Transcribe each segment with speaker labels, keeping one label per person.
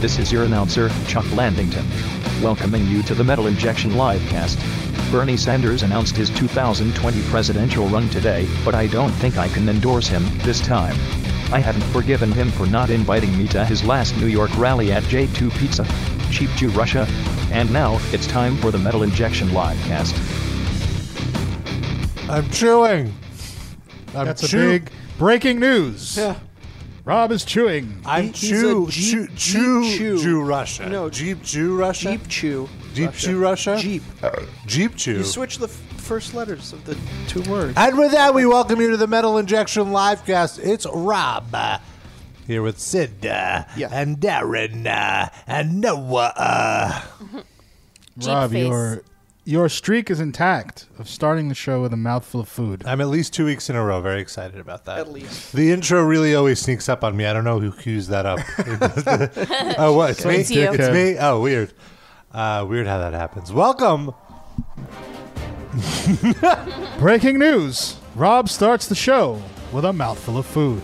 Speaker 1: This is your announcer, Chuck Landington, welcoming you to the Metal Injection Livecast. Bernie Sanders announced his 2020 presidential run today, but I don't think I can endorse him this time. I haven't forgiven him for not inviting me to his last New York rally at J2 Pizza. Cheap Jew Russia. And now, it's time for the Metal Injection Livecast.
Speaker 2: I'm chewing. I'm
Speaker 3: That's
Speaker 2: chew-
Speaker 3: a big breaking news.
Speaker 4: Yeah.
Speaker 3: Rob is chewing.
Speaker 2: I'm
Speaker 4: He- he's a
Speaker 2: chew, chew,
Speaker 4: Jeep- Jeep
Speaker 2: chew,
Speaker 4: chew.
Speaker 2: Jew Russia.
Speaker 4: No,
Speaker 2: Jeep Jew Russia.
Speaker 4: Jeep Chew.
Speaker 2: Jeep Chew Russia. Uh,
Speaker 4: Jeep.
Speaker 2: Jeep Jew.
Speaker 4: You switch the f- first letters of the two words.
Speaker 2: And with that, we welcome you to the Metal Injection Livecast. It's Rob uh, here with Sid uh,
Speaker 4: Yeah.
Speaker 2: and Darren uh, and Noah. Uh.
Speaker 5: Jeep
Speaker 3: Rob,
Speaker 5: face.
Speaker 3: your your streak is intact of starting the show with a mouthful of food.
Speaker 2: I'm at least two weeks in a row very excited about that.
Speaker 4: At least.
Speaker 2: The intro really always sneaks up on me. I don't know who cues that up. oh, what? It's me?
Speaker 5: It's you.
Speaker 2: It's me? Oh, weird. Uh, weird how that happens. Welcome.
Speaker 3: Breaking news. Rob starts the show with a mouthful of food.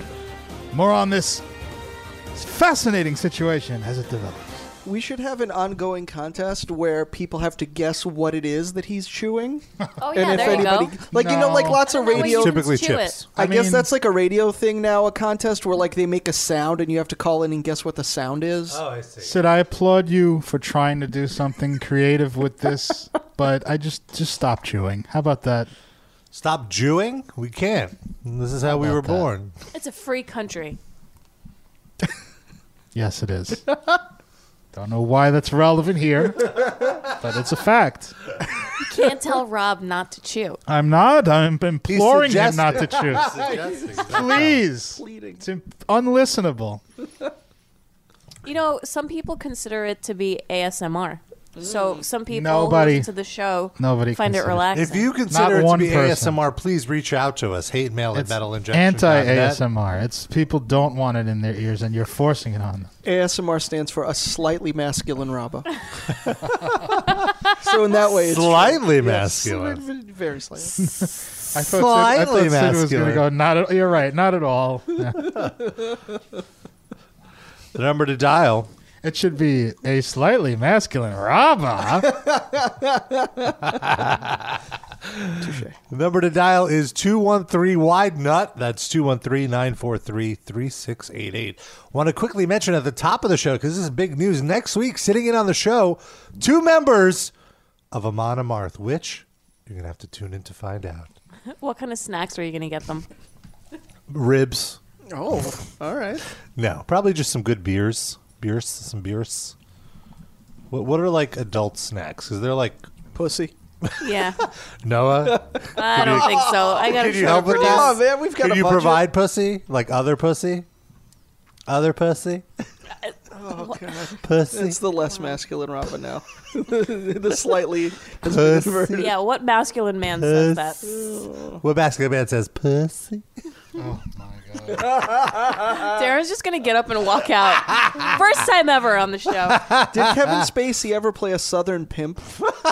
Speaker 3: More on this fascinating situation as it develops.
Speaker 4: We should have an ongoing contest where people have to guess what it is that he's chewing.
Speaker 5: Oh yeah, there you go.
Speaker 4: like you know, like
Speaker 3: No.
Speaker 4: lots
Speaker 5: I
Speaker 4: of
Speaker 5: don't know what
Speaker 4: radio.
Speaker 5: you can
Speaker 2: Typically
Speaker 5: chew
Speaker 2: chips.
Speaker 5: It.
Speaker 4: I,
Speaker 3: I
Speaker 4: guess
Speaker 3: mean-
Speaker 4: that's like a radio thing now, a contest where like they make a sound and you have to call in and guess what the sound is.
Speaker 2: Oh, I see.
Speaker 3: Sid, I applaud you for trying to do something creative with this, but I just just stop chewing. How about that?
Speaker 2: Stop Jewing? We can't. This is how we
Speaker 3: about
Speaker 2: were
Speaker 3: that?
Speaker 2: born.
Speaker 5: It's a free country.
Speaker 3: Yes, it is. Don't know why that's relevant here, but it's a fact.
Speaker 5: You can't tell Rob not to chew.
Speaker 3: I'm not. I'm imploring him not to
Speaker 2: suggested.
Speaker 3: choose. Please.
Speaker 4: Pleading.
Speaker 3: It's im- unlistenable.
Speaker 5: You know, some people consider it to be ASMR. So some people
Speaker 3: Nobody-
Speaker 5: who listen to the show
Speaker 3: nobody
Speaker 5: find it
Speaker 3: considers-
Speaker 5: relaxing.
Speaker 2: If you consider it to
Speaker 3: one
Speaker 2: be
Speaker 3: person.
Speaker 2: ASMR, please reach out to us. Hate mail at metal injection.
Speaker 3: Anti ASMR. It's people don't want it in their ears, and you're forcing it on them.
Speaker 4: ASMR stands for a slightly masculine Raba. so in that way, it's
Speaker 2: Slightly
Speaker 4: Yes,
Speaker 2: masculine.
Speaker 4: very slightly.
Speaker 3: I thought Sid, I
Speaker 2: Slightly
Speaker 3: thought Sid was going
Speaker 2: masculine.
Speaker 3: to go. Not at, you're right. Not at all. Yeah.
Speaker 2: The number to dial.
Speaker 3: it should be a slightly masculine Rava.
Speaker 2: The number to dial is 213 Wide Nut. That's 213 943 3688. Want to quickly mention at the top of the show, because this is big news. Next week, sitting in on the show, two members of Amana Marth, which you're going to have to tune in to find out.
Speaker 5: what kind of snacks are you going to get them?
Speaker 2: Ribs.
Speaker 4: Oh, all right.
Speaker 2: No, probably just some good beers. Beers, some beers. What, what are like adult snacks? Because they're like,
Speaker 4: Pussy.
Speaker 5: Yeah,
Speaker 2: Noah,
Speaker 5: I don't think so. I got
Speaker 2: Could
Speaker 5: to
Speaker 2: you help with
Speaker 4: Oh
Speaker 2: that?
Speaker 4: man, we've got
Speaker 2: Could
Speaker 4: a
Speaker 2: you
Speaker 4: budget.
Speaker 2: provide pussy? Like other pussy? Other pussy?
Speaker 4: Oh, God.
Speaker 2: Pussy?
Speaker 4: It's the less masculine Rafa now. the slightly.
Speaker 2: pussy.
Speaker 5: Yeah, what masculine man says that?
Speaker 2: What basketball man says pussy?
Speaker 5: Darren's just going to get up and walk out. First time ever on the show.
Speaker 4: Did Kevin Spacey ever play a Southern pimp?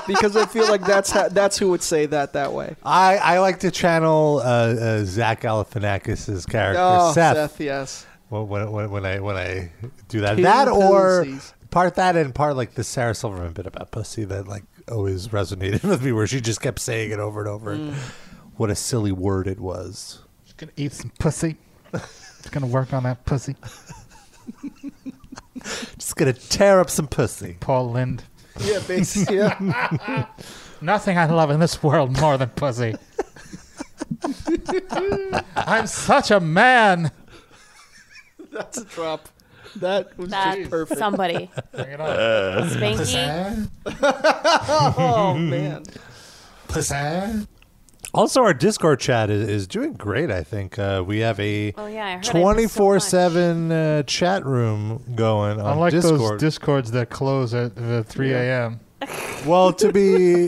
Speaker 4: Because I feel like that's how, that's who would say that that way.
Speaker 2: I, I like to channel uh, uh, Zach Galifianakis' character
Speaker 4: Oh,
Speaker 2: Seth,
Speaker 4: Seth, yes.
Speaker 2: When, when, when- when I when I do that
Speaker 4: Two
Speaker 2: that or
Speaker 4: pussies.
Speaker 2: part that and part like the Sarah Silverman bit about pussy that like always resonated with me where she just kept saying it over and over. And what a silly word it was.
Speaker 3: Just going to eat some pussy. It's going to work on that pussy.
Speaker 2: Just gonna tear up some pussy.
Speaker 3: Paul Lind.
Speaker 4: Yeah, basically. Yeah.
Speaker 3: Nothing I love in this world more than pussy. I'm such a man.
Speaker 4: that's a drop. That was
Speaker 5: That
Speaker 4: just perfect.
Speaker 5: somebody.
Speaker 3: Bring it on.
Speaker 2: Uh,
Speaker 5: Spanky.
Speaker 4: Oh man.
Speaker 2: Also, our Discord chat is, is doing great. I think uh, we have a
Speaker 5: Oh, yeah, I heard I missed so much.
Speaker 2: twenty four seven uh, chat room going on
Speaker 3: Unlike
Speaker 2: Discord.
Speaker 3: those discords that close at uh, 3 a.m.
Speaker 2: well, to be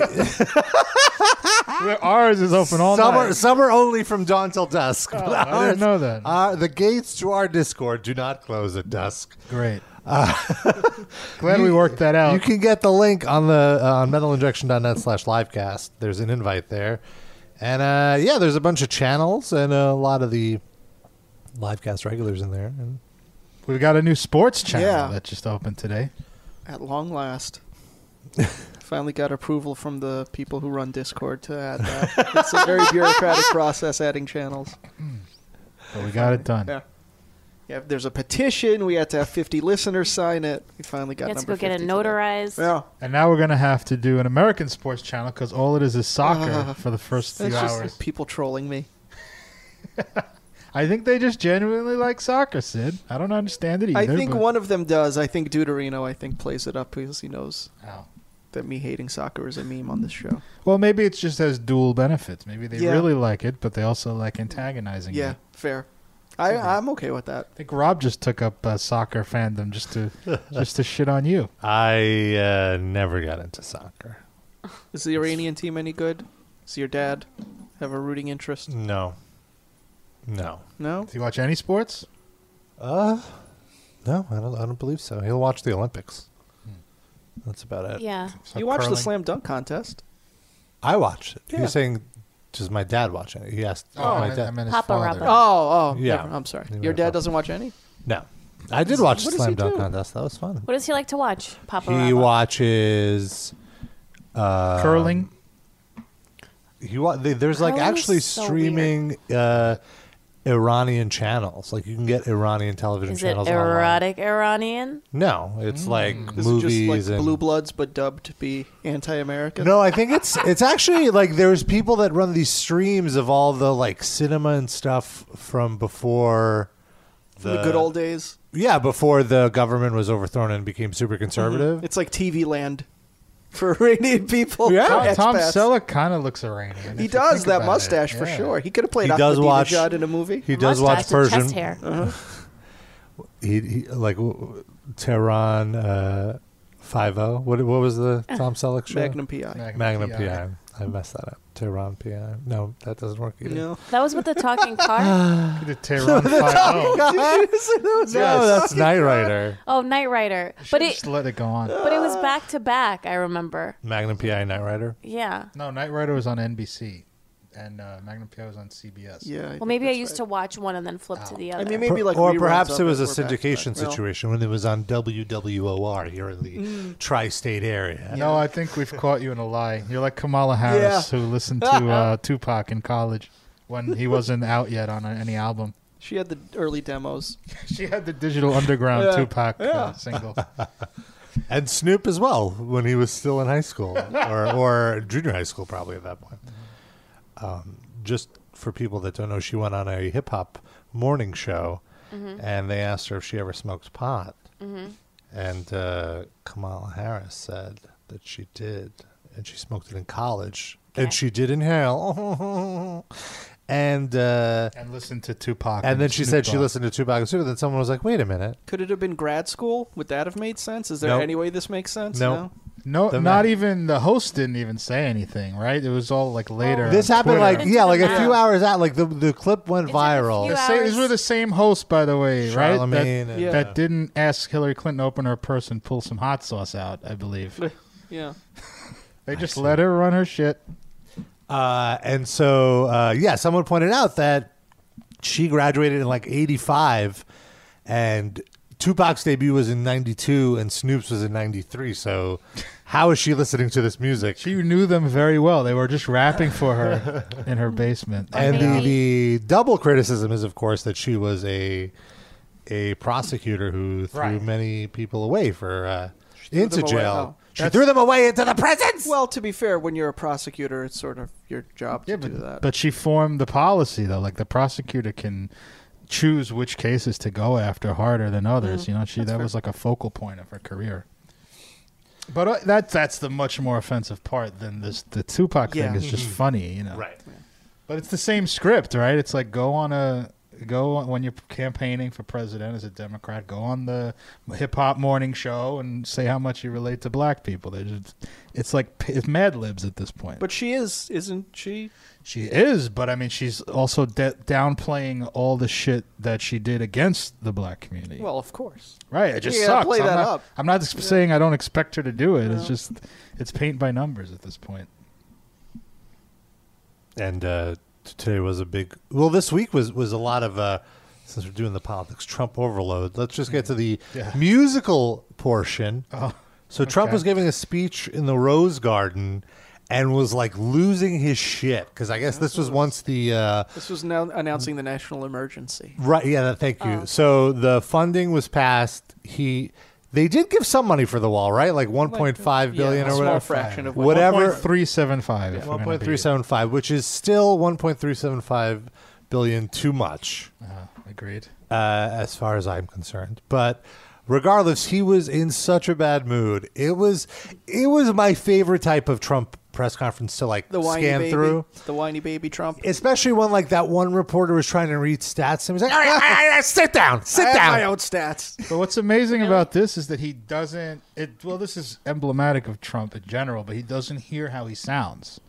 Speaker 3: Where Ours is open all
Speaker 2: some are,
Speaker 3: night. Oh,
Speaker 2: some are only from dawn till dusk. but
Speaker 3: I didn't
Speaker 2: ours-
Speaker 3: know that.
Speaker 2: our- the gates to our Discord do not close at dusk.
Speaker 3: Great. Glad we worked that out.
Speaker 2: Uh, You can get the link on the uh, on metalinjection.net slash livecast. There's an invite there, and uh, yeah, there's a bunch of channels and a lot of the livecast regulars in there. And
Speaker 3: We've got a new sports channel
Speaker 4: Yeah.
Speaker 3: that just opened today.
Speaker 4: At long last. Finally got approval from the people who run Discord to add that. it's a very bureaucratic process adding channels.
Speaker 3: But we got it done.
Speaker 4: Yeah. Yeah, there's a petition. We had to have 50 listeners sign it. We finally got
Speaker 5: You have to
Speaker 4: number
Speaker 5: go get it
Speaker 4: 50 today.
Speaker 5: notarized.
Speaker 4: Yeah.
Speaker 3: And now we're going to have to do an American sports channel because all it is is soccer
Speaker 4: Ah,
Speaker 3: for the first few
Speaker 4: That's just
Speaker 3: hours.
Speaker 4: people trolling me.
Speaker 3: I think they just genuinely like soccer, Sid. I don't understand it either.
Speaker 4: I think
Speaker 3: but-
Speaker 4: one of them does. I think Deuterino, I think, plays it up because he knows
Speaker 3: Ow.
Speaker 4: that me hating soccer is a meme on this show.
Speaker 3: Well, maybe it just has dual benefits. Maybe they
Speaker 4: Yeah.
Speaker 3: really like it, but they also like antagonizing
Speaker 4: Yeah,
Speaker 3: it.
Speaker 4: fair. I, I'm okay with that.
Speaker 3: I think Rob just took up uh, soccer fandom just to just to shit on you.
Speaker 2: I uh, never got into soccer.
Speaker 4: Is the Iranian team any good? Does your dad have a rooting interest?
Speaker 2: No. No.
Speaker 4: No?
Speaker 3: Do you watch any sports?
Speaker 2: Uh, no, I don't. I don't believe so. He'll watch the Olympics. That's about it.
Speaker 5: Yeah.
Speaker 3: So
Speaker 4: Hmm. You watched the
Speaker 3: curling?
Speaker 4: slam dunk contest.
Speaker 2: I watched it.
Speaker 4: Yeah.
Speaker 2: You're saying, does my dad watch it? He asked.
Speaker 3: Oh, I
Speaker 2: my
Speaker 3: meant-
Speaker 2: dad.
Speaker 3: I meant his
Speaker 5: Papa
Speaker 3: father.
Speaker 5: Robert.
Speaker 4: Oh, oh,
Speaker 2: Yeah.
Speaker 4: yeah. I'm sorry.
Speaker 2: Yeah,
Speaker 4: Your dad
Speaker 2: Papa.
Speaker 4: doesn't watch any?
Speaker 2: No, I did watch
Speaker 4: What does he
Speaker 2: Slam Dunk
Speaker 4: do? Oh,
Speaker 2: Contest. That was fun.
Speaker 5: What does he like to watch? Papa
Speaker 2: He
Speaker 5: Rob?
Speaker 2: watches. Uh,
Speaker 3: curling.
Speaker 2: He wa- they, there's like
Speaker 4: Oh,
Speaker 5: Curling is
Speaker 2: actually
Speaker 5: so
Speaker 2: streaming uh, Iranian channels. Like you can get Iranian television
Speaker 5: Is it
Speaker 2: channels.
Speaker 5: erotic Iranian?
Speaker 2: Online. No,
Speaker 4: Mm.
Speaker 2: it's like
Speaker 4: This
Speaker 2: movies
Speaker 4: is just like
Speaker 2: and
Speaker 4: Blue Bloods, but dubbed to be anti-American.
Speaker 2: No, I think it's it's actually like there's people that run these streams of all the like cinema and stuff from before
Speaker 4: the, good old days.
Speaker 2: yeah before the government was overthrown and became super conservative.
Speaker 4: It's like TV land for Iranian people.
Speaker 2: Yeah.
Speaker 3: Tom, Tom
Speaker 4: Expats.
Speaker 3: Selleck kind of looks Iranian.
Speaker 4: He
Speaker 3: if you
Speaker 4: does
Speaker 3: think
Speaker 4: that
Speaker 3: about
Speaker 4: mustache
Speaker 3: it.
Speaker 4: for
Speaker 3: Yeah.
Speaker 4: sure. He could have played
Speaker 2: He does watch-
Speaker 4: Ahmadinejad in a movie. Uh-huh.
Speaker 2: He does watch
Speaker 5: Mustache and
Speaker 2: Persian.
Speaker 5: Chest hair.
Speaker 2: He, he like w- w- Tehran uh, Five O. What what was the
Speaker 5: Uh.
Speaker 2: Tom Selleck show?
Speaker 4: Magnum PI.
Speaker 2: Magnum PI. I messed that up. Tehran PI. No, that doesn't work either.
Speaker 4: No,
Speaker 5: That was with the talking car.
Speaker 3: He did Tehran oh. 5
Speaker 2: No, that's Knight Rider.
Speaker 5: oh, Knight Rider. But it
Speaker 3: Just let it go on.
Speaker 5: but it
Speaker 2: "Ah."
Speaker 5: was back to back. I remember.
Speaker 2: Magnum PI Knight Rider.
Speaker 5: Yeah.
Speaker 3: No, Knight Rider was on NBC, and uh, Magnum PI was on CBS.
Speaker 4: yeah.
Speaker 5: Well, maybe I used to watch one and then flip to the other.
Speaker 4: I mean, maybe like
Speaker 2: or
Speaker 4: reruns
Speaker 2: perhaps
Speaker 4: of
Speaker 2: it was a
Speaker 4: were back,
Speaker 2: syndication
Speaker 4: but- well,
Speaker 2: situation when it was on WWOR here in the
Speaker 4: Mm.
Speaker 2: tri-state area.
Speaker 3: No, I think we've caught you in a lie. You're like Kamala Harris, who listened to uh, Tupac in college when he wasn't out yet on any album.
Speaker 4: she had the early demos.
Speaker 3: She had the digital underground
Speaker 4: Yeah.
Speaker 3: Tupac
Speaker 4: Yeah.
Speaker 3: Uh, single.
Speaker 2: And Snoop as well when he was still in high school or, or junior high school probably at that point. Um, just for people that don't know, she went on a hip hop morning show,
Speaker 5: Mm-hmm.
Speaker 2: and they asked her if she ever smoked pot,
Speaker 6: Mm-hmm.
Speaker 2: and uh, Kamala Harris said that she did, and she smoked it in college, and she did inhale, and. Uh,
Speaker 3: And listened to Tupac.
Speaker 2: and then she
Speaker 3: Snoop
Speaker 2: said she
Speaker 3: Dogg.
Speaker 2: listened to Tupac and Snoop. And then someone was like, "Wait a minute,
Speaker 4: Could it have been grad school? Would that have made sense? Is there
Speaker 2: Nope.
Speaker 4: any way this makes sense?
Speaker 2: Nope.
Speaker 3: No,
Speaker 2: The
Speaker 3: not
Speaker 2: man.
Speaker 3: even the host didn't even say anything, right? It was all like
Speaker 5: Oh.
Speaker 3: later.
Speaker 2: this
Speaker 3: on
Speaker 2: happened
Speaker 3: Twitter.
Speaker 2: like yeah, like a few
Speaker 5: Yeah.
Speaker 2: hours out. Like the the clip went
Speaker 5: It took a
Speaker 2: viral.
Speaker 5: few
Speaker 3: The same-
Speaker 5: hours.
Speaker 3: these were the same hosts, by the way, right? That-
Speaker 2: Charlemagne
Speaker 3: That,
Speaker 2: and- uh,
Speaker 4: Yeah.
Speaker 3: didn't ask Hillary Clinton to open her purse and pull some hot sauce out. I believe
Speaker 4: Yeah.
Speaker 3: they just let her run her shit.
Speaker 2: Uh, and so, uh, yeah, someone pointed out that she graduated in like 85 and Tupac's debut was in 92 and Snoop's was in 93. So, how is she listening to this music?
Speaker 3: She knew them very well. They were just rapping for her in her basement.
Speaker 2: and the,
Speaker 5: Maybe-
Speaker 2: the double criticism is, of course, that she was a a prosecutor who threw
Speaker 3: Right.
Speaker 2: many people away for uh,
Speaker 4: them
Speaker 2: into
Speaker 4: away.
Speaker 2: jail.
Speaker 4: Oh.
Speaker 2: She threw them away into the prisons.
Speaker 4: Well, to be fair, when you're a prosecutor, it's sort of your job to
Speaker 3: yeah,
Speaker 4: do
Speaker 3: but,
Speaker 4: that.
Speaker 3: but she formed the policy though. Like the prosecutor can choose which cases to go after harder than
Speaker 5: Mm.
Speaker 3: others. You know, she that was like a focal point of her career. But uh, that that's the much more offensive part than this. The Tupac
Speaker 4: Yeah.
Speaker 3: thing is
Speaker 7: Mm-hmm.
Speaker 5: Mm-hmm.
Speaker 3: just funny, you know. But it's the same script, right? It's like go on a go on, when you're campaigning for president as a Democrat, go on the hip hop morning show and say how much you relate to black people. They're just, it's like p- it's Mad Libs at this point.
Speaker 4: but she is, isn't she?
Speaker 3: she is, but I mean, she's also de- downplaying all the shit that she did against the black community.
Speaker 4: Well, of course.
Speaker 3: right? It just
Speaker 4: yeah,
Speaker 3: sucks.
Speaker 4: play
Speaker 3: I'm
Speaker 4: that
Speaker 3: not,
Speaker 4: up.
Speaker 3: I'm not just saying I don't expect her to do it. It's just it's paint by numbers at this point.
Speaker 2: and uh, t- today was a big. Well, this week was was a lot of uh, since we're doing the politics, Trump overload. Let's just get to the musical portion. so Trump
Speaker 3: okay.
Speaker 2: was giving a speech in the Rose Garden and was like losing his shit because I guess this was once the uh,
Speaker 4: This was now announcing the national emergency.
Speaker 2: Right. Yeah. that- Thank
Speaker 4: Oh.
Speaker 2: you. So the funding was passed. He, they did give some money for the wall, right? Like one point five billion
Speaker 4: a
Speaker 2: or
Speaker 4: small
Speaker 2: whatever.
Speaker 4: fraction of
Speaker 2: whatever.
Speaker 3: 1.375. if we're
Speaker 2: One
Speaker 3: gonna
Speaker 2: point
Speaker 3: be-
Speaker 2: three seven five, which is still one point three seven five billion too much,
Speaker 3: Uh, agreed.
Speaker 2: uh, as far as I'm concerned. But regardless, he was in such a bad mood. It was, it was my favorite type of Trump press conference to like
Speaker 4: The whiny
Speaker 2: scan
Speaker 4: baby,
Speaker 2: through.
Speaker 4: the whiny baby Trump.
Speaker 2: Especially when like that one reporter was trying to read stats and he was like, all right, all right, all right, sit down, sit
Speaker 4: I
Speaker 2: down.
Speaker 4: have my own stats.
Speaker 3: But what's amazing about this is that he doesn't. It well, this is emblematic of Trump in general, but he doesn't hear how he sounds.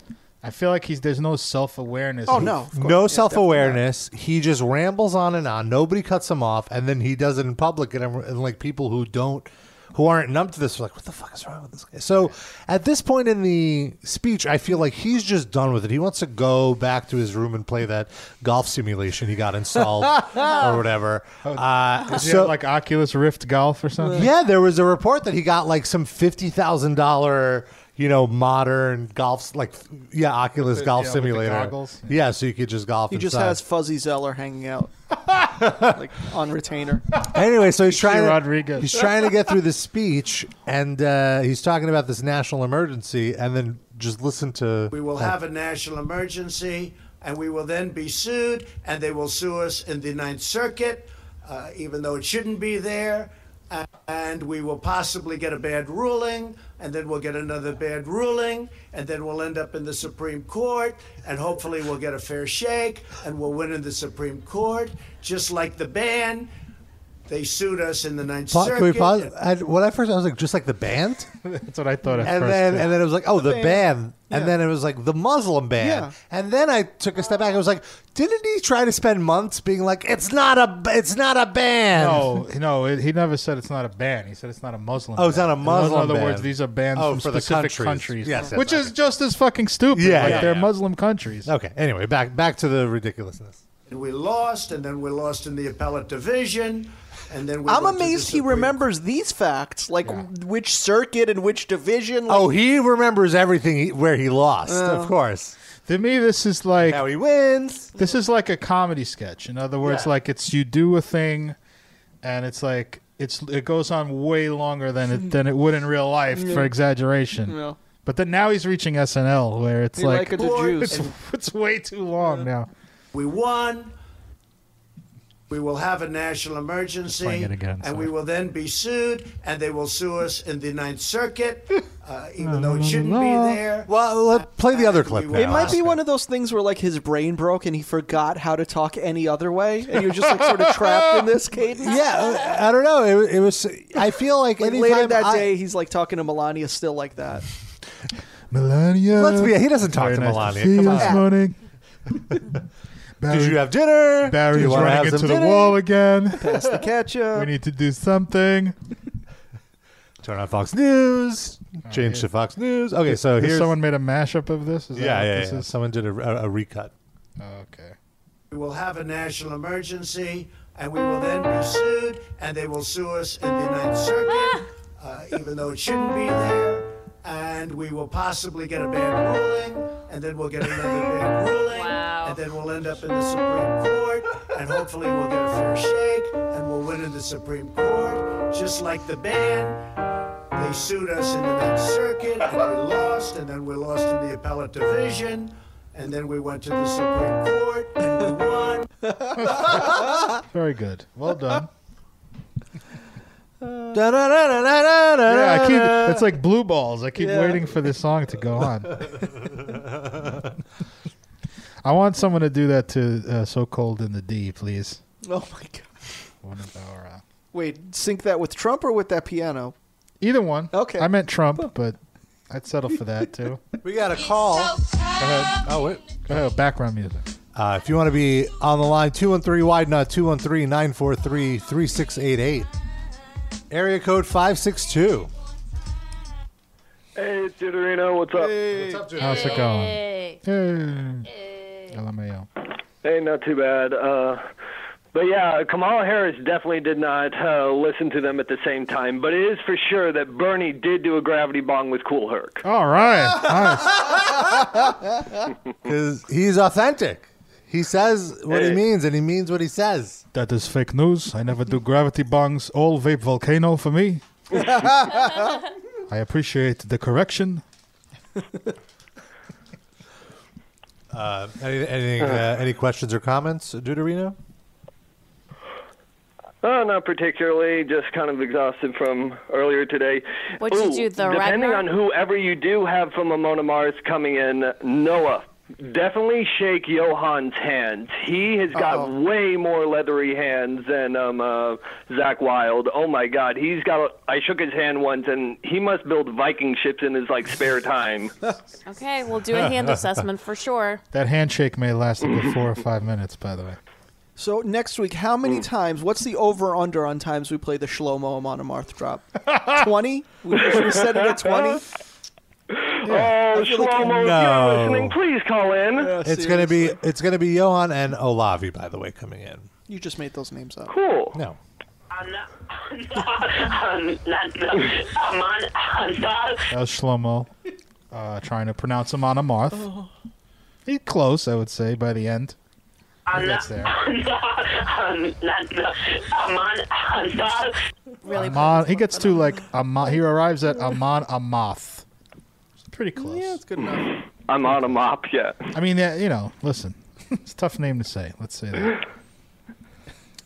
Speaker 3: I feel like he's there's no self awareness.
Speaker 4: Oh no, of course.
Speaker 2: no self awareness. He just rambles on and on. Nobody cuts him off, and then he does it in public, and, everyone- and like people who don't, who aren't numb to this, are like, "What the fuck is wrong with this guy?" So at this point in the speech, I feel like he's just done with it. He wants to go back to his room and play that golf simulation he got installed or whatever.
Speaker 3: Does
Speaker 2: Uh,
Speaker 3: Oh, he
Speaker 2: so
Speaker 3: have, like Oculus Rift golf or something.
Speaker 2: yeah, there was a report that he got like some fifty thousand dollar, you know, modern golf, like yeah, Oculus
Speaker 3: the-
Speaker 2: golf
Speaker 3: yeah, with the
Speaker 2: simulator.
Speaker 3: goggles.
Speaker 2: Yeah, so you could just golf.
Speaker 4: He just
Speaker 2: inside.
Speaker 4: has Fuzzy Zeller hanging out, like on retainer.
Speaker 2: Anyway, so he's trying.
Speaker 3: Rodriguez.
Speaker 2: He's trying to get through the speech, and uh, he's talking about this national emergency, and then just listen to.
Speaker 8: We
Speaker 4: Oh.
Speaker 8: will have a national emergency, and we will then be sued, and they will sue us in the Ninth Circuit, uh, even though it shouldn't be there. a- And we will possibly get a bad ruling, and then we'll get another bad ruling, and then we'll end up in the Supreme Court, and hopefully we'll get a fair shake, and we'll win in the Supreme Court, just like the ban. They sued us in the Ninth
Speaker 2: Pa-
Speaker 8: Circuit.
Speaker 2: can we pause? I, when I first, I was like, just like the band,
Speaker 3: That's what I thought at
Speaker 2: and
Speaker 3: first.
Speaker 2: then
Speaker 3: too.
Speaker 2: and then it was like, oh, the, band,
Speaker 4: Yeah.
Speaker 2: and then it was like the Muslim band,
Speaker 4: Yeah.
Speaker 2: and then I took a step back. I was like, didn't he try to spend months being like, it's not a, it's not a band?
Speaker 3: no, no, it, he never said it's not a ban. He said it's not a Muslim.
Speaker 2: Oh, it's
Speaker 3: ban.
Speaker 2: not a Muslim
Speaker 3: In other
Speaker 2: ban.
Speaker 3: words, these are bans
Speaker 2: Oh,
Speaker 3: from
Speaker 2: for the
Speaker 3: specific
Speaker 2: countries. Yes, yes,
Speaker 3: which
Speaker 2: okay.
Speaker 3: is just as fucking stupid.
Speaker 2: Yeah,
Speaker 3: like
Speaker 2: yeah,
Speaker 3: they're
Speaker 2: yeah.
Speaker 3: Muslim countries.
Speaker 2: Okay. Anyway, back back to the ridiculousness.
Speaker 8: And we lost, and then we lost in the appellate division, and then we
Speaker 4: I'm
Speaker 8: went to the
Speaker 4: amazed he
Speaker 8: Supreme
Speaker 4: remembers these facts, like which circuit and which division. Like,
Speaker 2: Oh, he remembers everything he, where he lost, of course.
Speaker 3: To me, this is like
Speaker 2: Now he wins.
Speaker 3: This is like a comedy sketch. In other words,
Speaker 2: Yeah.
Speaker 3: like it's you do a thing, and it's like it's it goes on way longer than it than it would in real life for exaggeration.
Speaker 4: Yeah.
Speaker 3: But then now he's reaching SNL where it's
Speaker 4: Be
Speaker 3: like,
Speaker 4: like a Jews.
Speaker 3: it's, it's way too long now.
Speaker 8: We won. We will have a national emergency,
Speaker 3: playing it again,
Speaker 8: and
Speaker 3: sorry.
Speaker 8: we will then be sued, and they will sue us in the Ninth Circuit, uh, even though it shouldn't be there.
Speaker 2: Well, let play the other clip.
Speaker 8: It
Speaker 2: now.
Speaker 4: It might be one of those things where like his brain broke and he forgot how to talk any other way, and you're just like sort of trapped in this cadence.
Speaker 2: Yeah, I I don't know. It, it was. uh, I feel like,
Speaker 4: Like
Speaker 2: anytime
Speaker 4: later that
Speaker 2: I-
Speaker 4: day, he's like talking to Melania still like that.
Speaker 3: Melania.
Speaker 2: Let's be. He doesn't talk
Speaker 3: Very
Speaker 2: to
Speaker 3: nice
Speaker 2: Melania.
Speaker 3: see you
Speaker 2: Come on.
Speaker 3: this morning.
Speaker 2: Did
Speaker 3: Barry,
Speaker 2: you have dinner?
Speaker 3: Barry
Speaker 2: Do you
Speaker 3: is
Speaker 2: wanna have
Speaker 3: running into
Speaker 2: some
Speaker 3: the
Speaker 2: dinner?
Speaker 3: wall again.
Speaker 4: That's the
Speaker 3: we
Speaker 4: ketchup.
Speaker 3: need to do something.
Speaker 2: Turn on Fox News.
Speaker 3: Oh,
Speaker 2: Change to Fox News. Okay, so
Speaker 3: Has
Speaker 2: here's
Speaker 3: someone made a mashup of this. Is that
Speaker 2: Yeah,
Speaker 3: what
Speaker 2: yeah,
Speaker 3: this
Speaker 2: yeah.
Speaker 3: is?
Speaker 2: Someone did a, a, a recut.
Speaker 3: Okay.
Speaker 8: We will have a national emergency, and we will then be sued, and they will sue us in the Ninth Circuit, uh, even though it shouldn't be there. And we will possibly get a bad ruling, and then we'll get another bad ruling,
Speaker 5: Wow.
Speaker 8: and then we'll end up in the Supreme Court, and hopefully we'll get a fair shake, and we'll win in the Supreme Court, just like the ban. They sued us in the Ninth Circuit, and we lost, and then we lost in the appellate division, and then we went to the Supreme Court, and we won.
Speaker 3: Very good. Well done. Yeah, I
Speaker 2: Yeah,
Speaker 3: keep. It's like blue balls. I keep
Speaker 4: Yeah.
Speaker 3: waiting for this song to go on.
Speaker 4: Oh,
Speaker 3: I want someone to do that to uh, "So Cold in the D," please.
Speaker 4: Oh my god!
Speaker 3: One of our, uh,
Speaker 4: Wait, sync that with Trump or with that piano?
Speaker 3: either one.
Speaker 4: Okay.
Speaker 3: I meant Trump, but I'd settle for that too.
Speaker 2: we got a call.
Speaker 3: Go ahead.
Speaker 2: Oh wait.
Speaker 3: Go ahead. Background music.
Speaker 2: Uh, if you want to be on the line, 213 wide nut, 213 943 3688. Area code 562.
Speaker 6: Hey, it's Tudorino. What's up? Hey.
Speaker 3: How's it going?
Speaker 5: Hey.
Speaker 3: Hey. LMAO.
Speaker 6: not too bad. Uh, But yeah, Kamala Harris definitely did not uh, listen to them at the same time. But it is for sure that Bernie did do a gravity bong with Cool Herc.
Speaker 3: All right.
Speaker 2: Because he's authentic. He says what he means, and he means what he says.
Speaker 3: that is fake news. I never do gravity bongs. All vape volcano for me. I appreciate the correction.
Speaker 2: Uh, any anything, uh, any questions or comments, Deuterino?
Speaker 6: Uh, not particularly, just kind of exhausted from earlier today.
Speaker 5: What'd you do, the
Speaker 6: Depending
Speaker 5: Ragnarok?
Speaker 6: on whoever you do have from Amona Mars coming in, Noah. Definitely shake Johan's hands. He has got way more leathery hands than um, uh, Zach Wild. Oh my God, he's got. I shook his hand once, and he must build Viking ships in his like spare time.
Speaker 5: Okay, we'll do a hand assessment for sure.
Speaker 3: That handshake may last a good four or five minutes, by the way.
Speaker 4: So next week, how many times? What's the over under on times we play the Shlomo Amon Amarth drop? Twenty. We, should we set it at twenty.
Speaker 6: Oh, Shlomo,
Speaker 2: No.
Speaker 6: if you're listening, please call in.
Speaker 2: It's gonna be it's gonna be Johan and Olavi, by the way, coming in.
Speaker 4: You just made those names up.
Speaker 6: Cool.
Speaker 2: No,
Speaker 3: That was Shlomo uh, trying to pronounce him on a moth. He's close, I would say, by the end. He gets there.
Speaker 5: Really,
Speaker 3: Amon, he gets to like Amon. He arrives at Amon Amoth. It's pretty close.
Speaker 4: Yeah, it's good enough.
Speaker 6: I'm on a mop yet.
Speaker 3: I mean, yeah, you know, listen, it's a tough name to say. Let's say that.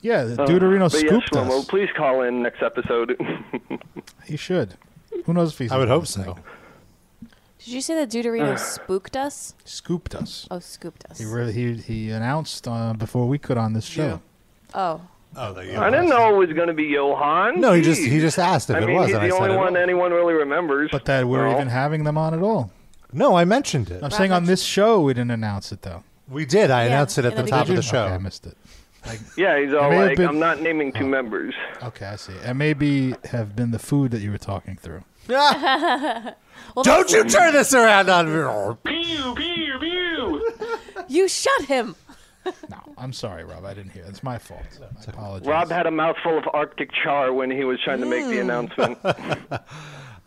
Speaker 3: Yeah, the Deuterino
Speaker 6: Uh, But yes,
Speaker 3: scooped
Speaker 6: Shlomo,
Speaker 3: us.
Speaker 6: please call in next episode.
Speaker 3: He should. Who knows if he's?
Speaker 2: I would hope so.
Speaker 5: did you say that Deuterino spooked us?
Speaker 3: Scooped us.
Speaker 5: Oh, scooped us.
Speaker 3: He really, he he announced uh, before we could on this show.
Speaker 5: Oh,
Speaker 2: Oh, there you
Speaker 6: I didn't know it was going to be Johan.
Speaker 2: No, he just
Speaker 6: Jeez.
Speaker 2: he just asked if
Speaker 6: I
Speaker 2: it
Speaker 6: mean,
Speaker 2: was,
Speaker 6: he's
Speaker 2: and I
Speaker 6: the
Speaker 2: said
Speaker 6: only
Speaker 2: it
Speaker 6: one
Speaker 2: was.
Speaker 6: anyone really remembers.
Speaker 3: But that we're
Speaker 6: Well,
Speaker 3: even having them on at all.
Speaker 2: No, I mentioned
Speaker 3: I'm
Speaker 2: it.
Speaker 3: saying on this show we didn't announce it though.
Speaker 2: We did. Uh, I
Speaker 5: Yeah,
Speaker 2: announced it at
Speaker 5: in
Speaker 2: the,
Speaker 5: the
Speaker 2: top of the
Speaker 5: beginning.
Speaker 2: show.
Speaker 3: Okay, I missed it.
Speaker 6: Yeah, he's all
Speaker 3: may have
Speaker 6: like,
Speaker 3: been-
Speaker 6: I'm not naming two members.
Speaker 3: Okay, I see. And maybe have been the food that you were talking through.
Speaker 2: Don't you turn this around on me.
Speaker 5: you shut him.
Speaker 3: No, I'm sorry, Rob. I didn't hear. It's my fault. I apologize.
Speaker 6: Rob had a mouthful of Arctic char when he was trying to make the announcement.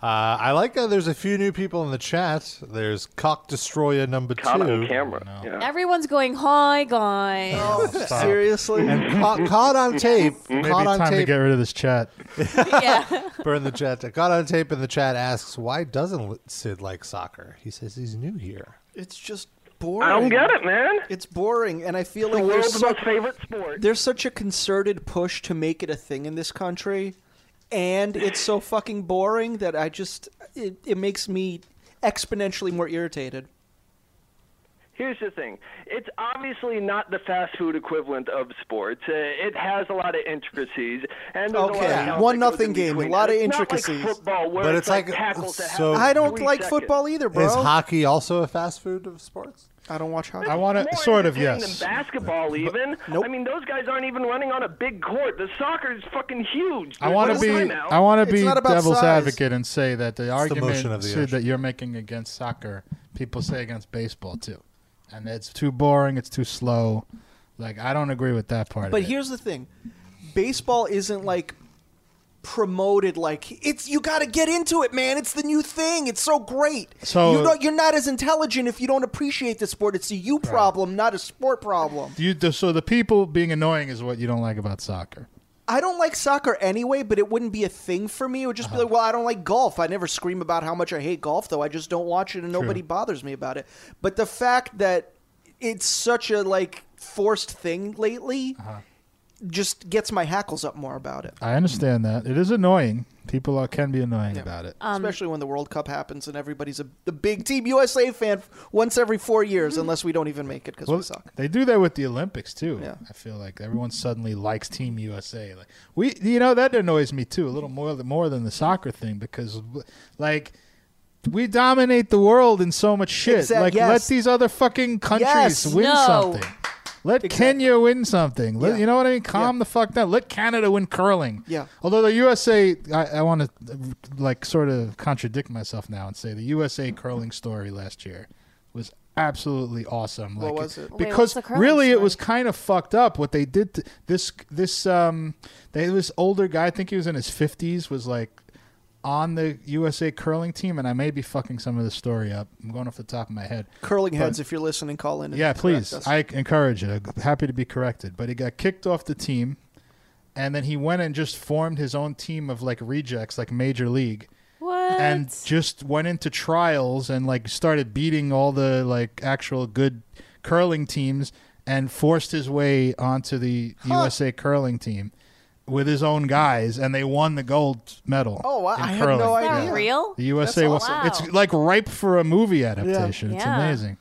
Speaker 2: Uh, I like that there's a few new people in the chat. There's Cock Destroyer number
Speaker 6: Caught
Speaker 2: two.
Speaker 6: on camera. Yeah.
Speaker 5: Everyone's going, hi guys.
Speaker 4: Seriously.
Speaker 2: And caught, caught on tape.
Speaker 3: Maybe
Speaker 2: caught on
Speaker 3: time to
Speaker 2: tape.
Speaker 3: get rid of this chat.
Speaker 5: yeah.
Speaker 2: burn the chat. Caught on tape in the chat asks, why doesn't Sid like soccer? He says he's new here.
Speaker 4: It's just boring.
Speaker 6: I don't get it, man.
Speaker 4: It's boring, and I feel
Speaker 6: The
Speaker 4: like there's
Speaker 6: world's
Speaker 4: so-
Speaker 6: most favorite sport.
Speaker 4: there's such a concerted push to make it a thing in this country, and it's so fucking boring that I just it, it makes me exponentially more irritated.
Speaker 6: Here's the thing. It's obviously not the fast food equivalent of sports. Uh, it has a lot of intricacies, and there's
Speaker 4: Okay,
Speaker 6: a lot of
Speaker 4: one
Speaker 6: talent that goes
Speaker 4: nothing
Speaker 6: in
Speaker 4: game,
Speaker 6: between.
Speaker 4: a lot of
Speaker 6: It's not like
Speaker 4: intricacies.
Speaker 6: football, where
Speaker 2: But it's
Speaker 6: it's, like,
Speaker 2: like-
Speaker 6: tackles that
Speaker 2: so-
Speaker 6: happen
Speaker 4: I don't
Speaker 6: three
Speaker 4: like
Speaker 6: seconds.
Speaker 4: football either, bro.
Speaker 2: Is hockey also a fast food of sports?
Speaker 4: I don't watch hockey.
Speaker 3: I want to
Speaker 6: More
Speaker 3: sort of
Speaker 6: entertaining
Speaker 3: yes.
Speaker 6: Than basketball, even.
Speaker 4: nope.
Speaker 6: I mean, those guys aren't even running on a big court. The soccer is fucking huge.
Speaker 3: I want to
Speaker 6: What
Speaker 3: be
Speaker 6: am now?
Speaker 3: I want to
Speaker 4: It's
Speaker 3: be
Speaker 4: not about
Speaker 3: devil's
Speaker 4: size.
Speaker 3: advocate and say that the argument
Speaker 2: motion of the
Speaker 3: Sid,
Speaker 2: ocean.
Speaker 3: that you're making against soccer, people say against baseball too, and it's too boring, it's too slow. Like I don't agree with that part.
Speaker 4: But
Speaker 3: of it.
Speaker 4: here's the thing: baseball isn't like promoted like it's you got to get into it man it's the new thing it's so great
Speaker 3: So-
Speaker 4: you know you're not as intelligent if you don't appreciate the sport it's a you problem not a sport problem
Speaker 3: you the- so the people being annoying is what you don't like about soccer.
Speaker 4: I don't like soccer anyway, but it wouldn't be a thing for me. It would just
Speaker 3: Uh-huh.
Speaker 4: be like, well, I don't like golf. I never scream about how much I hate golf, though. I just don't watch it, and nobody bothers me about it. But the fact that it's such a like forced thing lately
Speaker 3: Uh-huh.
Speaker 4: just gets my hackles up more about it.
Speaker 3: I understand that it is annoying. People are, can be annoying about it.
Speaker 4: Especially when the World Cup happens and everybody's a the big Team USA fan f- once every four years, unless we don't even make it because we
Speaker 3: Well,
Speaker 4: suck.
Speaker 3: they do that with the Olympics too.
Speaker 4: Yeah.
Speaker 3: I feel like everyone suddenly likes Team USA. Like we, you know, that annoys me too a little more than more than the soccer thing because, like, we dominate the world in so much shit.
Speaker 4: Exact-
Speaker 3: like, let
Speaker 4: yes.
Speaker 3: these other fucking countries
Speaker 4: Yes.
Speaker 3: win
Speaker 5: No.
Speaker 3: something. Let Kenya win something. Let,
Speaker 4: Yeah.
Speaker 3: You know what I mean? Calm the fuck down. Let Canada win curling.
Speaker 4: Yeah.
Speaker 3: Although the USA, I, I want to like sort of contradict myself now and say the USA curling story last year was absolutely awesome.
Speaker 4: What
Speaker 3: Like,
Speaker 4: was it? Wait,
Speaker 5: what's
Speaker 3: Because
Speaker 5: the curling
Speaker 3: really, it
Speaker 5: story?
Speaker 3: was kind of fucked up. What they did to, this this um, they, this older guy, I think he was in his fifties, was like on the USA curling team, and I may be fucking some of the story up. I'm going off the top of my head.
Speaker 4: Curling
Speaker 3: But-
Speaker 4: heads, if you're listening, call in. and
Speaker 3: yeah,
Speaker 4: correct
Speaker 3: please.
Speaker 4: us.
Speaker 3: I encourage it. I'm happy to be corrected. But he got kicked off the team, and then he went and just formed his own team of like rejects, like major league,
Speaker 5: What?
Speaker 3: and just went into trials and like started beating all the like actual good curling teams and forced his way onto the USA curling team with his own guys, and they won the gold medal.
Speaker 4: Oh, wow.
Speaker 3: in
Speaker 4: I had no
Speaker 3: curling.
Speaker 5: Is that
Speaker 4: Yeah.
Speaker 5: real?
Speaker 3: The USA was.
Speaker 5: awesome.
Speaker 3: It's like ripe for a movie adaptation. It's
Speaker 5: Yeah.
Speaker 3: amazing.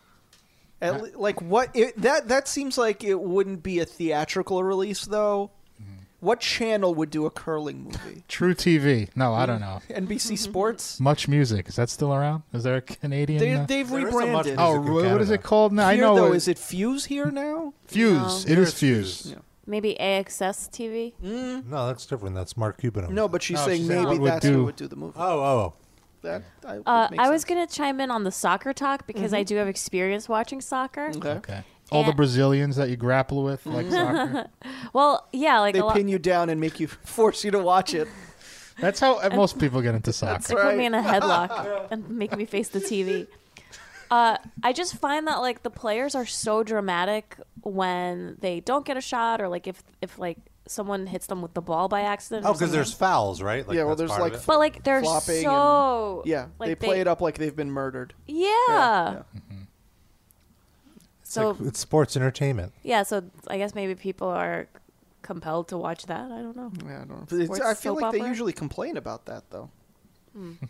Speaker 4: At le- like what? It, that that seems like it wouldn't be a theatrical release though.
Speaker 3: Mm-hmm.
Speaker 4: What channel would do a curling movie?
Speaker 3: True TV. No, Oh, I don't know.
Speaker 2: Mm-hmm.
Speaker 4: NBC Sports.
Speaker 3: Much Music. Is that still around? Is there a Canadian?
Speaker 4: They,
Speaker 3: uh,
Speaker 4: they've
Speaker 2: There is a much-
Speaker 4: rebranded.
Speaker 3: oh,
Speaker 2: Music in
Speaker 3: wh- what is
Speaker 2: Canada.
Speaker 3: it called now?
Speaker 4: here,
Speaker 3: I know.
Speaker 4: Though,
Speaker 3: it-
Speaker 4: is it Fuse here now?
Speaker 3: Fuse.
Speaker 5: No.
Speaker 3: It is Fuse.
Speaker 5: Maybe AXS TV.
Speaker 2: No, that's different. That's Mark Cuban.
Speaker 4: No, but she's
Speaker 3: No,
Speaker 4: saying
Speaker 3: she's saying
Speaker 4: maybe
Speaker 3: what would
Speaker 4: that's
Speaker 3: do-
Speaker 4: who would do the movie.
Speaker 2: oh, oh,
Speaker 4: that I, would
Speaker 5: Uh,
Speaker 4: make
Speaker 5: I was
Speaker 4: sense.
Speaker 5: gonna chime in on the soccer talk because
Speaker 2: Mm-hmm.
Speaker 5: I do have experience watching soccer.
Speaker 4: Okay.
Speaker 3: Okay. All the
Speaker 5: And-
Speaker 3: Brazilians that you grapple with, like soccer.
Speaker 5: Well, yeah, like
Speaker 4: They
Speaker 5: a lot.
Speaker 4: pin you down and make you force you to watch it.
Speaker 3: That's how uh, most people get into
Speaker 5: They
Speaker 3: soccer.
Speaker 5: put me in a headlock and make me face the TV. Uh, I just find that like the players are so dramatic when they don't get a shot, or like if if like someone hits them with the ball by accident. or
Speaker 2: oh, because
Speaker 5: something.
Speaker 2: there's fouls, right? Like,
Speaker 4: Yeah, well,
Speaker 2: that's
Speaker 4: there's,
Speaker 2: part of
Speaker 4: like,
Speaker 2: it.
Speaker 5: But like they're
Speaker 4: flopping and-
Speaker 5: so
Speaker 4: Yeah,
Speaker 5: like,
Speaker 4: they play it up like they've been murdered.
Speaker 5: Yeah.
Speaker 4: yeah. Mm-hmm.
Speaker 5: So
Speaker 2: Like, it's sports entertainment.
Speaker 5: yeah, so I guess maybe people are compelled to watch that. I don't know.
Speaker 4: Yeah, I don't know. It's,
Speaker 5: Sports
Speaker 4: I feel
Speaker 5: soap
Speaker 4: like they
Speaker 5: opera? Hmm.
Speaker 4: usually complain about that though.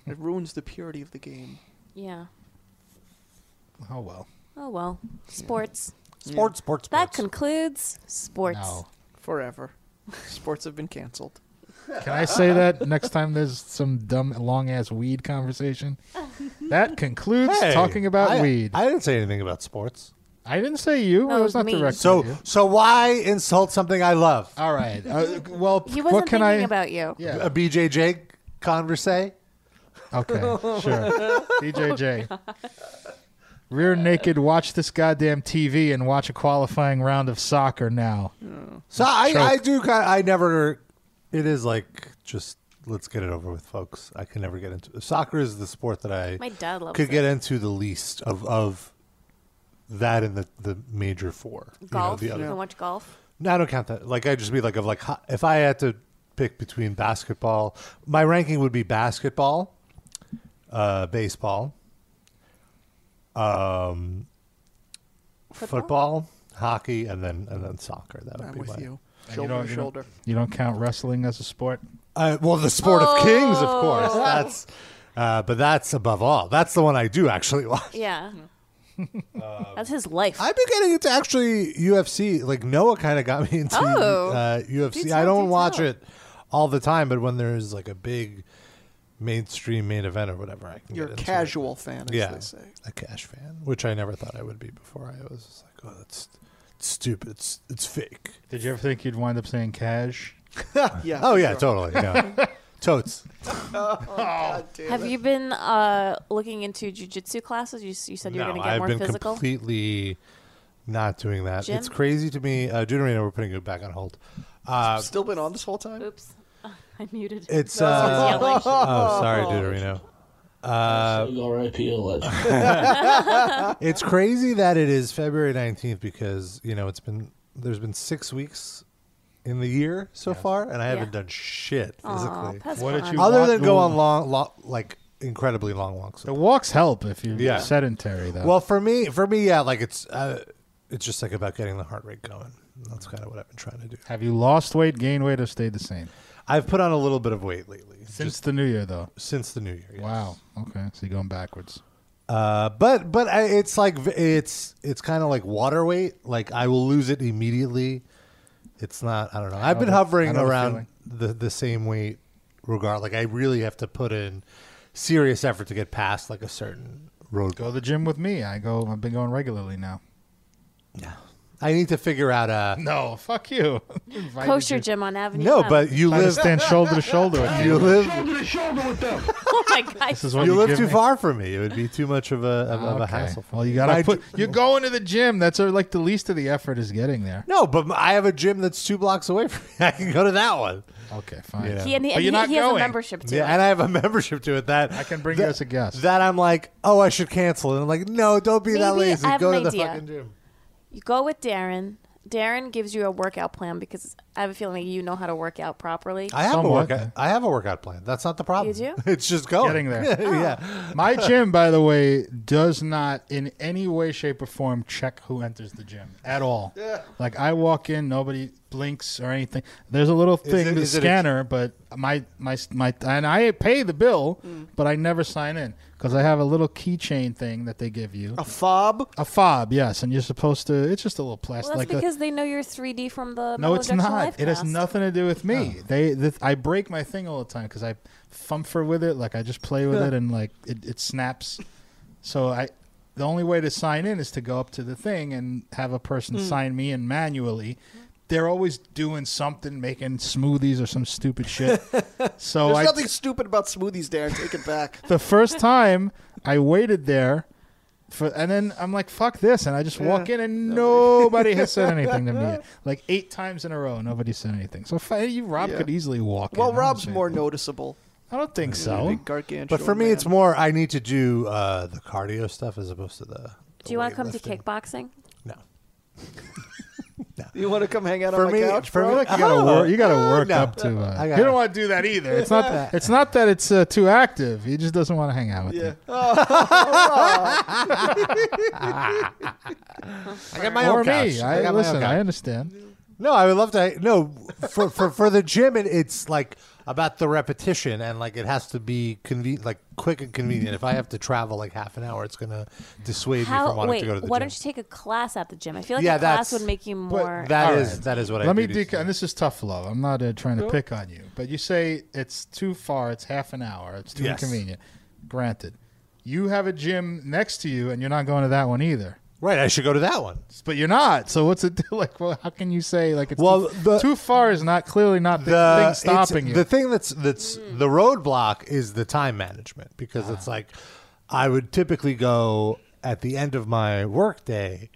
Speaker 4: it ruins the purity of the game.
Speaker 5: Yeah.
Speaker 3: Oh well.
Speaker 5: Oh well. Sports.
Speaker 2: Sports, sports, sports.
Speaker 5: That concludes sports.
Speaker 3: No.
Speaker 4: Forever. Sports have been canceled.
Speaker 3: Can I say that next time there's some dumb long ass weed conversation? That concludes
Speaker 2: Hey,
Speaker 3: talking about
Speaker 2: I-
Speaker 3: weed. I,
Speaker 2: I didn't say anything about sports.
Speaker 3: didn't say you.
Speaker 5: No,
Speaker 3: I
Speaker 5: it
Speaker 3: was
Speaker 5: was
Speaker 3: not
Speaker 5: me.
Speaker 3: directed.
Speaker 2: So,
Speaker 3: at you.
Speaker 2: so why insult something I love?
Speaker 3: all right. Uh, well,
Speaker 5: He
Speaker 3: what
Speaker 5: wasn't
Speaker 3: can
Speaker 5: thinking
Speaker 3: I?
Speaker 5: about you.
Speaker 3: yeah.
Speaker 2: A BJJ converse?
Speaker 3: Okay, sure. DJJ.
Speaker 5: Oh,
Speaker 3: Rear naked, watch this goddamn TV and watch a qualifying round of soccer now.
Speaker 2: So I,
Speaker 3: Choke.
Speaker 2: I do. ki- I never. It is like just let's get it over with, folks. I can never get into soccer. Is the sport that I
Speaker 5: My dad loves
Speaker 2: could
Speaker 5: it.
Speaker 2: get into the least of of that and the the major four. you know,
Speaker 5: Golf.
Speaker 2: the
Speaker 5: You,
Speaker 2: other-
Speaker 5: can watch golf.
Speaker 2: No, I don't count that. Like I just mean like of like ho- if I had to pick between basketball, my ranking would be basketball, uh, baseball, um, football? hockey, and then and then soccer. That would
Speaker 4: I'm
Speaker 2: be
Speaker 4: with
Speaker 2: my-
Speaker 4: you.
Speaker 3: And you
Speaker 4: Shoulder
Speaker 3: don't-
Speaker 4: to
Speaker 3: you don't-
Speaker 4: shoulder.
Speaker 3: You don't count wrestling as a sport?
Speaker 2: Uh, well, the sport of kings, of course. That's, uh, but that's above all. That's the one I do actually watch.
Speaker 5: Yeah.
Speaker 4: Um,
Speaker 5: That's his life.
Speaker 2: I've been getting into actually UFC. Like Noah kind of got me into
Speaker 5: Oh.
Speaker 2: uh, UFC.
Speaker 5: Do
Speaker 2: I
Speaker 5: tell,
Speaker 2: don't
Speaker 5: do
Speaker 2: watch
Speaker 5: tell.
Speaker 2: it all the time, but when there's like a big mainstream main event or whatever, I can.
Speaker 4: You're a
Speaker 2: get into
Speaker 4: casual fan, as
Speaker 2: It. Yeah,
Speaker 4: they say.
Speaker 2: a cash fan, which I never thought I would be before. I was just like, oh, that's it's stupid. It's it's fake.
Speaker 3: Did you ever think you'd wind up saying cash?
Speaker 4: Yeah.
Speaker 2: Oh yeah,
Speaker 4: sure.
Speaker 2: totally. Yeah. Totes.
Speaker 4: Oh, God damn
Speaker 5: Have
Speaker 4: it.
Speaker 5: you been uh, looking into jujitsu classes? You, s- you said you were
Speaker 2: no,
Speaker 5: going to get
Speaker 2: I've
Speaker 5: more
Speaker 2: been
Speaker 5: physical.
Speaker 2: completely not doing that.
Speaker 5: Jim?
Speaker 2: It's crazy to me. Uh, Deuterino, we're putting it back on hold. Uh,
Speaker 4: still been on this whole time?
Speaker 5: Oops. I muted.
Speaker 2: It's
Speaker 5: No,
Speaker 2: uh,
Speaker 5: someone's yelling.
Speaker 2: oh, sorry, Deuterino.
Speaker 5: Oh,
Speaker 2: Uh,
Speaker 9: R.I.P. Alleged.
Speaker 2: It's crazy that it is February nineteenth because you know it's been there's been six weeks in the year so far, and I haven't
Speaker 5: Yeah.
Speaker 2: done shit
Speaker 5: Aw,
Speaker 2: physically,
Speaker 5: that's
Speaker 3: What did
Speaker 5: fun.
Speaker 3: you-
Speaker 2: other
Speaker 3: want
Speaker 2: than go
Speaker 3: the-
Speaker 2: on long, lo like incredibly long walks.
Speaker 3: The walks help if you're
Speaker 2: Yeah.
Speaker 3: sedentary, though.
Speaker 2: Well, for me, for me, yeah, like it's uh, it's just like about getting the heart rate going. That's kind of what I've been trying to do.
Speaker 3: have you lost weight, gained weight, or stayed the same?
Speaker 2: I've put on a little bit of weight lately
Speaker 3: Since the new year, though.
Speaker 2: since the new year. yes.
Speaker 3: Wow. Okay. So you're going backwards.
Speaker 2: Uh, but but I, it's like v- it's it's kind of like water weight. Like I will lose it immediately. It's not. I don't know. I've been
Speaker 3: know the- I
Speaker 2: hovering
Speaker 3: know the
Speaker 2: around
Speaker 3: feeling.
Speaker 2: the, the same weight. Regard like I really have to put in serious effort to get past like a certain road.
Speaker 3: Go to the gym with me. I go. I've been going regularly now.
Speaker 2: I need to figure out a
Speaker 3: No, Oh, fuck you. Invited
Speaker 5: Kosher
Speaker 3: you.
Speaker 5: gym on Avenue.
Speaker 2: no.
Speaker 5: M.
Speaker 2: But you
Speaker 3: Trying to
Speaker 2: live
Speaker 3: stand shoulder to shoulder with
Speaker 2: you
Speaker 3: you.
Speaker 2: live
Speaker 9: shoulder to shoulder with them.
Speaker 5: oh my god!
Speaker 3: This is what
Speaker 2: you,
Speaker 3: you
Speaker 2: live
Speaker 3: give
Speaker 2: too
Speaker 3: me.
Speaker 2: far from me. It would be too much of a of, of a
Speaker 3: Okay.
Speaker 2: hassle. For
Speaker 3: Well, you
Speaker 2: me.
Speaker 3: gotta
Speaker 2: My
Speaker 3: put.
Speaker 2: gy-
Speaker 3: You're going to the gym. That's uh, like the least of the effort is getting there.
Speaker 2: no, but I have a gym that's two blocks away from me. I can go to that one.
Speaker 3: Okay, fine.
Speaker 2: Yeah.
Speaker 5: He and he,
Speaker 3: But
Speaker 5: and
Speaker 3: you're
Speaker 5: he,
Speaker 3: not
Speaker 5: he has a
Speaker 3: going.
Speaker 5: membership too.
Speaker 2: Yeah, and I have a membership to it that
Speaker 3: I can bring
Speaker 2: that,
Speaker 3: you as a guest.
Speaker 2: That I'm like, oh, I should cancel, and I'm like, no, don't be that
Speaker 5: Maybe I
Speaker 2: lazy.
Speaker 5: have
Speaker 2: Go
Speaker 5: an
Speaker 2: to the
Speaker 5: idea.
Speaker 2: fucking gym.
Speaker 5: You go with Darren. Darren gives you a workout plan because I have a feeling you know how to work out properly.
Speaker 2: I have
Speaker 3: Somewhat.
Speaker 2: a workout. I have a workout plan. That's not the problem.
Speaker 5: You do?
Speaker 2: It's just going.
Speaker 3: Getting there.
Speaker 2: yeah.
Speaker 3: My gym, by the way, does not in any way, shape, or form check who enters the gym at all. Yeah. Like I walk in, nobody blinks or anything. There's a little thing,
Speaker 2: it-
Speaker 3: the
Speaker 2: is it a-
Speaker 3: scanner, but my my my and I pay the bill,
Speaker 5: Mm.
Speaker 3: but I never sign in because I have a little keychain thing that they give you.
Speaker 4: A fob?
Speaker 3: A fob, yes, and you're supposed to. It's just a little plastic.
Speaker 5: well, that's
Speaker 3: like a-
Speaker 5: because they know you're 3D from the
Speaker 3: no,
Speaker 5: Metal
Speaker 3: it's
Speaker 5: Injection
Speaker 3: not.
Speaker 5: Life
Speaker 3: It has
Speaker 5: cast.
Speaker 3: nothing to do with me.
Speaker 4: Oh.
Speaker 3: They, th I break my thing all the time because I fumfer with it. Like I just play with it and like it, it snaps. So I, the only way to sign in is to go up to the thing and have a person sign me in manually. They're always doing something, making smoothies or some stupid shit. so
Speaker 4: There's
Speaker 3: I,
Speaker 4: nothing stupid about smoothies, Darren. Take it back.
Speaker 3: the first time I waited there for and then I'm like fuck this and I just walk in and nobody has said anything to me yet. like eight times in a row nobody said anything so if I- you Rob
Speaker 4: Yeah.
Speaker 3: could easily walk in.
Speaker 4: Well,
Speaker 3: I don't
Speaker 4: Rob's
Speaker 3: say
Speaker 4: more
Speaker 3: anything.
Speaker 4: noticeable.
Speaker 3: I don't think so
Speaker 4: Big gargantuan.
Speaker 2: But for me,
Speaker 4: man.
Speaker 2: it's more. I need to do uh, the cardio stuff as opposed to the.
Speaker 5: Do you want to come to kickboxing?
Speaker 2: No.
Speaker 4: You want to come hang out
Speaker 2: For
Speaker 4: on
Speaker 2: me,
Speaker 4: my couch,
Speaker 2: for
Speaker 4: bro?
Speaker 2: me,
Speaker 3: you gotta work you gotta work
Speaker 2: Oh. no.
Speaker 3: up to uh,
Speaker 2: I
Speaker 3: you
Speaker 2: got
Speaker 3: don't
Speaker 2: it.
Speaker 3: want to do that either it's not that it's not that it's uh, too active he just doesn't want to hang out with
Speaker 4: yeah.
Speaker 3: you
Speaker 2: I got my
Speaker 3: or
Speaker 2: own couch.
Speaker 3: me I,
Speaker 2: got my own
Speaker 3: listen
Speaker 2: couch.
Speaker 3: I understand
Speaker 2: No, I would love to. No, for for, for the gym, it, it's like about the repetition and like it has to be convenient, like quick and convenient. If I have to travel like half an hour, it's gonna dissuade me
Speaker 5: How?
Speaker 2: from wanting
Speaker 5: Wait,
Speaker 2: to go to the
Speaker 5: why
Speaker 2: gym.
Speaker 5: don't you take a class at the gym? I feel like
Speaker 2: Yeah,
Speaker 5: a class
Speaker 2: that's-
Speaker 5: would make you
Speaker 2: But
Speaker 5: more.
Speaker 2: that
Speaker 3: All
Speaker 2: is
Speaker 3: right.
Speaker 2: that is what I
Speaker 3: let me
Speaker 2: do
Speaker 3: dec-
Speaker 2: to-
Speaker 3: and this is tough love i'm not uh, trying to pick on you but you say it's too far it's half an hour it's too
Speaker 2: Yes.
Speaker 3: inconvenient granted you have a gym next to you and you're not going to that one either
Speaker 2: Right, I should go to that one.
Speaker 3: but you're not so what's it like well how can you say like it's
Speaker 2: Well,
Speaker 3: too,
Speaker 2: the-
Speaker 3: too far is not clearly not the, thing
Speaker 2: it's-
Speaker 3: stopping you
Speaker 2: The thing that's that's
Speaker 5: Hmm.
Speaker 2: the roadblock is the time management because
Speaker 3: Ah.
Speaker 2: it's like I would typically go at the end of my workday,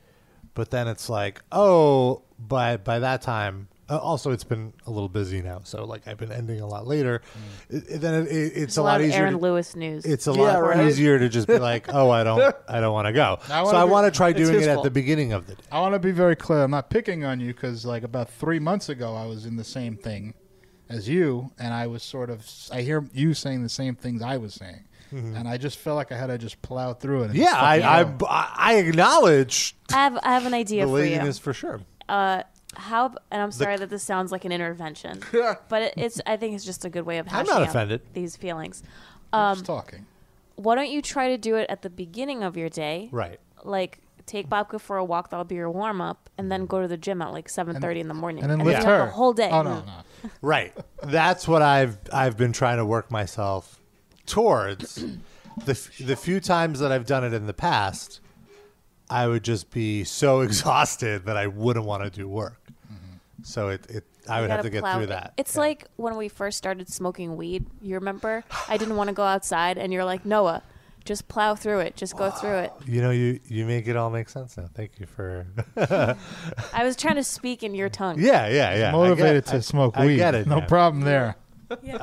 Speaker 2: but then it's like oh by by that time. uh, Also, it's been a little busy now, so like I've been ending a lot later.
Speaker 3: Hmm.
Speaker 2: It- it- then it, it- it's a lot,
Speaker 5: of
Speaker 2: easier.
Speaker 5: Aaron
Speaker 2: to-
Speaker 5: Lewis news.
Speaker 2: it's a
Speaker 4: Yeah,
Speaker 2: lot
Speaker 4: right.
Speaker 2: easier to just be like, "Oh, I don't, I don't want to go."
Speaker 3: I
Speaker 2: so
Speaker 3: wanna
Speaker 2: I
Speaker 3: be-
Speaker 2: want to try doing
Speaker 4: his
Speaker 2: it at
Speaker 4: fault.
Speaker 2: the beginning of the day.
Speaker 3: I want to be very clear. I'm not picking on you because, like, about three months ago, I was in the same thing as you, and I was sort of. I hear you saying the same things I was saying, and I just felt like I had to just plow through it. and
Speaker 2: Mm-hmm. Yeah,
Speaker 3: just
Speaker 2: I,
Speaker 3: fucking
Speaker 2: I,
Speaker 3: go.
Speaker 2: I acknowledge
Speaker 5: I have I have an idea
Speaker 2: the
Speaker 5: for you. Uh,
Speaker 2: laziness for sure.
Speaker 5: How? ab- And I'm sorry that this sounds like an intervention, but it, it's I think it's just a good way of
Speaker 2: I'm
Speaker 5: hashing
Speaker 2: not
Speaker 5: out
Speaker 2: offended.
Speaker 5: these feelings. Um,
Speaker 3: I'm just talking.
Speaker 5: Why don't you try to do it at the beginning of your day?
Speaker 2: Right.
Speaker 5: Like take Bobka for a walk. That'll be your warm up, and then go to the gym at like 7:30 in the morning,
Speaker 3: Mm. And then
Speaker 5: you
Speaker 3: lift
Speaker 5: have
Speaker 3: her
Speaker 5: the whole day.
Speaker 3: Oh no, no.
Speaker 2: Right. That's what I've I've been trying to work myself towards. The f- the few times that I've done it in the past, I would just be so exhausted that I wouldn't want to do work.
Speaker 3: Mm-hmm.
Speaker 2: So it, it I would
Speaker 5: You gotta
Speaker 2: have to get
Speaker 5: plow
Speaker 2: through
Speaker 5: it.
Speaker 2: that.
Speaker 5: It's
Speaker 2: Yeah.
Speaker 5: like when we first started smoking weed. You remember? I didn't want to go outside, and you're like, Noah, just plow through it. Just go through it.
Speaker 2: you know you you make it all make sense now. Thank you for
Speaker 5: I was trying to speak in your tongue.
Speaker 2: yeah yeah yeah I
Speaker 3: Motivated
Speaker 2: get-
Speaker 3: to
Speaker 2: I-
Speaker 3: smoke
Speaker 2: I
Speaker 3: weed.
Speaker 2: get it
Speaker 3: No
Speaker 2: now.
Speaker 3: problem there.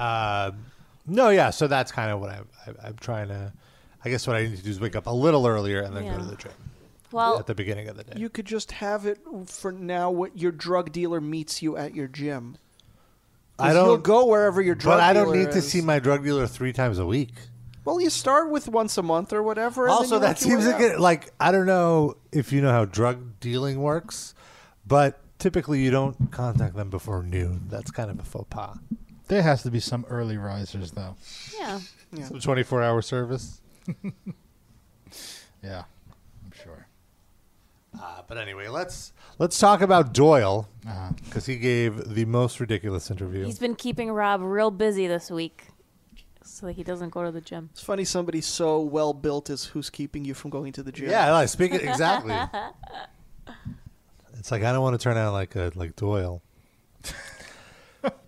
Speaker 2: Um, No, yeah. So that's kind of what I'm I, I'm trying to. I guess what I need to do is wake up a little earlier and then
Speaker 5: Yeah.
Speaker 2: go to the gym
Speaker 5: Well,
Speaker 2: at the beginning of the day.
Speaker 4: You could just have it for now. What your drug dealer meets you at your gym. 'Cause
Speaker 2: I don't
Speaker 4: You'll go wherever your drug.
Speaker 2: But I don't
Speaker 4: dealer
Speaker 2: need to
Speaker 4: is.
Speaker 2: see my drug dealer three times a week.
Speaker 4: Well, you start with once a month or whatever. and then
Speaker 2: Also,
Speaker 4: you
Speaker 2: that
Speaker 4: work your
Speaker 2: seems
Speaker 4: way
Speaker 2: like
Speaker 4: up.
Speaker 2: it, like I don't know if you know how drug dealing works, but typically you don't contact them before noon. That's kind of a faux pas.
Speaker 3: There has to be some early risers though.
Speaker 5: yeah.
Speaker 2: Some twenty-four hour service.
Speaker 3: Yeah, I'm sure.
Speaker 2: Uh, but anyway, let's let's talk about Doyle
Speaker 3: Uh-huh.
Speaker 2: because he gave the most ridiculous interview.
Speaker 5: He's been keeping Rob real busy this week, so that he doesn't go to the gym.
Speaker 4: It's funny somebody so well built is who's keeping you from going to the gym.
Speaker 2: yeah, like, speaking exactly. it's like I don't want to turn out like a like Doyle.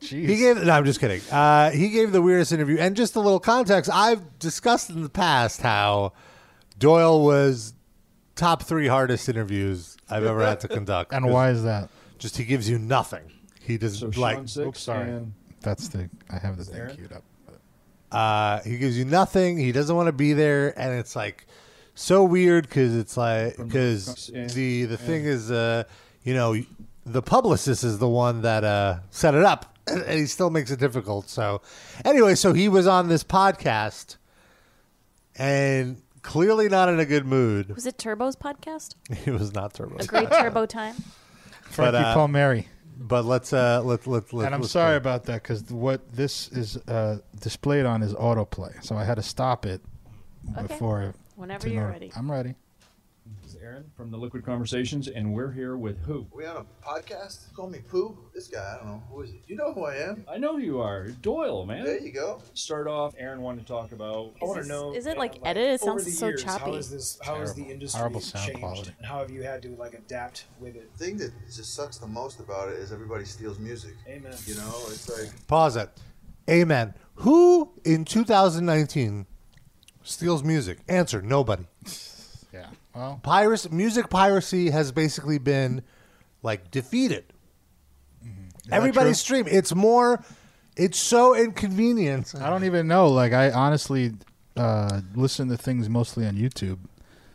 Speaker 2: He gave. No, I'm just kidding. Uh, he gave the weirdest interview, and just a little context. I've discussed in the past how Doyle was top three hardest interviews I've ever had to conduct.
Speaker 3: And why is that?
Speaker 2: Just he gives you nothing. He does like. oops, sorry.
Speaker 3: That's the I have the thing queued up.
Speaker 2: Uh, he gives you nothing. He doesn't want to be there, and it's like so weird because it's like because the the thing is, uh, you know, the publicist is the one that uh, set it up, and he still makes it difficult. So, anyway, so he was on this podcast, and clearly not in a good mood.
Speaker 5: Was it Turbo's podcast?
Speaker 2: It was not Turbo.
Speaker 5: A great Turbo time.
Speaker 3: Frankie Palmieri.
Speaker 2: uh, But let's uh, let let let.
Speaker 3: and I'm
Speaker 2: let's-
Speaker 3: sorry about that because what this is uh, displayed on is autoplay, so I had to stop it
Speaker 5: Okay.
Speaker 3: before.
Speaker 5: Whenever
Speaker 3: to
Speaker 5: you're
Speaker 3: noti-
Speaker 5: ready.
Speaker 3: I'm ready.
Speaker 10: This is Aaron from the Liquid Conversations, and we're here with who?
Speaker 11: We on a podcast? Call me Pooh? This guy, I don't know. Who is it? You know who I am.
Speaker 10: I know who you are, Doyle, man.
Speaker 11: There you go.
Speaker 10: Start off. Aaron wanted to talk about. I
Speaker 12: Is
Speaker 10: want to
Speaker 12: this-
Speaker 10: know.
Speaker 5: is it, like,
Speaker 10: uh,
Speaker 5: edited? It
Speaker 10: over
Speaker 5: sounds
Speaker 10: the
Speaker 5: so
Speaker 10: years,
Speaker 5: choppy.
Speaker 12: How is this? How has the
Speaker 3: Terrible.
Speaker 12: industry
Speaker 3: Horrible sound
Speaker 12: changed,
Speaker 3: quality.
Speaker 12: and how have you had to like adapt with it?
Speaker 11: The thing that just sucks the most about it is everybody steals music. Amen. You know, it's like
Speaker 2: Pause it. Amen. Who in 2019 steals music? Answer: Nobody.
Speaker 3: Yeah. Well,
Speaker 2: Piracy, music piracy has basically been like defeated.
Speaker 3: Mm-hmm. that true?
Speaker 2: Everybody's stream. It's more. It's so inconvenient.
Speaker 3: I don't even know. Like I honestly uh, listen to things mostly on YouTube.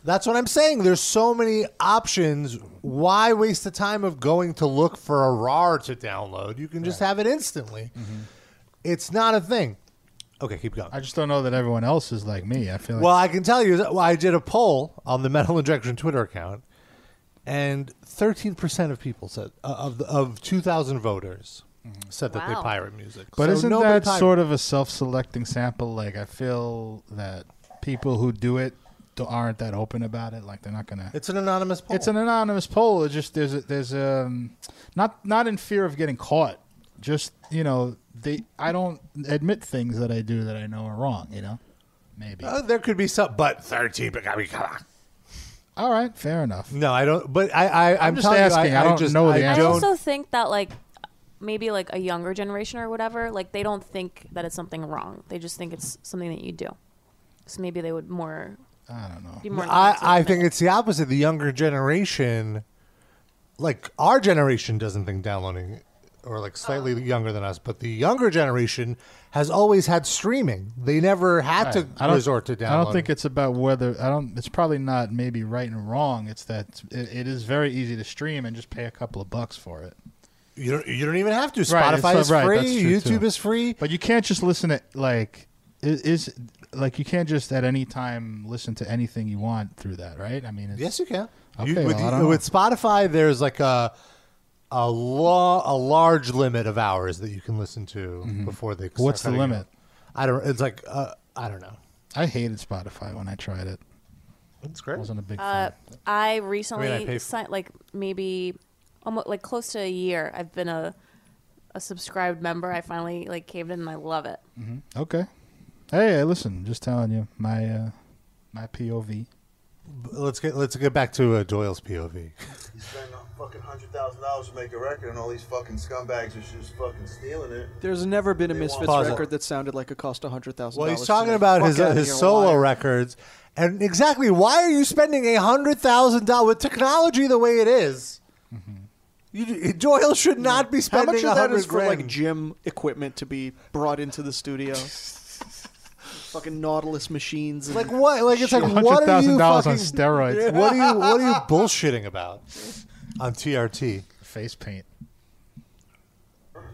Speaker 2: That's what I'm saying. There's so many options. Why waste the time of going to look for a RAR to download? You can just have it instantly. It's not a thing. Okay, keep going.
Speaker 3: Mm-hmm. I just don't know that everyone else is like me. I feel like
Speaker 2: Well, I can tell you that well, I did a poll on the Metal Injection Twitter account, and 13% of people said, uh, of, the, of 2,000 voters, said that they
Speaker 5: Wow.
Speaker 2: pirate music.
Speaker 3: But isn't that sort of a self-selecting sample? Like I feel that people who do it do- aren't that open about it. Like they're not gonna.
Speaker 2: It's an anonymous poll.
Speaker 3: It's an anonymous poll. It's just there's a, there's um not not in fear of getting caught. Just you know they I don't admit things that I do that I know are wrong. You know, maybe.
Speaker 2: Uh, there could be some, but 13, but I mean, come on.
Speaker 3: All right, fair enough.
Speaker 2: No, I don't. But I, I I'm,
Speaker 3: just
Speaker 2: telling
Speaker 3: asking.
Speaker 2: You, I,
Speaker 3: I don't
Speaker 2: just,
Speaker 3: know the
Speaker 2: I
Speaker 5: I
Speaker 3: answer.
Speaker 2: don't-
Speaker 5: also think that like maybe like a younger generation or whatever, like they don't think that it's something wrong. They just think it's something that you do. So maybe they would more.
Speaker 3: I don't know.
Speaker 5: Be more.
Speaker 2: I,
Speaker 5: likely to
Speaker 2: I
Speaker 5: admit
Speaker 2: think
Speaker 5: it.
Speaker 2: it's the opposite. The younger generation, like our generation, doesn't think downloading, or like slightly
Speaker 5: Oh.
Speaker 2: younger than us, but the younger generation has always had streaming. They never had to
Speaker 3: I don't-
Speaker 2: resort to downloading.
Speaker 3: I don't think it's about whether I don't. It's probably not maybe right and wrong. It's that it, it is very easy to stream and just pay a couple of bucks for it.
Speaker 2: you don't. You don't even have to.
Speaker 3: Right,
Speaker 2: Spotify
Speaker 3: it's not-
Speaker 2: is
Speaker 3: right,
Speaker 2: free.
Speaker 3: that's true,
Speaker 2: YouTube
Speaker 3: too.
Speaker 2: is free.
Speaker 3: But you can't just listen to like i- is like you can't just at any time listen to anything you want through that, right? I mean, it's,
Speaker 2: Yes, you can.
Speaker 3: Okay,
Speaker 2: you, with,
Speaker 3: well, I
Speaker 2: the-
Speaker 3: don't know.
Speaker 2: with Spotify, there's like a a law, a large limit of hours that you can listen to before they. start
Speaker 3: Mm-hmm. What's the
Speaker 2: cutting you.
Speaker 3: limit?
Speaker 2: I don't. It's like uh, I don't know.
Speaker 3: I hated Spotify when I tried it.
Speaker 2: It's
Speaker 3: I
Speaker 2: great.
Speaker 3: wasn't a big
Speaker 5: Uh, I recently
Speaker 2: pay f-
Speaker 5: signed, like maybe almost like close to a year. I've been a a subscribed member. I finally like caved in, and I love it.
Speaker 3: fan. Mm-hmm. Okay. Hey, listen, just telling you my uh, my POV.
Speaker 2: Let's get let's get back to uh, Doyle's POV.
Speaker 11: you spend a fucking hundred thousand dollars to make a record, and all these fucking scumbags are just fucking stealing it.
Speaker 4: There's never been a
Speaker 11: They want-
Speaker 4: Misfits
Speaker 2: Pause it.
Speaker 4: record that sounded like it cost hundred thousand.
Speaker 2: Well, he's talking about his uh, his solo records, and exactly why are you spending a hundred thousand dollars with technology the way it is?
Speaker 3: Mm-hmm.
Speaker 2: You, Doyle should not be
Speaker 4: How
Speaker 2: spending
Speaker 4: much of that
Speaker 2: 100
Speaker 4: is for like
Speaker 2: grand.
Speaker 4: gym equipment to be brought into the studio? Fucking Nautilus machines. And
Speaker 2: Like what? Like it's like what
Speaker 3: Hundred
Speaker 2: are you
Speaker 3: thousand dollars on
Speaker 2: fucking?
Speaker 3: steroids,
Speaker 2: What are you what are you bullshitting about on TRT?
Speaker 3: face paint.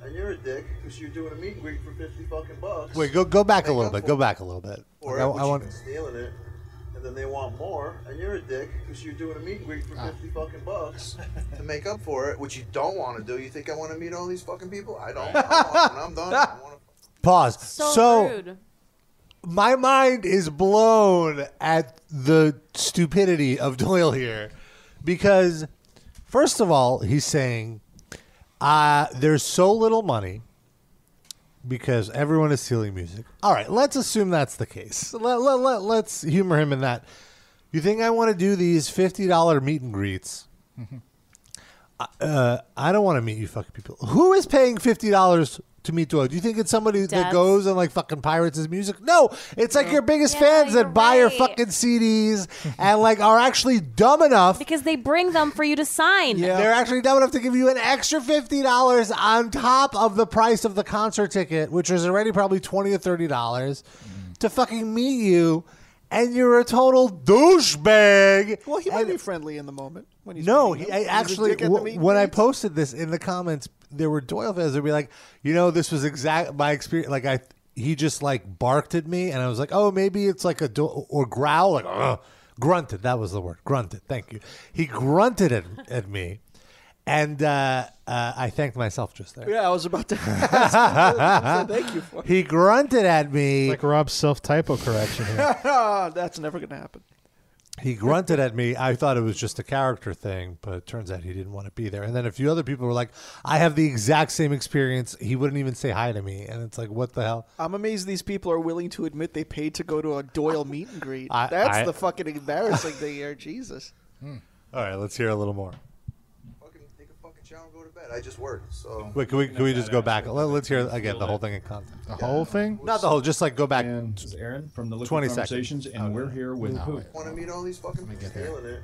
Speaker 11: And you're a dick because you're doing a meet and greet for fifty fucking bucks.
Speaker 2: Wait, go go back a
Speaker 11: Hey,
Speaker 2: little
Speaker 11: go
Speaker 2: bit.
Speaker 11: for
Speaker 2: Go
Speaker 11: it.
Speaker 2: back a little bit.
Speaker 11: Or
Speaker 2: I, I
Speaker 11: I, you
Speaker 2: want
Speaker 11: been stealing it, and then they want more, and you're a dick because you're doing a meet and greet
Speaker 2: Ah.
Speaker 11: for fifty fucking bucks to make up for it, which you don't want to do. You think I want to meet all these fucking people? I don't. I don't. When I'm done, I want to.
Speaker 2: pause.
Speaker 5: So, rude.
Speaker 2: my mind is blown at the stupidity of Doyle here because first of all, he's saying uh, there's so little money because everyone is stealing music. All right, let's assume that's the case. Let, let, let, let's humor him in that. You think I want to do these $50 meet and greets? Uh, I don't want to meet you fucking people. Who is paying fifty dollars to meet Doyle? Do you think it's somebody that
Speaker 13: Death.
Speaker 2: goes and like fucking pirates his music? No, it's like your biggest fans that buy your fucking CDs and like are actually dumb enough.
Speaker 5: because they bring them for you to sign.
Speaker 2: They're actually dumb enough to give you an extra fifty dollars on top of the price of the concert ticket, which is already probably twenty or thirty dollars, to fucking meet you, and you're a total douchebag.
Speaker 4: Well, he might be friendly in the moment when he's
Speaker 2: No,
Speaker 4: meeting
Speaker 2: he,
Speaker 4: them.
Speaker 2: I
Speaker 4: He's a
Speaker 2: actually
Speaker 4: dick at the
Speaker 2: w-
Speaker 4: meet and
Speaker 2: when I
Speaker 4: greets.
Speaker 2: posted this in the comments, there were Doyle fans that would be like, you know, this was exact my experience. Like I, he just like barked at me, and I was like, oh, maybe it's like a do- or growl, like Ugh. grunted. That was the word, grunted. Thank you. He grunted at, at me, and uh, uh, I thanked myself just there.
Speaker 4: yeah, I was about to. ask. Thank you for.
Speaker 2: He grunted at me.
Speaker 3: Like Rob's self typo correction here.
Speaker 4: That's never gonna happen.
Speaker 2: He grunted at me. I thought it was just a character thing, but it turns out he didn't want to be there. And then a few other people were like, I have the exact same experience. He wouldn't even say hi to me. And it's like, what the hell?
Speaker 4: I'm amazed these people are willing to admit they paid to go to a Doyle meet and greet.
Speaker 2: I-
Speaker 4: That's
Speaker 2: I-
Speaker 4: the fucking embarrassing thing here. Jesus.
Speaker 2: All right, let's hear a little more.
Speaker 11: I just worked, so.
Speaker 2: Wait, can we, can we just go back? Let- Let's hear again the whole thing in context.
Speaker 3: The whole thing?
Speaker 2: Not the whole, just like go back.
Speaker 10: This is Aaron from the Liquid
Speaker 2: 20 seconds.
Speaker 10: Conversations, and we're here with who?
Speaker 11: Want to meet all these fucking people stealing it,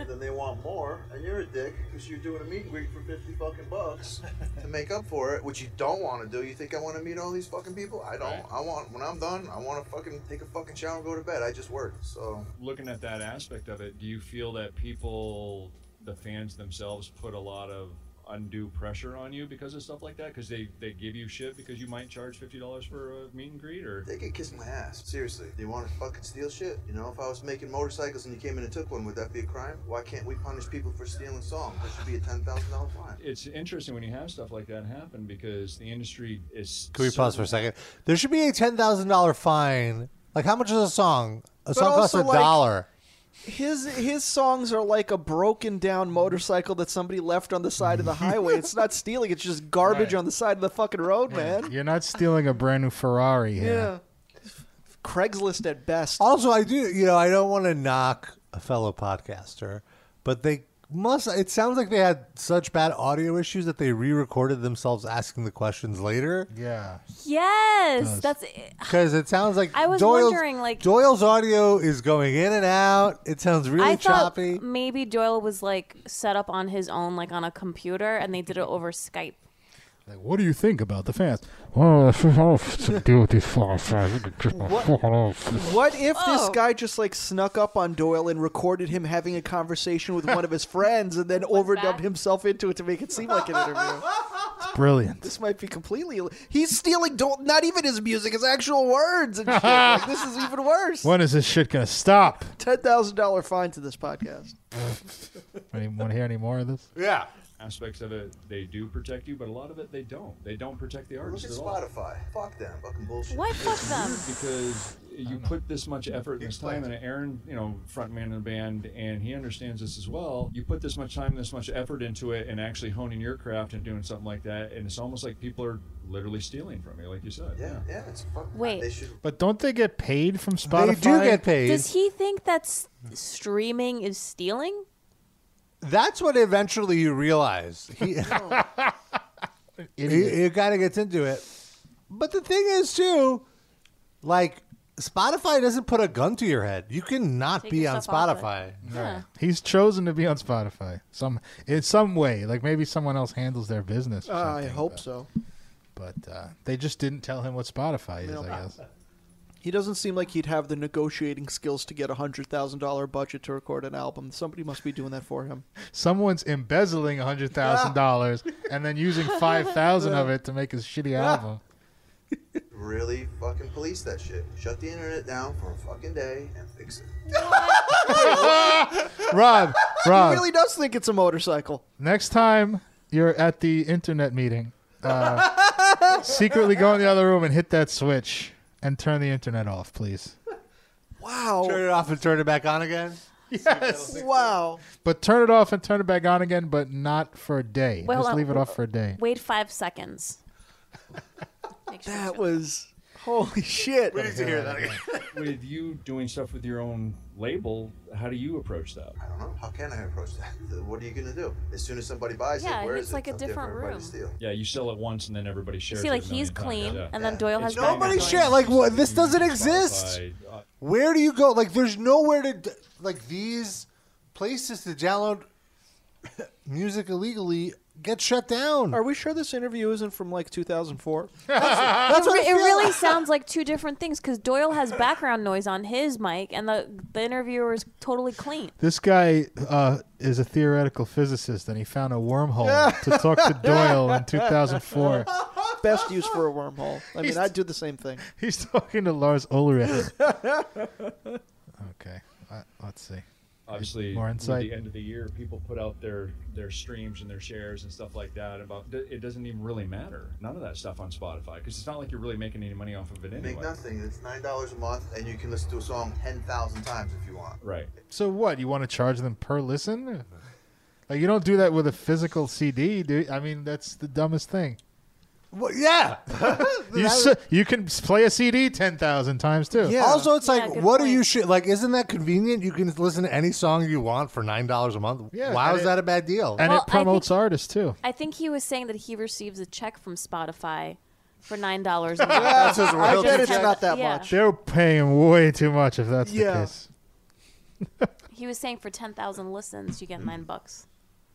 Speaker 11: and then they want more, and you're a dick because you're doing a meet and greet for fifty fucking bucks to make up for it, which you don't want to do. You think I want to meet all these fucking people? I don't. I want when I'm done, I want to fucking take a fucking shower and go to bed. I just worked, so.
Speaker 10: Looking at that aspect of it, do you feel that people, the fans themselves, put a lot of undue pressure on you because of stuff like that? Because they, they give you shit because you might charge fifty dollars for a meet and greet, or
Speaker 11: They could kiss my ass. Seriously. They want to fucking steal shit. You know, if I was making motorcycles and you came in and took one, would that be a crime? Why can't we punish people for stealing songs? That should be a ten thousand dollar fine.
Speaker 10: it's interesting when you have stuff like that happen because the industry is.
Speaker 2: Can we
Speaker 10: so-
Speaker 2: pause for a second? There should be a $10,000 fine. Like, how much is a song? A
Speaker 4: But
Speaker 2: song costs
Speaker 4: also,
Speaker 2: a
Speaker 4: like-
Speaker 2: dollar.
Speaker 4: His his songs are like a broken down motorcycle that somebody left on the side of the highway. It's not stealing; it's just garbage on the side of the fucking road, man.
Speaker 3: You're not stealing a brand new Ferrari
Speaker 4: Yeah.
Speaker 3: here.
Speaker 4: Craigslist at best.
Speaker 2: Also, I do, you know, I don't want to knock a fellow podcaster, but they must, it sounds like they had such bad audio issues that they re recorded themselves asking the questions later.
Speaker 3: Yeah.
Speaker 5: Yes, that's
Speaker 2: Because it sounds like
Speaker 5: I was
Speaker 2: Doyle's,
Speaker 5: wondering, like-
Speaker 2: Doyle's audio is going in and out. It sounds really
Speaker 5: I thought
Speaker 2: choppy.
Speaker 5: maybe Doyle was like set up on his own, like on a computer, and they did it over Skype.
Speaker 3: Like, what do you think about the fans?
Speaker 14: Well, this is all to do with these false
Speaker 4: What if this guy just like snuck up on Doyle and recorded him having a conversation with one of his friends, and then overdubbed himself into it to make it seem like an interview?
Speaker 3: It's brilliant.
Speaker 4: This might be completely. Ill- He's stealing do- not even his music, his actual words and shit. Like, this is even worse.
Speaker 3: When is this shit gonna stop?
Speaker 4: Ten thousand dollar fine to this podcast.
Speaker 3: Want to hear any more of this?
Speaker 2: Yeah.
Speaker 10: Aspects of it, they do protect you, but a lot of it they don't. They don't protect the
Speaker 11: Look
Speaker 10: artist
Speaker 11: at
Speaker 10: at all.
Speaker 11: Spotify. Fuck them. Fucking bullshit.
Speaker 5: Why fuck them?
Speaker 10: because you put this much effort and time, and Aaron, you know, frontman of the band, and he understands this as well. You put this much time, and this much effort into it, and actually honing your craft and doing something like that, and it's almost like people are literally stealing from you, like you said. Yeah,
Speaker 11: yeah, it's fucking.
Speaker 5: Wait.
Speaker 3: But don't they get paid from Spotify?
Speaker 5: Does he think that s- streaming is stealing?
Speaker 2: That's what eventually you realize. He,
Speaker 3: Oh. Idiot.
Speaker 2: He- he kind of gets into it. But the thing is, too, like Spotify doesn't put a gun to your head. You cannot
Speaker 3: Take
Speaker 2: be on
Speaker 3: yourself off it.
Speaker 2: Spotify.
Speaker 3: Right. He's chosen to be on Spotify some in some way. Like maybe someone else handles their business. or
Speaker 4: Uh, I
Speaker 3: something,
Speaker 4: hope
Speaker 3: but
Speaker 4: so.
Speaker 3: They just didn't tell him what Spotify is. I guess.
Speaker 4: He doesn't seem like he'd have the negotiating skills to get a hundred thousand dollar budget to record an album. Somebody must be doing that for him.
Speaker 3: Someone's embezzling hundred thousand dollars and then using five thousand of it to make his shitty album.
Speaker 11: Really fucking police that shit. Shut the internet down for a fucking day and fix it.
Speaker 3: Rob, Rob.
Speaker 4: he really does think it's a motorcycle.
Speaker 3: Next time you're at the internet meeting, uh, secretly go in the other room and hit that switch and turn the internet off, please.
Speaker 4: Wow.
Speaker 2: Turn it off and turn it back on again.
Speaker 4: Yes. Wow.
Speaker 3: But turn it off and turn it back on again, but not for a day.
Speaker 5: Well,
Speaker 3: Just
Speaker 5: uh,
Speaker 3: leave it off for a day.
Speaker 5: Wait five seconds.
Speaker 4: That was holy shit.
Speaker 10: We need to hear that again. with you doing stuff with your own label, how do you approach that? I
Speaker 11: don't know. How can I approach that? What are you going to do? As soon as somebody buys
Speaker 5: Yeah,
Speaker 11: it,
Speaker 5: and
Speaker 11: where
Speaker 5: it's
Speaker 11: is
Speaker 5: like a
Speaker 11: it? Something
Speaker 5: different
Speaker 11: for everybody to
Speaker 5: room.
Speaker 11: steal.
Speaker 10: Yeah, you sell it once and then everybody shares.
Speaker 5: See,
Speaker 10: it
Speaker 5: like
Speaker 10: a million
Speaker 5: he's
Speaker 10: times.
Speaker 5: clean,
Speaker 10: Yeah.
Speaker 5: and then Doyle has
Speaker 2: Nobody share. Like what? This doesn't exist. Where do you go? Like there's nowhere to d- like these places to download music illegally get shut down.
Speaker 4: Are we sure this interview isn't from like 2004?
Speaker 2: That's
Speaker 5: it,
Speaker 2: what I
Speaker 5: re- it
Speaker 2: feel.
Speaker 5: really sounds like two different things because Doyle has background noise on his mic, and the the interviewer is totally clean.
Speaker 3: This guy uh, is a theoretical physicist, and he found a wormhole Oh, to talk to Doyle in 2004.
Speaker 4: Best use for a wormhole. I mean, I'd do the same thing.
Speaker 3: He's talking to Lars Ulrich. Okay, uh, let's see.
Speaker 10: Obviously,
Speaker 3: more
Speaker 10: At
Speaker 3: insight.
Speaker 10: the end of the year, people put out their their streams and their shares and stuff like that. About it doesn't even really matter. None of that stuff on Spotify because it's not like you're really making any money off of it anyway.
Speaker 11: Make nothing. It's nine dollars a month, and you can listen to a song ten thousand times if you want.
Speaker 10: Right.
Speaker 3: So what? You want to charge them per listen? Like you don't do that with a physical CD, dude. I mean, that's the dumbest thing.
Speaker 2: Well, yeah.
Speaker 3: You s you can s- play a CD ten thousand times too.
Speaker 2: Also, it's like, what are you sh- like? Isn't that convenient? You can listen to any song you want for nine dollars a month.
Speaker 3: Yeah,
Speaker 2: Why
Speaker 3: and
Speaker 2: is
Speaker 3: it-
Speaker 2: that a bad deal?
Speaker 3: and
Speaker 5: Well,
Speaker 3: it
Speaker 5: I think-
Speaker 3: promotes artists too.
Speaker 5: I think he was saying that he receives a check from Spotify for nine dollars. a month.
Speaker 4: That's his I royalty bet it's check. not that
Speaker 5: Yeah.
Speaker 3: They're paying way too much if that's the
Speaker 5: Yeah.
Speaker 3: case.
Speaker 5: He was saying for ten thousand listens, you get nine bucks.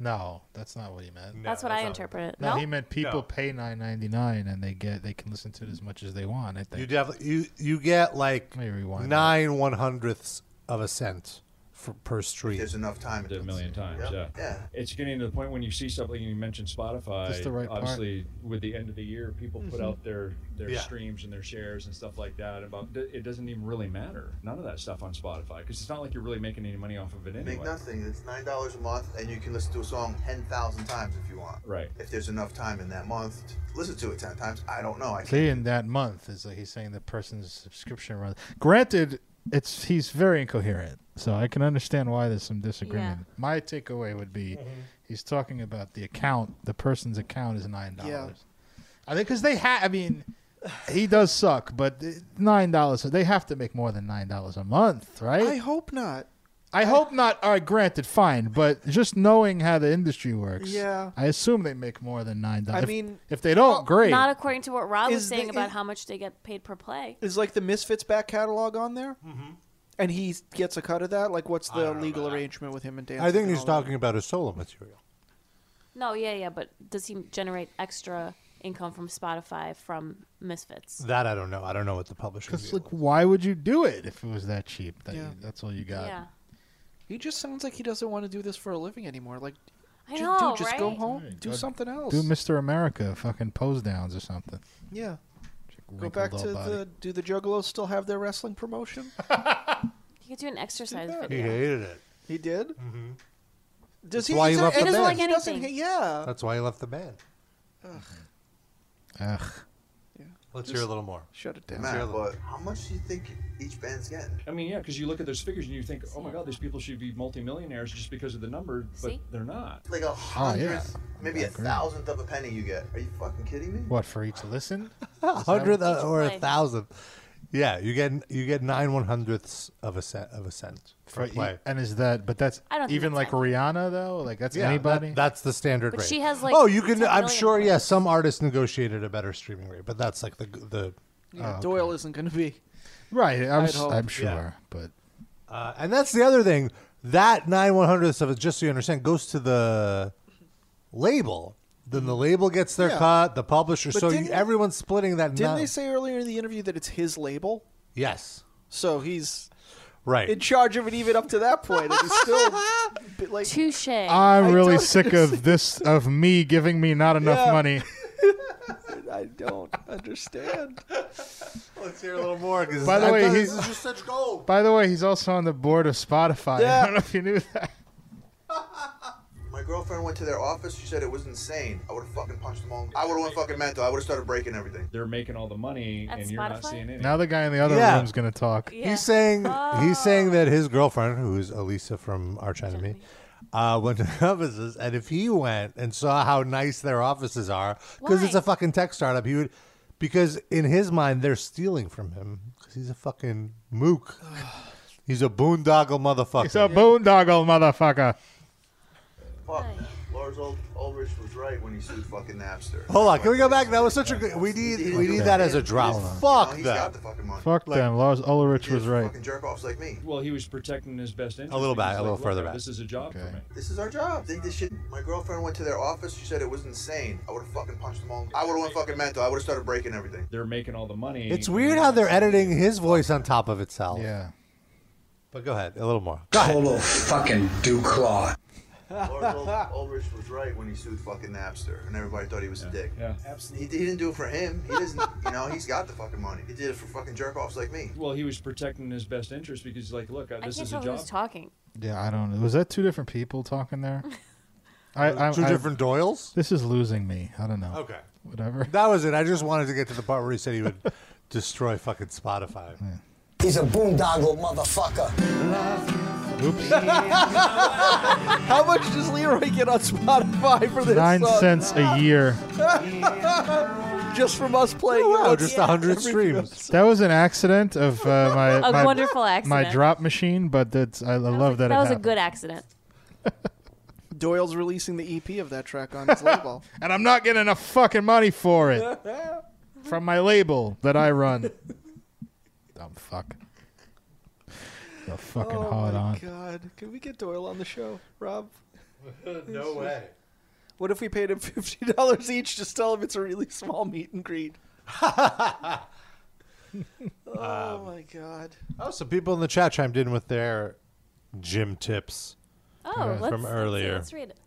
Speaker 3: No, that's Mm. not what he meant.
Speaker 5: That's what that's I not- interpreted. No?
Speaker 3: No, he meant people
Speaker 5: No.
Speaker 3: pay nine ninety nine and they get they can listen to it as much as they want. I think.
Speaker 2: You definitely you you get like nine one hundredths of a cent for, per stream.
Speaker 11: There's enough time.
Speaker 10: A million times, yeah. It's getting to the point when you see something. You mentioned Spotify.
Speaker 2: Just the right part.
Speaker 10: obviously, with the end of the year, people put
Speaker 3: Mm-hmm.
Speaker 2: Mhm.
Speaker 10: out their their
Speaker 2: Yeah.
Speaker 10: streams and their shares and stuff like that. About it doesn't even really matter. None of that stuff on Spotify because it's not like you're really making any money off of it anyway.
Speaker 11: Make nothing. It's nine dollars a month, and you can listen to a song ten thousand times if you want.
Speaker 10: Right.
Speaker 11: If there's enough time in that month, to listen to it ten times. I don't know. I
Speaker 3: See,
Speaker 11: can't.
Speaker 3: in that month is like he's saying the person's subscription run. Granted, it's he's very incoherent, so I can understand why there's some disagreement. My takeaway would be, he's talking about the account. The person's account is nine dollars.
Speaker 4: Yeah.
Speaker 3: I think because they have. I mean, he does suck, but nine dollars. So they have to make more than nine dollars a month, right?
Speaker 4: I hope not.
Speaker 3: I hope not. All right, granted, fine, but just knowing how the industry works,
Speaker 5: Yeah.
Speaker 3: I assume they make more than nine
Speaker 4: I
Speaker 3: dollars.
Speaker 4: mean-
Speaker 3: if, they don't, great.
Speaker 5: Not according to what Rob was
Speaker 4: Is
Speaker 5: saying
Speaker 4: the-
Speaker 5: about how much they get paid per play.
Speaker 4: Is like the Misfits back catalog on there? Mm-hmm. And he gets a cut of that. Like, what's the legal arrangement with him and Dan?
Speaker 2: I think he's talking about his solo material.
Speaker 5: No, yeah, yeah, but does he generate extra income from Spotify from Misfits?
Speaker 2: That I don't know. I don't know what the publisher.
Speaker 3: Because like, why would you do it if it was that cheap? That
Speaker 4: Yeah.
Speaker 3: you- that's all you got.
Speaker 5: Yeah.
Speaker 4: He just sounds like he doesn't want to do this for a living anymore. Like,
Speaker 5: I
Speaker 4: ju-
Speaker 5: know,
Speaker 4: dude, just go
Speaker 5: right?
Speaker 4: home,
Speaker 5: Right,
Speaker 4: do
Speaker 5: go-
Speaker 4: something else.
Speaker 3: Do Mr. America fucking pose downs or something?
Speaker 4: yeah. Go
Speaker 3: wrinkled
Speaker 4: back
Speaker 3: old
Speaker 4: to
Speaker 3: body.
Speaker 4: the. Do the Juggalos still have their wrestling promotion?
Speaker 5: He could do an exercise
Speaker 4: that.
Speaker 5: video.
Speaker 2: it.
Speaker 4: He did. Mm-hmm. Does
Speaker 2: That's
Speaker 4: he?
Speaker 2: why
Speaker 4: is
Speaker 2: he
Speaker 4: there-
Speaker 2: left the
Speaker 4: doesn't
Speaker 2: band.
Speaker 4: Like anything. Yeah.
Speaker 2: That's why he left the band.
Speaker 4: Ugh.
Speaker 3: Ugh.
Speaker 2: Let's
Speaker 10: Just
Speaker 2: hear a little more.
Speaker 4: Shut it
Speaker 10: down.
Speaker 11: Matt,
Speaker 10: Sure.
Speaker 11: but how much do you think each band's getting?
Speaker 10: I mean, yeah, because you look at those figures and you think, oh my God, these people should be multimillionaires just because of the number, but
Speaker 11: See?
Speaker 10: they're not.
Speaker 11: Like
Speaker 3: Ah,
Speaker 11: a
Speaker 10: Oh,
Speaker 11: hundredth, maybe a thousandth of a penny you get. Are you fucking kidding me?
Speaker 3: What for each listen?
Speaker 2: A hundredth
Speaker 11: Each
Speaker 2: or a
Speaker 11: play.
Speaker 2: thousand. Yeah, you get you get nine one hundredths of a cent of a cent
Speaker 3: For
Speaker 2: for
Speaker 3: e-
Speaker 2: play.
Speaker 3: and is that? But that's
Speaker 5: I don't think
Speaker 3: even
Speaker 5: that's
Speaker 3: like Rihanna Uh, though. Like that's
Speaker 2: Yeah, that-
Speaker 3: anybody.
Speaker 2: that's the standard
Speaker 5: But
Speaker 2: rate.
Speaker 5: she has, like,
Speaker 2: oh, you can.
Speaker 5: 10
Speaker 2: I'm
Speaker 5: million
Speaker 2: sure. Yeah, some artists negotiated a better streaming rate, but that's like the the.
Speaker 4: Yeah,
Speaker 2: Oh,
Speaker 4: Doyle isn't going to be.
Speaker 3: Right, I'm,
Speaker 4: I'd
Speaker 3: s-
Speaker 4: hope.
Speaker 3: I'm
Speaker 4: Yeah.
Speaker 3: sure, but
Speaker 2: Uh, and that's the other thing. That nine one hundredths of it, just so you understand, goes to the label. Then
Speaker 3: Mm-hmm.
Speaker 2: the label gets their
Speaker 4: Yeah.
Speaker 2: cut. The publisher.
Speaker 4: But
Speaker 2: so you,
Speaker 4: didn't-
Speaker 2: everyone's splitting that.
Speaker 4: Didn't
Speaker 2: nine-
Speaker 4: they say earlier in the interview that it's his label?
Speaker 2: Yes.
Speaker 4: So he's
Speaker 2: right
Speaker 4: in charge of it even up to that point, and he's still but, like
Speaker 5: touche.
Speaker 3: I'm really sick of this of me giving me not enough
Speaker 4: Yeah.
Speaker 3: money.
Speaker 4: I don't understand.
Speaker 2: Let's hear a little more.
Speaker 3: By the way, he's
Speaker 2: such gold.
Speaker 3: By the way, he's also on the board of Spotify. I
Speaker 11: Yeah.
Speaker 3: don't know if you knew that.
Speaker 11: My girlfriend went to their office. She said it was insane. I would have fucking punched them all. I would have went fucking mental. I would have started breaking everything.
Speaker 10: They're making all the money,
Speaker 11: At
Speaker 10: and you're not
Speaker 11: Spotify?
Speaker 10: seeing any.
Speaker 3: Now the guy in the other
Speaker 2: Yeah.
Speaker 3: room's gonna talk.
Speaker 2: He's saying he's saying that his girlfriend, who is Elisa from Arch Enemy, uh, went to their offices, and if he went and saw how nice their offices are, because it's a fucking tech startup, he would. Because in his mind, they're stealing from him because he's a fucking mook. He's a boondoggle motherfucker.
Speaker 3: He's a boondoggle motherfucker.
Speaker 11: Fuck. Lars Ul- Ulrich was right when he sued fucking Napster.
Speaker 2: Hold on, can we go back? That was such a good. We need we need that as a drop.
Speaker 11: Hold on.
Speaker 2: Fuck
Speaker 11: He's
Speaker 2: that.
Speaker 11: got the fucking money.
Speaker 3: Fuck
Speaker 11: Like,
Speaker 3: them. Lars Ulrich was right.
Speaker 11: jerk offs like me.
Speaker 10: Well, he was protecting his best interest.
Speaker 2: little back,
Speaker 10: He's
Speaker 2: a little
Speaker 10: "Look,
Speaker 2: further back."
Speaker 10: This is a job for me.
Speaker 11: This is our job. Think this shit. My girlfriend went to their office. She said it was insane. I would have fucking punched them all. I would have went fucking mental. I would have started breaking everything.
Speaker 10: They're making all the money.
Speaker 2: It's weird how they're editing his voice on top of itself.
Speaker 3: Yeah.
Speaker 2: But go ahead, a little more.
Speaker 11: Total fucking Duclaw. Lars Ul- Ulrich was right when he sued fucking Napster, and everybody thought he was a dick.
Speaker 10: Yeah.
Speaker 11: Absolutely. He, he didn't do it for him. He doesn't. you know, he's got the fucking money. He did it for fucking jerk offs like me.
Speaker 10: Well, he was protecting his best interest because, he's like, look, uh,
Speaker 5: I
Speaker 10: this
Speaker 5: can't
Speaker 10: is a
Speaker 5: tell who's
Speaker 10: job.
Speaker 5: talking.
Speaker 3: Yeah, I don't know. Was that two different people talking there? I, I,
Speaker 2: Two
Speaker 3: I-
Speaker 2: different Doyles?
Speaker 3: This is losing me. I don't know.
Speaker 2: Okay.
Speaker 3: Whatever.
Speaker 2: That was it. I just wanted to get to the part where he said he would destroy fucking Spotify.
Speaker 13: He's a boondoggle motherfucker.
Speaker 4: How much does Leroy get on Spotify for this?
Speaker 3: Nine
Speaker 4: song?
Speaker 3: cents a year.
Speaker 4: just from us playing. Oh,
Speaker 2: wow, just a hundred streams.
Speaker 3: That was an accident of uh, my
Speaker 5: A
Speaker 3: my,
Speaker 5: wonderful
Speaker 3: my
Speaker 5: accident.
Speaker 3: drop machine, but that's I, I love that.
Speaker 5: That
Speaker 3: it
Speaker 5: was a
Speaker 3: happened.
Speaker 5: good accident.
Speaker 4: Doyle's releasing the EP of that track on his label.
Speaker 3: and I'm not getting enough fucking money for it from my label that I run. Dumb fuck. The fucking
Speaker 4: oh
Speaker 3: hard
Speaker 4: my
Speaker 3: on.
Speaker 4: god! Can we get Doyle on the show, Rob?
Speaker 2: no way.
Speaker 4: What if we paid him fifty dollars each? Just tell him it's a really small meet and greet. oh
Speaker 2: Um,
Speaker 4: my god!
Speaker 2: Oh, some people in the chat chimed in with their gym tips.
Speaker 5: Oh,
Speaker 2: uh,
Speaker 5: let's,
Speaker 2: from
Speaker 5: let's see,
Speaker 2: earlier.
Speaker 5: Let's read it.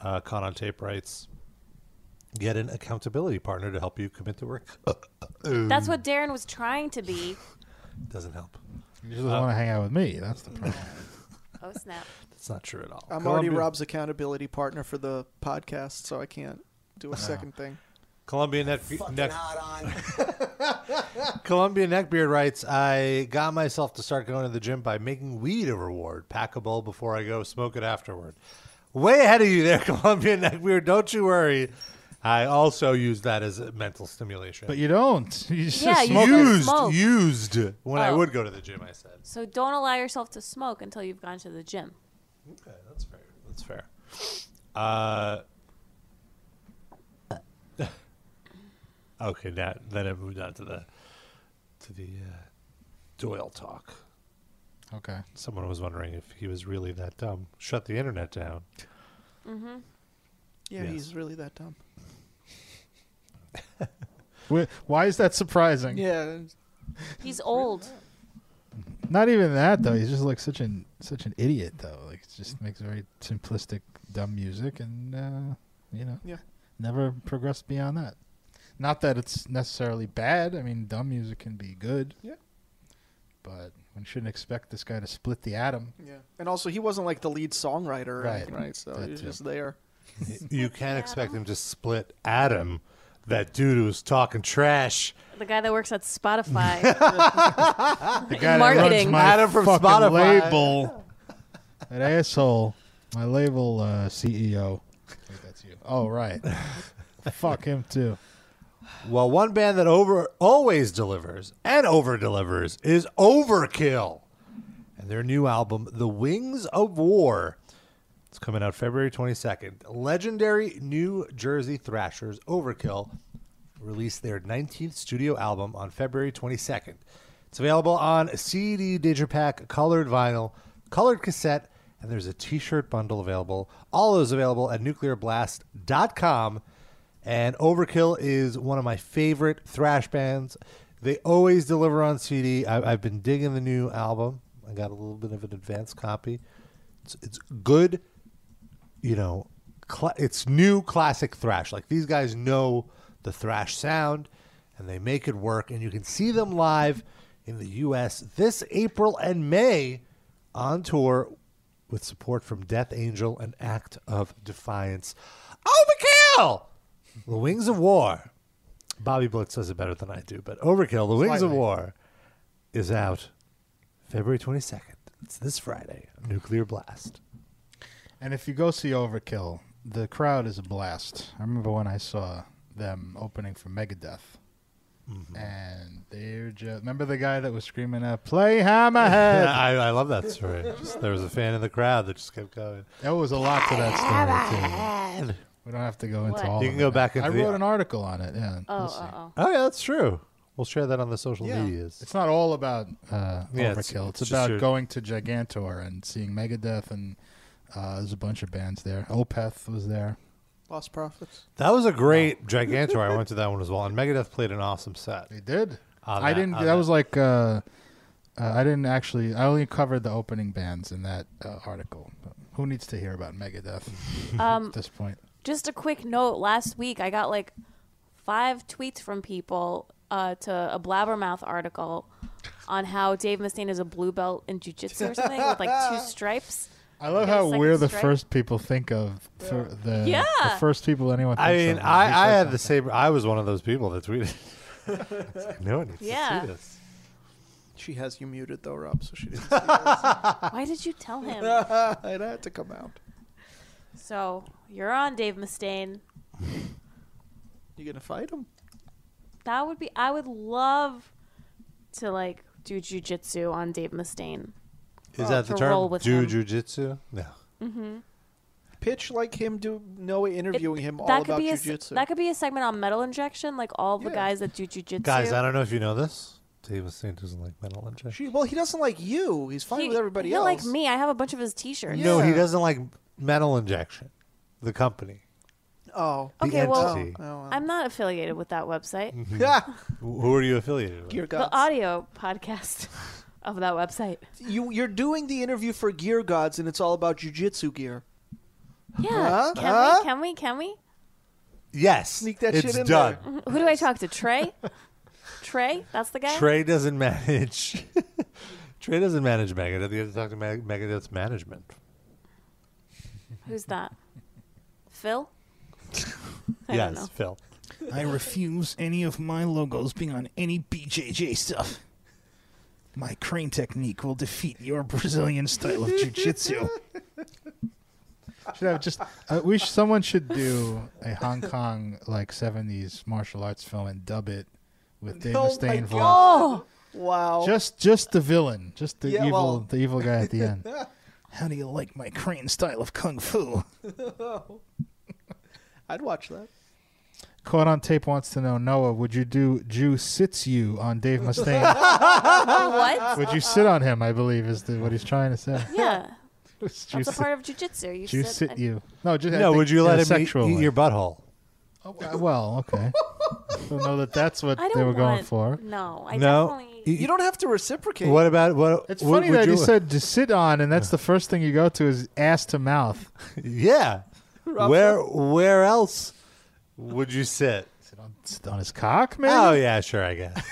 Speaker 2: uh, Caught on Tape writes, get an accountability partner to help you commit to work.
Speaker 5: That's what Darren was trying to be.
Speaker 2: doesn't help.
Speaker 3: You just
Speaker 2: Uh,
Speaker 3: want to hang out with me. That's the problem.
Speaker 5: Oh snap!
Speaker 2: That's not true at all.
Speaker 4: I'm already
Speaker 2: Columbia-
Speaker 4: Rob's accountability partner for the podcast, so I can't do
Speaker 3: Ah.
Speaker 4: a second thing.
Speaker 2: Columbia Netfe- Net-
Speaker 4: on.
Speaker 2: Columbia Neckbeard writes, I got myself to start going to the gym by making weed a reward. Pack a bowl before I go, smoke it afterward. Way ahead of you there, Columbia Neckbeard. Don't you worry. I also use that as a mental stimulation.
Speaker 3: But you don't. You just
Speaker 5: Yeah, you
Speaker 3: smoke
Speaker 5: just
Speaker 3: it.
Speaker 2: used,
Speaker 5: smoke.
Speaker 2: used when I
Speaker 5: Oh.
Speaker 2: would go to the gym, I said.
Speaker 5: So don't allow yourself to smoke until you've gone to the gym.
Speaker 2: Okay, that's fair. That's fair. Uh, okay, now, then I moved on to the to the uh, Doyle talk.
Speaker 3: Okay.
Speaker 2: Someone was wondering if he was really that dumb. Shut the internet down.
Speaker 4: mm-hmm. Yeah,
Speaker 2: Yes.
Speaker 4: he's really that dumb.
Speaker 3: Wh- Why is that surprising?
Speaker 4: Yeah,
Speaker 5: He's old.
Speaker 3: Not even that though. He's just like such an such an idiot though. Like it just makes very simplistic, dumb music, and uh, you know,
Speaker 4: Yeah.
Speaker 3: never progressed beyond that. Not that it's necessarily bad. I mean, dumb music can be good.
Speaker 4: Yeah.
Speaker 3: But one shouldn't expect this guy to split the atom.
Speaker 4: yeah. And also, he wasn't like the lead songwriter, or
Speaker 3: Right.
Speaker 4: anything, right? So
Speaker 3: That
Speaker 4: he was
Speaker 3: too.
Speaker 4: just there.
Speaker 2: you can't expect him to split Adam, that dude who was talking trash.
Speaker 5: The guy that works at Spotify.
Speaker 3: The guy that runs
Speaker 5: Marketing.
Speaker 3: my
Speaker 2: Adam from
Speaker 3: fucking
Speaker 2: Spotify.
Speaker 3: label. that asshole. My label uh, CEO. Wait, that's you. Oh right. Fuck him too.
Speaker 2: Well, one band that over always delivers and over delivers is Overkill. And their new album, The Wings of War, it's coming out February 22nd. Legendary New Jersey Thrashers Overkill released their 19th studio album on February 22nd. It's available on CD, Digipack, colored vinyl, colored cassette, and there's a t-shirt bundle available. All those available at nuclearblast.com. And Overkill is one of my favorite thrash bands. They always deliver on CD. I, I've been digging the new album. I got a little bit of an advanced copy. It's, it's good you know, cla it's new classic thrash. Like these guys know the thrash sound and they make it work. And you can see them live in the U.S. this April and May on tour with support from Death Angel and Act of Defiance. Overkill! The Wings of War. Bobby Blitz says it better than I do, but Overkill, The Wings of
Speaker 3: Slightly.
Speaker 2: War is out February 22nd. It's this Friday. Nuclear Blast.
Speaker 3: And if you go see Overkill, the crowd is a blast. I remember when I saw them opening for Megadeth.
Speaker 2: Mm-hmm.
Speaker 3: and they're just remember the guy that was screaming out, "Play Hammerhead."
Speaker 2: I, I love that story. Just, there was a fan in the crowd that just kept going.
Speaker 3: There was a lot to that story too. We don't have to go into
Speaker 2: What?
Speaker 3: all.
Speaker 2: You
Speaker 3: of
Speaker 2: can go
Speaker 3: it.
Speaker 2: back into
Speaker 3: I
Speaker 2: the-
Speaker 3: wrote an article on it. Yeah.
Speaker 5: Oh,
Speaker 3: We'll see.
Speaker 5: oh,
Speaker 2: Oh yeah, that's true. We'll share that on the social
Speaker 3: Yeah.
Speaker 2: medias.
Speaker 3: It's not all about uh,
Speaker 2: Yeah, it's-
Speaker 3: Overkill. It's,
Speaker 2: it's just
Speaker 3: about
Speaker 2: your-
Speaker 3: going to Gigantor and seeing Megadeth, and uh, there's a bunch of bands there. Opeth was there.
Speaker 4: Lost profits.
Speaker 2: That was a great Gigantor. I went to that one as well, and Megadeth played an awesome set. Uh, They
Speaker 3: did. I didn't. That was like. Uh, uh, I didn't actually. I only covered the opening bands in that uh, article. But who needs to hear about Megadeth
Speaker 5: Um,
Speaker 3: at this point?
Speaker 5: Just a quick note. Last week, I got like five tweets from people uh, to a blabbermouth article on how Dave Mustaine is a blue belt in jujitsu or something with like two stripes.
Speaker 3: I love
Speaker 5: You got a
Speaker 3: how
Speaker 5: second
Speaker 3: we're the
Speaker 5: stripe?
Speaker 3: first people think of for the,
Speaker 5: Yeah.
Speaker 3: the first people anyone. Thinks
Speaker 2: I mean,
Speaker 3: of.
Speaker 2: I, I had the same. I was one of those people that tweeted. no one needs
Speaker 5: Yeah.
Speaker 2: to see this.
Speaker 4: She has you muted though, Rob, so she didn't. See Why
Speaker 5: did you tell him?
Speaker 4: it had to come out.
Speaker 5: So you're on, Dave Mustaine.
Speaker 4: You gonna fight him?
Speaker 5: That would be. I would love to like do jujitsu on Dave Mustaine.
Speaker 2: Is that the
Speaker 5: to
Speaker 2: term?
Speaker 5: roll with
Speaker 2: Do
Speaker 5: him.
Speaker 2: jujitsu? No.
Speaker 5: Mm-hmm.
Speaker 4: Pitch like him do Noah interviewing him all
Speaker 5: That could
Speaker 4: about
Speaker 5: be a
Speaker 4: jujitsu.
Speaker 5: that could be a segment on metal injection, like all the guys that do jujitsu.
Speaker 2: Guys, I don't know if you know this. David Saint doesn't like metal injection.
Speaker 4: She, well, he doesn't like you. He's fine with everybody
Speaker 5: he
Speaker 4: else.
Speaker 5: like me. I have a bunch of his T-shirts.
Speaker 2: No, he doesn't like metal injection. The company.
Speaker 4: Oh,
Speaker 2: The
Speaker 5: Okay, well,
Speaker 2: entity.
Speaker 5: I'm not affiliated with that website.
Speaker 2: Mm-hmm. Who are you affiliated with?
Speaker 4: Gear
Speaker 5: the
Speaker 4: Gods.
Speaker 5: audio podcast of that website.
Speaker 4: you you're doing the interview for Gear Gods, and it's all about jujitsu gear.
Speaker 5: Yeah,
Speaker 4: Huh?
Speaker 5: can
Speaker 4: Huh?
Speaker 5: we? Can we? Can we?
Speaker 2: Yes.
Speaker 4: Sneak that
Speaker 2: it's
Speaker 4: shit in
Speaker 2: done.
Speaker 4: there.
Speaker 5: Who do I talk to? Trey. Trey, that's the guy.
Speaker 2: Trey doesn't manage. Trey doesn't manage Megadeth. You have to talk to Meg- Megadeth's management.
Speaker 5: Who's that? Phil.
Speaker 2: yes, Phil.
Speaker 7: I refuse any of my logos being on any BJJ stuff. My crane technique will defeat your Brazilian style of jiu-jitsu.
Speaker 3: Should have just. I wish someone should do a Hong Kong like '70s martial arts film and dub it with Dave
Speaker 4: Oh my
Speaker 3: Mustaine voice.
Speaker 4: God. Wow.
Speaker 3: Just, just the villain, just the
Speaker 4: Yeah,
Speaker 3: evil,
Speaker 4: well-
Speaker 3: the evil guy at the end.
Speaker 7: How do you like my crane style of kung fu?
Speaker 4: I'd watch that.
Speaker 3: Caught on tape wants to know Noah, would you do jujitsu on Dave Mustaine?
Speaker 5: what?
Speaker 3: would you sit on him? I believe is the, what he's trying to say.
Speaker 5: Yeah.
Speaker 3: That's
Speaker 5: a
Speaker 3: juicy.
Speaker 5: part of jujitsu. You
Speaker 3: Ju
Speaker 5: sit-
Speaker 3: sit you. No, just I
Speaker 2: no.
Speaker 3: think
Speaker 2: Would you
Speaker 3: in a
Speaker 2: let him eat,
Speaker 3: sexual
Speaker 2: eat
Speaker 3: way.
Speaker 2: your butthole?
Speaker 3: Uh, well, okay. don't know that that's what
Speaker 5: I
Speaker 3: they
Speaker 5: don't
Speaker 3: were going
Speaker 5: want-
Speaker 3: for.
Speaker 5: No,
Speaker 2: I No. definitely-
Speaker 4: You don't have to reciprocate.
Speaker 2: What about what?
Speaker 3: It's
Speaker 2: what
Speaker 3: funny
Speaker 2: would
Speaker 3: that
Speaker 2: you
Speaker 3: he said to sit on, and that's the first thing you go to is ass to mouth.
Speaker 2: Yeah. Where Where else would you sit? Sit
Speaker 3: on, his cock,
Speaker 5: maybe?
Speaker 2: Oh yeah, sure. I guess.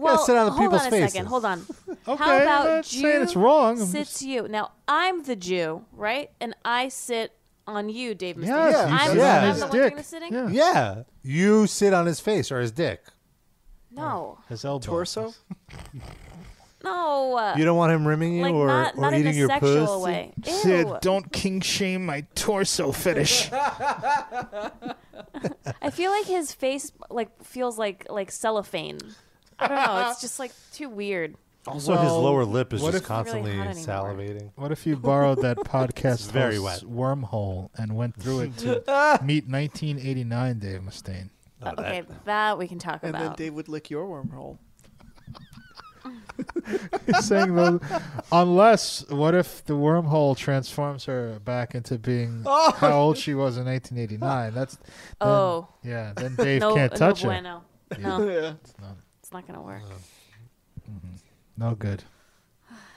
Speaker 5: Well,
Speaker 2: yeah, sit on the
Speaker 5: hold
Speaker 2: people's
Speaker 5: on a
Speaker 2: faces.
Speaker 5: second. Hold on. How
Speaker 3: I'm
Speaker 5: about
Speaker 3: not
Speaker 5: Jew
Speaker 3: saying it's wrong. I'm
Speaker 5: sits you? Now I'm the Jew, right? And I sit on you, Dave. Mustaine.
Speaker 2: Yes, you
Speaker 5: I'm,
Speaker 2: sit
Speaker 5: the-
Speaker 2: on
Speaker 5: I'm
Speaker 2: his
Speaker 5: the one doing
Speaker 2: dick.
Speaker 5: the sitting.
Speaker 2: Yeah. you sit on his face or his dick.
Speaker 5: No,
Speaker 3: His elbow.
Speaker 4: Torso.
Speaker 5: no.
Speaker 2: You don't want him rimming you
Speaker 5: Like,
Speaker 2: or,
Speaker 5: not-
Speaker 2: or
Speaker 5: not in
Speaker 2: eating
Speaker 5: a
Speaker 2: your
Speaker 5: sexual
Speaker 2: pussy.
Speaker 5: way. Ew.
Speaker 7: Sid, don't king shame my torso fetish.
Speaker 5: I feel like his face like feels like like cellophane. I don't know. It's just like too weird.
Speaker 2: Also, his lower lip is
Speaker 3: what
Speaker 2: just
Speaker 3: if- It's
Speaker 5: really
Speaker 2: constantly
Speaker 5: hot
Speaker 2: salivating.
Speaker 3: What if you borrowed that
Speaker 2: It's
Speaker 3: podcast
Speaker 2: very
Speaker 3: host's
Speaker 2: wet.
Speaker 3: wormhole and went through it to meet 1989 Dave Mustaine?
Speaker 5: okay, that we can talk
Speaker 4: And then
Speaker 5: about.
Speaker 4: Dave would lick your wormhole.
Speaker 3: He's saying those, unless what if the wormhole transforms her back into being
Speaker 5: Oh.
Speaker 3: how old she was in 1989? That's then-
Speaker 5: Oh.
Speaker 3: yeah. Then Dave
Speaker 5: No-
Speaker 3: can't
Speaker 5: no
Speaker 3: touch her.
Speaker 5: bueno. No.
Speaker 4: Yeah.
Speaker 5: It's not, gonna work.
Speaker 3: Mm-hmm. No good.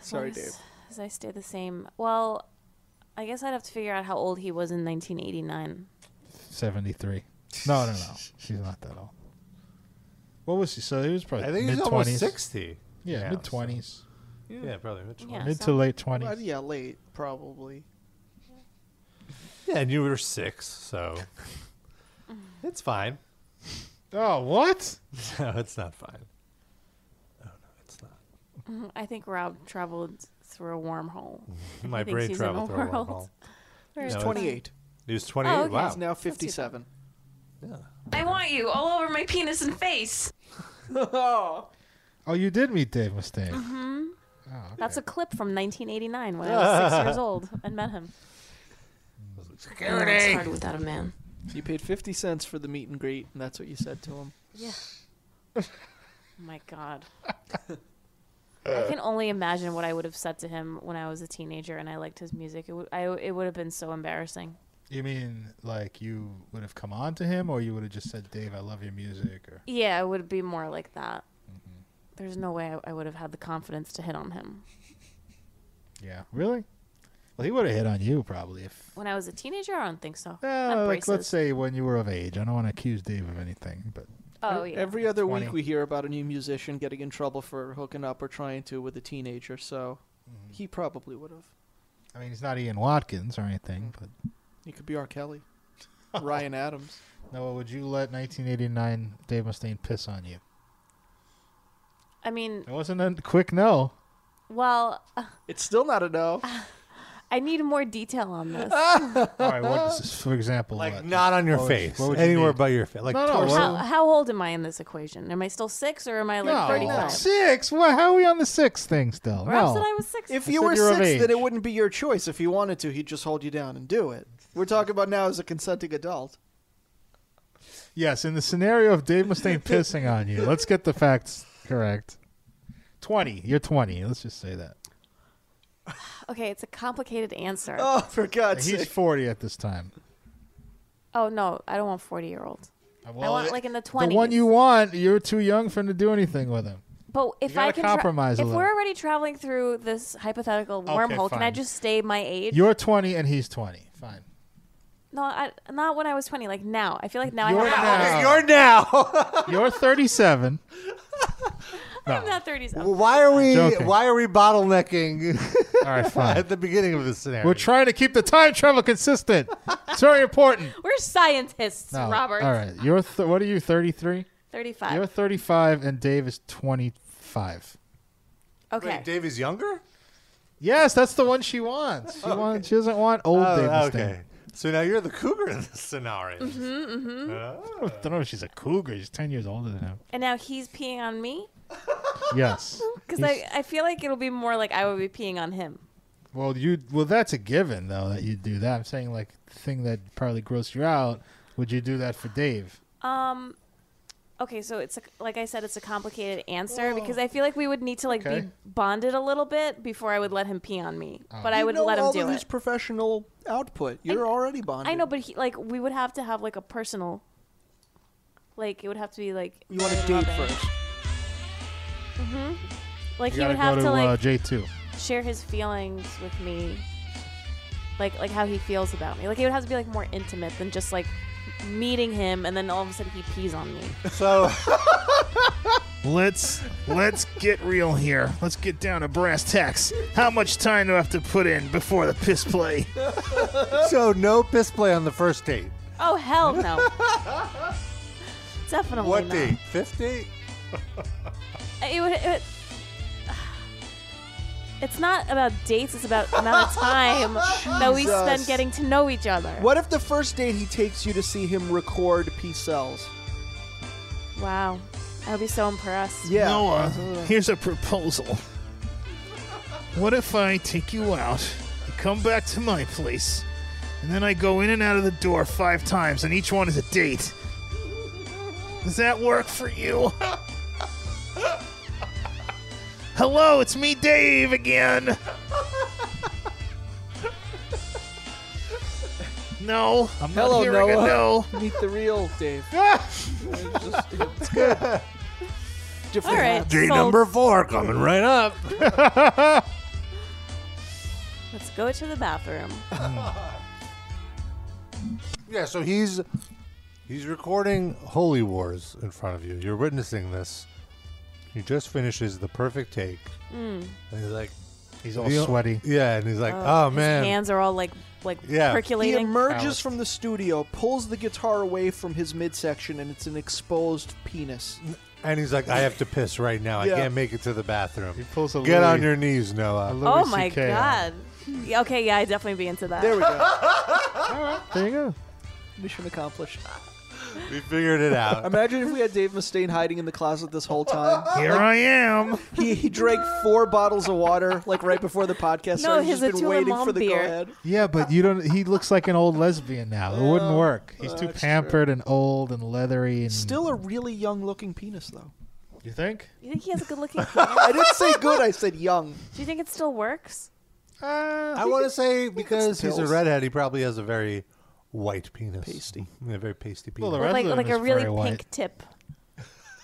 Speaker 4: Sorry,
Speaker 5: As long
Speaker 4: Dave.
Speaker 5: As I stay the same. Well, I guess I'd have to figure out how old he was in 1989.
Speaker 3: 73. No, no, no. She's not that old. What was he? So he was probably
Speaker 2: I think
Speaker 3: mid
Speaker 2: he's almost 60.
Speaker 3: Yeah,
Speaker 2: Yeah,
Speaker 3: mid 20s.
Speaker 2: Yeah, probably mid
Speaker 3: Yeah, Mid to so- late 20s.
Speaker 4: Well, yeah, late probably.
Speaker 5: Oh,
Speaker 2: Yeah, and you were six, so it's fine.
Speaker 3: Oh, what?
Speaker 2: No, it's not fine.
Speaker 5: Mhm. I think Rob traveled through a wormhole. I
Speaker 2: My
Speaker 5: think
Speaker 2: brain
Speaker 5: he's in
Speaker 2: traveled
Speaker 5: the
Speaker 2: through a
Speaker 5: world.
Speaker 2: wormhole.
Speaker 5: Very
Speaker 4: He's
Speaker 2: No, it's-
Speaker 4: 28.
Speaker 2: He was 28.
Speaker 5: Oh, okay.
Speaker 2: Wow.
Speaker 4: He's now 57.
Speaker 5: I want you all over my penis and face.
Speaker 4: oh.
Speaker 3: Oh, you did meet Dave Mustaine.
Speaker 5: hmm That's a clip from 1989 when I was six years old and met him.
Speaker 4: It's
Speaker 5: hard without a man.
Speaker 4: You paid 50 cents for the meet and greet, and that's what you said to him.
Speaker 5: Yeah. My God. I can only imagine what I would have said to him when I was a teenager and I liked his music. It would, I, it would have been so embarrassing.
Speaker 3: You mean like you would have come on to him, or you would have just said, "Dave, I love your music," or
Speaker 5: Yeah, it would be more like that.
Speaker 4: Mm-hmm.
Speaker 5: There's no way I, I would have had the confidence to hit on him.
Speaker 3: yeah, really? Well, he would have hit on you probably if
Speaker 5: When I was a teenager, I don't think so.
Speaker 3: Uh,
Speaker 5: Not
Speaker 3: like,
Speaker 5: braces.
Speaker 3: let's say when you were of age. I don't want to accuse Dave of anything, but
Speaker 5: Oh, yeah.
Speaker 4: Every other
Speaker 3: 20.
Speaker 4: week we hear about a new musician getting in trouble for hooking up or trying to with a teenager, so he probably would have.
Speaker 3: I mean he's not Ian Watkins or anything. But
Speaker 4: He could be R. Kelly, Ryan Adams.
Speaker 3: Noah, would you let 1989 Dave Mustaine piss on you?
Speaker 5: I mean,
Speaker 3: It wasn't a quick no.
Speaker 5: well, uh,
Speaker 4: It's still not a no.
Speaker 5: I need more detail on this.
Speaker 3: All right, what is this, for example?
Speaker 2: Like,
Speaker 3: what?
Speaker 2: not on your
Speaker 3: What would-
Speaker 2: face.
Speaker 3: what would you
Speaker 2: Anywhere
Speaker 3: need?
Speaker 2: by your face. Like,
Speaker 3: No, no,
Speaker 2: torso.
Speaker 5: how, how old am I in this equation? Am I still six or am I like
Speaker 3: No,
Speaker 4: Oh,
Speaker 5: 35?
Speaker 3: six. What? How are we on the six thing still?
Speaker 5: Perhaps
Speaker 3: no.
Speaker 5: that I was six.
Speaker 4: If
Speaker 3: I
Speaker 4: you
Speaker 3: said
Speaker 4: were
Speaker 3: you're of
Speaker 4: six, then
Speaker 3: age.
Speaker 4: it wouldn't be your choice. If he wanted to, he'd just hold you down and do it. We're talking about now as a consenting adult.
Speaker 3: Yes, in the scenario of Dave Mustaine pissing on you, let's get the facts correct. Twenty. You're twenty. Let's just say that.
Speaker 5: Okay, it's a complicated answer.
Speaker 4: Oh, for God's
Speaker 3: He's forty at this time.
Speaker 5: Oh no, I don't want forty year olds. I want like in the twenties.
Speaker 3: Uh, The one you want, you're too young for him to do anything with him.
Speaker 5: but if
Speaker 3: gotta
Speaker 5: I can tra-
Speaker 3: compromise a
Speaker 5: if we're
Speaker 3: little.
Speaker 5: already traveling through this hypothetical
Speaker 3: Okay,
Speaker 5: wormhole, can I
Speaker 3: fine.
Speaker 5: just stay my age?
Speaker 3: You're 20 and he's 20. Fine.
Speaker 5: no, I, not when I was twenty. Like now, I feel like now
Speaker 3: You're
Speaker 5: I have.
Speaker 3: now.
Speaker 5: that-
Speaker 3: You're now. you're 37.
Speaker 5: I'm not thirty-seven.
Speaker 2: Well, why are we?
Speaker 3: Joking.
Speaker 2: Why are we bottlenecking?
Speaker 3: All right, fine.
Speaker 2: at the beginning of the scenario.
Speaker 3: We're trying to keep the time travel consistent. It's very important.
Speaker 5: We're scientists,
Speaker 3: No.
Speaker 5: Robert.
Speaker 3: All right. You're th- what are you? 33.
Speaker 5: Thirty-five.
Speaker 3: You're 35 and Dave is 25.
Speaker 5: okay.
Speaker 2: Dave is younger.
Speaker 3: Yes, that's the one she wants. She wants. She doesn't want old
Speaker 2: Oh,
Speaker 3: Dave. Mustaine.
Speaker 2: okay. So now you're the cougar in this scenario.
Speaker 5: Mm-hmm,
Speaker 2: Uh.
Speaker 5: mm-hmm.
Speaker 2: Oh.
Speaker 3: I don't know if she's a cougar. She's 10 years older than him.
Speaker 5: And now he's peeing on me
Speaker 3: Yes.
Speaker 5: because
Speaker 3: He's-
Speaker 5: I, I feel like it'll be more like I would be peeing on him.
Speaker 3: Well, you well that's a given though that you do that. I'm saying like the thing that probably grossed you out. Would you do that for Dave?
Speaker 5: Um. Okay, so it's a, like I said, it's a complicated answer because I feel like we would need to like
Speaker 3: Oh. Okay. Oh.
Speaker 5: be bonded a little bit before I would let him pee on me. But I
Speaker 4: You
Speaker 5: would
Speaker 4: know
Speaker 5: let him
Speaker 4: all
Speaker 5: do
Speaker 4: of
Speaker 5: it.
Speaker 4: his professional output. You're already bonded.
Speaker 5: I know, but he, like we would have to have like a personal. Like it would have to be like
Speaker 4: You want to date first.
Speaker 5: hmm Like
Speaker 3: you
Speaker 5: he
Speaker 3: gotta
Speaker 5: would have to,
Speaker 3: go to,
Speaker 5: like
Speaker 3: uh, J two.
Speaker 5: share his feelings with me, like like how he feels about me. Like it would have to be like more intimate than just like meeting him and then all of a sudden he pees on me.
Speaker 2: So
Speaker 7: Let's let's get real here. Let's get down to brass tacks. How much time do I have to put in before the piss play?
Speaker 2: so no piss play on the first date.
Speaker 5: Oh hell no! Definitely
Speaker 2: what
Speaker 5: not.
Speaker 2: date? Fifth date?
Speaker 5: It would. It would it's not about dates. It's about amount of time that we spend
Speaker 4: Jesus.
Speaker 5: getting to know each other.
Speaker 4: What if the first date he takes you to see him record P cells?
Speaker 5: Wow, I'll be so impressed.
Speaker 4: Yeah.
Speaker 7: Noah,
Speaker 2: uh,
Speaker 7: here's a proposal. What if I take you out, you come back to my place, and then I go in and out of the door five times, and each one is a date? Does that work for you? Hello, it's me, Dave, again. No, I'm not
Speaker 4: Hello,
Speaker 7: hearing
Speaker 4: Noah.
Speaker 7: a no.
Speaker 4: Meet the real Dave. It's just- it's good. Different
Speaker 5: All right,
Speaker 4: hats.
Speaker 5: Date sold. number
Speaker 2: four coming right up.
Speaker 5: Let's go to the bathroom.
Speaker 2: Yeah. So he's he's recording Holy Wars in front of you. You're witnessing this. He just finishes the perfect take.
Speaker 5: Mm.
Speaker 2: And he's like,
Speaker 3: he's all
Speaker 2: He'll-
Speaker 3: sweaty.
Speaker 2: Yeah, and he's like, oh,
Speaker 5: his
Speaker 2: man.
Speaker 5: hands are all like like
Speaker 2: Yeah.
Speaker 5: percolating.
Speaker 4: He emerges from the studio, pulls the guitar away from his midsection, and it's an exposed penis.
Speaker 2: And he's like, I have to piss right now.
Speaker 4: Yeah.
Speaker 2: I can't make it to the bathroom. He
Speaker 3: pulls a
Speaker 2: Get on
Speaker 3: Louis-
Speaker 2: your knees, Noah.
Speaker 5: oh my god. Yeah, okay, yeah, I'd definitely be into that.
Speaker 4: There we go.
Speaker 3: There you go.
Speaker 4: Mission accomplished.
Speaker 2: We figured it out.
Speaker 4: Imagine if we had Dave Mustaine hiding in the closet this whole time.
Speaker 2: Here I am.
Speaker 4: He, he drank four bottles of water like right before the podcast.
Speaker 5: No,
Speaker 4: started. He's
Speaker 5: his
Speaker 4: just been
Speaker 5: Attila
Speaker 4: waiting
Speaker 5: Mom
Speaker 4: for the
Speaker 5: beer.
Speaker 4: go ahead.
Speaker 3: Yeah, but you don't. He looks like an old lesbian now. It wouldn't work. He's too
Speaker 4: That's
Speaker 3: pampered and old and leathery. And
Speaker 4: Still a really young-looking penis, though.
Speaker 3: you think?
Speaker 5: You think he has a good looking
Speaker 4: I didn't say good. I said young.
Speaker 5: Do you think it still works?
Speaker 4: Uh,
Speaker 2: I want to say because he's a redhead, he probably has a very white penis. Pasty. A very pasty penis.
Speaker 5: With like like a really pink tip.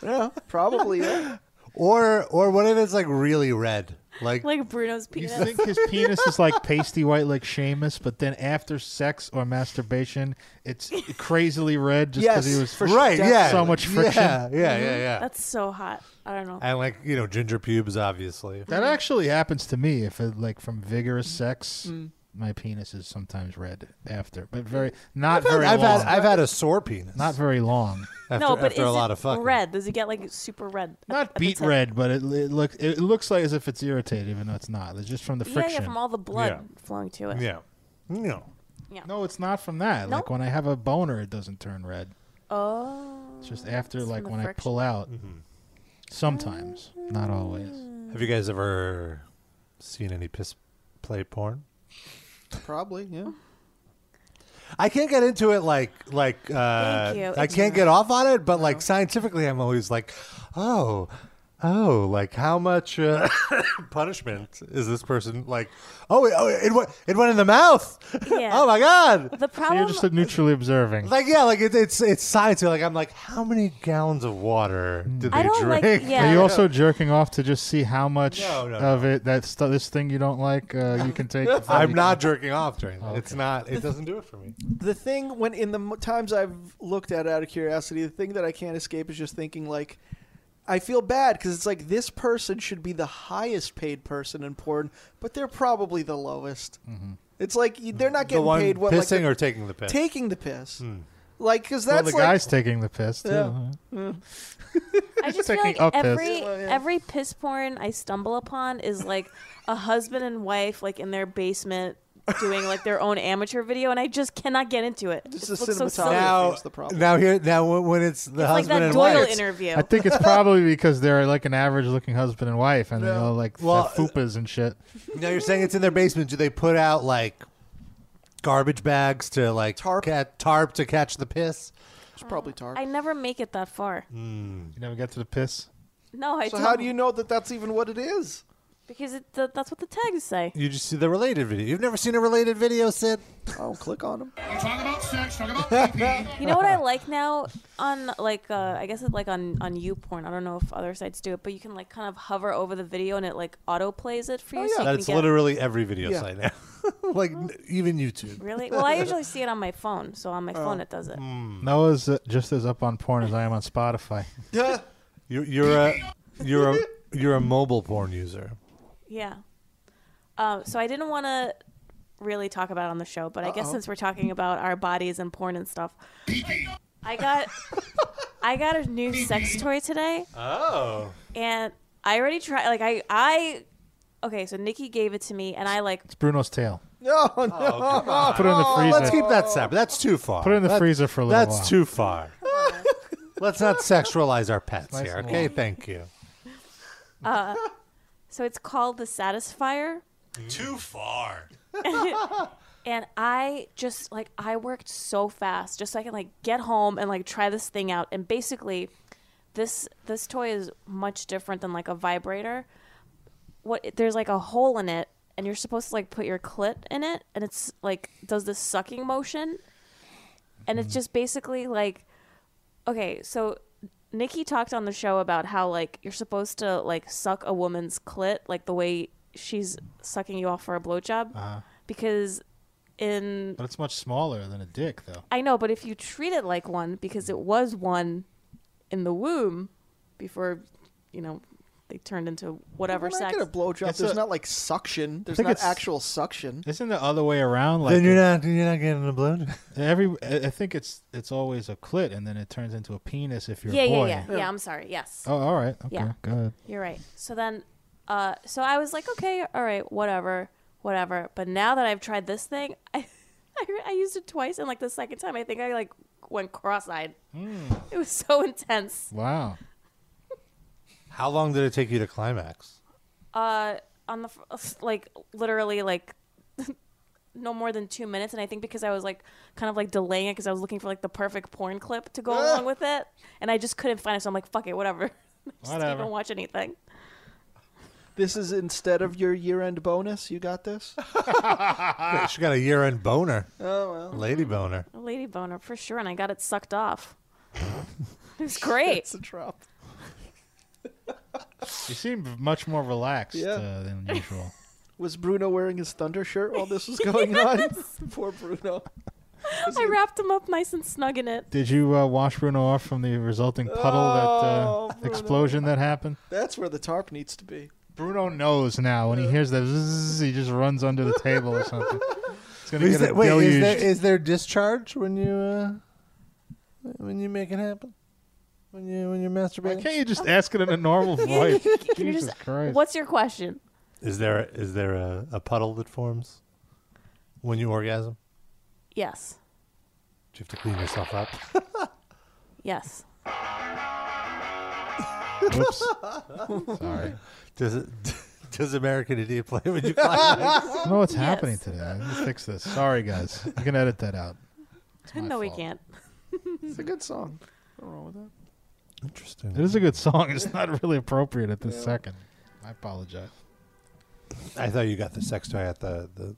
Speaker 4: Yeah, probably. Yeah.
Speaker 2: Or or what if it's like really red? Like
Speaker 5: Like Bruno's penis.
Speaker 3: You think his penis is like pasty white, like Seamus, but then after sex or masturbation, it's crazily red just because he was
Speaker 2: right. Yeah,
Speaker 3: so much friction.
Speaker 2: Yeah, yeah, yeah, yeah.
Speaker 5: That's so hot. I don't know.
Speaker 2: And like you know, ginger pubes, obviously.
Speaker 3: That
Speaker 5: Mm-hmm.
Speaker 3: actually happens to me if it, like from vigorous sex.
Speaker 2: Mm.
Speaker 3: My penis is sometimes red after,
Speaker 5: Mm.
Speaker 3: but very not
Speaker 2: I've had-
Speaker 3: very.
Speaker 2: I've
Speaker 3: long.
Speaker 2: had- I've had a sore penis.
Speaker 3: Not very long.
Speaker 5: no, but is it red? Does it get like super red? at- at
Speaker 3: Not
Speaker 5: the
Speaker 3: beat
Speaker 5: tip?
Speaker 3: red, but it, it looks it looks like as if it's irritated, even though it's not. It's just from the
Speaker 5: Yeah, yeah,
Speaker 3: friction.
Speaker 5: from all the blood Yeah. flowing to it. Yeah.
Speaker 2: No.
Speaker 5: Yeah.
Speaker 3: No, it's not from that.
Speaker 5: No?
Speaker 3: Like when I have a boner, it doesn't turn red.
Speaker 5: Oh.
Speaker 3: It's just after,
Speaker 5: from
Speaker 3: like
Speaker 5: the
Speaker 3: when I
Speaker 5: friction.
Speaker 3: pull out.
Speaker 2: Mm-hmm.
Speaker 3: Sometimes, not always.
Speaker 2: Have you guys ever seen any piss play porn?
Speaker 4: Probably. Yeah.
Speaker 2: I can't get into it like like uh,
Speaker 4: Thank you.
Speaker 2: I can't get off on it, but like scientifically, I'm always like, oh, oh, like how much uh, punishment is this person like? Oh, it, oh, it went it went in the mouth.
Speaker 5: Yeah.
Speaker 2: oh my god.
Speaker 5: The problem.
Speaker 3: You're just a neutrally observing.
Speaker 2: Like yeah, like it, it's it's science. Like I'm like, how many gallons of water did they
Speaker 5: I don't like-
Speaker 2: drink?
Speaker 5: yeah.
Speaker 3: Are you also jerking off to just see how much
Speaker 2: No, no,
Speaker 3: of it that stu this thing you don't like uh, you can take? before
Speaker 2: I'm
Speaker 3: you
Speaker 2: not
Speaker 3: can-
Speaker 2: jerking off during
Speaker 3: Oh,
Speaker 2: that. It's not. It doesn't do it for me.
Speaker 4: The thing when in the m- times I've looked at it out of curiosity, the thing that I can't escape is just thinking like, I feel bad because it's like this person should be the highest paid person in porn, but they're probably the lowest. It's like y- they're not
Speaker 2: The
Speaker 4: getting
Speaker 2: one
Speaker 4: paid what
Speaker 2: pissing
Speaker 4: like,
Speaker 2: or taking the piss?
Speaker 4: Taking the piss,
Speaker 2: Hmm.
Speaker 4: like because
Speaker 3: Well,
Speaker 4: that's
Speaker 3: the
Speaker 4: like,
Speaker 3: guy's taking the piss too.
Speaker 4: Yeah. Hmm.
Speaker 5: I just feel
Speaker 3: Taking
Speaker 5: like
Speaker 3: up piss.
Speaker 5: every
Speaker 4: Oh,
Speaker 3: Yeah, yeah.
Speaker 5: every piss porn I stumble upon is like a husband and wife like in their basement doing like their own amateur video, and I just cannot get into it. It
Speaker 4: the
Speaker 5: looks so
Speaker 4: cinematography
Speaker 5: silly.
Speaker 2: Now, now here, now when- when it's the
Speaker 5: It's like
Speaker 2: husband
Speaker 5: that
Speaker 2: and
Speaker 5: Doyle
Speaker 2: wife,
Speaker 5: interview.
Speaker 3: I think it's probably because they're like an average-looking husband and wife, and they all like
Speaker 2: Well,
Speaker 3: have fupas and shit.
Speaker 2: Now you're saying it's in their basement. Do they put out like garbage bags to like tarp, tarp to catch the piss? Hmm.
Speaker 4: it's probably tar.
Speaker 5: I never make it that far.
Speaker 3: You never get to the piss.
Speaker 5: No, I
Speaker 4: so
Speaker 5: don't.
Speaker 4: how do you know that that's even what it is?
Speaker 5: Because it, th- that's what the tags say.
Speaker 2: You just see the related video. You've never seen a related video, Sid?
Speaker 4: Oh, click on them.
Speaker 15: Talk about sex. Talk about
Speaker 5: You know what I like now on like uh, I guess it's like on on YouPorn. I don't know if other sites do it, but you can like kind of hover over the video and it like auto plays it for you. so you
Speaker 2: That's
Speaker 5: can get-
Speaker 2: literally every video
Speaker 5: Yeah.
Speaker 2: site now. like n- even YouTube.
Speaker 5: Really? Well, I usually see it on my phone, so on my phone it does it.
Speaker 2: Hmm.
Speaker 3: Noah's uh, just as up on porn as I am on Spotify.
Speaker 4: Yeah.
Speaker 2: You're, you're a you're a you're a mobile porn user.
Speaker 5: Yeah. Uh, so I didn't want to really talk about it on the show, but I guess
Speaker 2: Uh-oh.
Speaker 5: since we're talking about our bodies and porn and stuff, I got I got a new sex toy today.
Speaker 2: Oh.
Speaker 5: and I already tried. Like I, I, okay. So Nikki gave it to me, and I like
Speaker 3: It's Bruno's tail.
Speaker 4: No, no.
Speaker 3: Ah, Put it in the freezer.
Speaker 2: Oh,
Speaker 3: Oh.
Speaker 2: Let's keep that separate. That's too far.
Speaker 3: Put it in the
Speaker 2: That-
Speaker 3: freezer for a little
Speaker 2: That's
Speaker 3: while.
Speaker 2: too far. Let's not sexualize our pets
Speaker 3: Nice
Speaker 2: here,
Speaker 3: and
Speaker 2: okay?
Speaker 3: long.
Speaker 2: Thank you.
Speaker 5: Uh, so it's called the Satisfier.
Speaker 2: Too far.
Speaker 5: and I just like I worked so fast just so I can like get home and like try this thing out. And basically, this this toy is much different than like a vibrator. What there's like a hole in it, and you're supposed to like put your clit in it, and it's like does this sucking motion, and
Speaker 4: Mm-hmm.
Speaker 5: it's just basically like okay, so. Nikki talked on the show about how like you're supposed to like suck a woman's clit like the way she's sucking you off for a blowjob
Speaker 3: Uh-huh.
Speaker 5: because in
Speaker 3: But it's much smaller than a dick, though.
Speaker 5: I know, but if you treat it like one because it was one in the womb before, you know, they turned into whatever
Speaker 4: When I
Speaker 5: sex.
Speaker 4: get a blowjob,
Speaker 5: It's
Speaker 4: there's
Speaker 5: a-
Speaker 4: not like suction. There's
Speaker 3: think
Speaker 4: not
Speaker 3: it's-
Speaker 4: actual suction.
Speaker 3: Isn't the other way around? Like
Speaker 2: then you're not you're not getting a blood.
Speaker 3: every. I I think it's it's always a clit, and then it turns into a penis if you're
Speaker 5: yeah,
Speaker 3: a
Speaker 5: yeah,
Speaker 3: boy.
Speaker 5: yeah, yeah. I'm sorry. Yes.
Speaker 3: Oh, all right. Okay,
Speaker 5: Yeah.
Speaker 3: go ahead.
Speaker 5: You're right. So then, uh, so I was like, okay, all right, whatever, whatever. But now that I've tried this thing, I, I, re- I used it twice, and like the second time, I think I like went cross-eyed.
Speaker 3: Hmm.
Speaker 5: It was so intense.
Speaker 2: Wow. How long did it take you to climax?
Speaker 5: Uh, on the f- like literally like no more than two minutes, and I think because I was like kind of like delaying it because I was looking for like the perfect porn clip to go along with it, and I just couldn't find it. So I'm like, fuck it, whatever. just
Speaker 4: Whatever.
Speaker 5: Don't watch anything.
Speaker 4: This is instead of your year-end bonus. You got this.
Speaker 2: She got a year-end boner.
Speaker 5: Oh, well.
Speaker 2: Lady boner.
Speaker 5: A lady boner for sure, and I got it sucked off. it was great.
Speaker 4: it's a drop.
Speaker 3: You seem much more relaxed uh, than usual.
Speaker 4: Was Bruno wearing his Thunder shirt while this was going on? Poor Bruno.
Speaker 5: I wrapped him up nice and snug in it.
Speaker 3: Did you uh, wash Bruno off from the resulting puddle
Speaker 4: Oh,
Speaker 3: that uh, explosion that happened?
Speaker 4: That's where the tarp needs to be.
Speaker 3: Bruno knows now. When he hears that, zzz, he just runs under the table or something. It's gonna
Speaker 2: Is
Speaker 3: get
Speaker 2: there-
Speaker 3: a
Speaker 2: wait, is
Speaker 3: deluged.
Speaker 2: there, is there discharge when you uh, when you make it happen? When you when you're masturbating?
Speaker 3: Why can't you just ask it in a normal voice?
Speaker 5: Can you
Speaker 3: Jesus
Speaker 5: just-
Speaker 3: Christ!
Speaker 5: What's your question?
Speaker 2: Is there is there a, a puddle that forms when you orgasm?
Speaker 5: Yes.
Speaker 2: Do you have to clean yourself up?
Speaker 5: Yes.
Speaker 2: Oops. Sorry. Does it does American Idiot play when you
Speaker 3: I
Speaker 2: climax?
Speaker 3: don't know what's happening today. I need to fix this. Sorry, guys. You can edit that out.
Speaker 5: no, we can't.
Speaker 4: it's a good song. Nothing wrong with that.
Speaker 2: Interesting.
Speaker 3: It is a good song. It's not really appropriate at this second. I apologize.
Speaker 2: I thought you got the sex toy at the the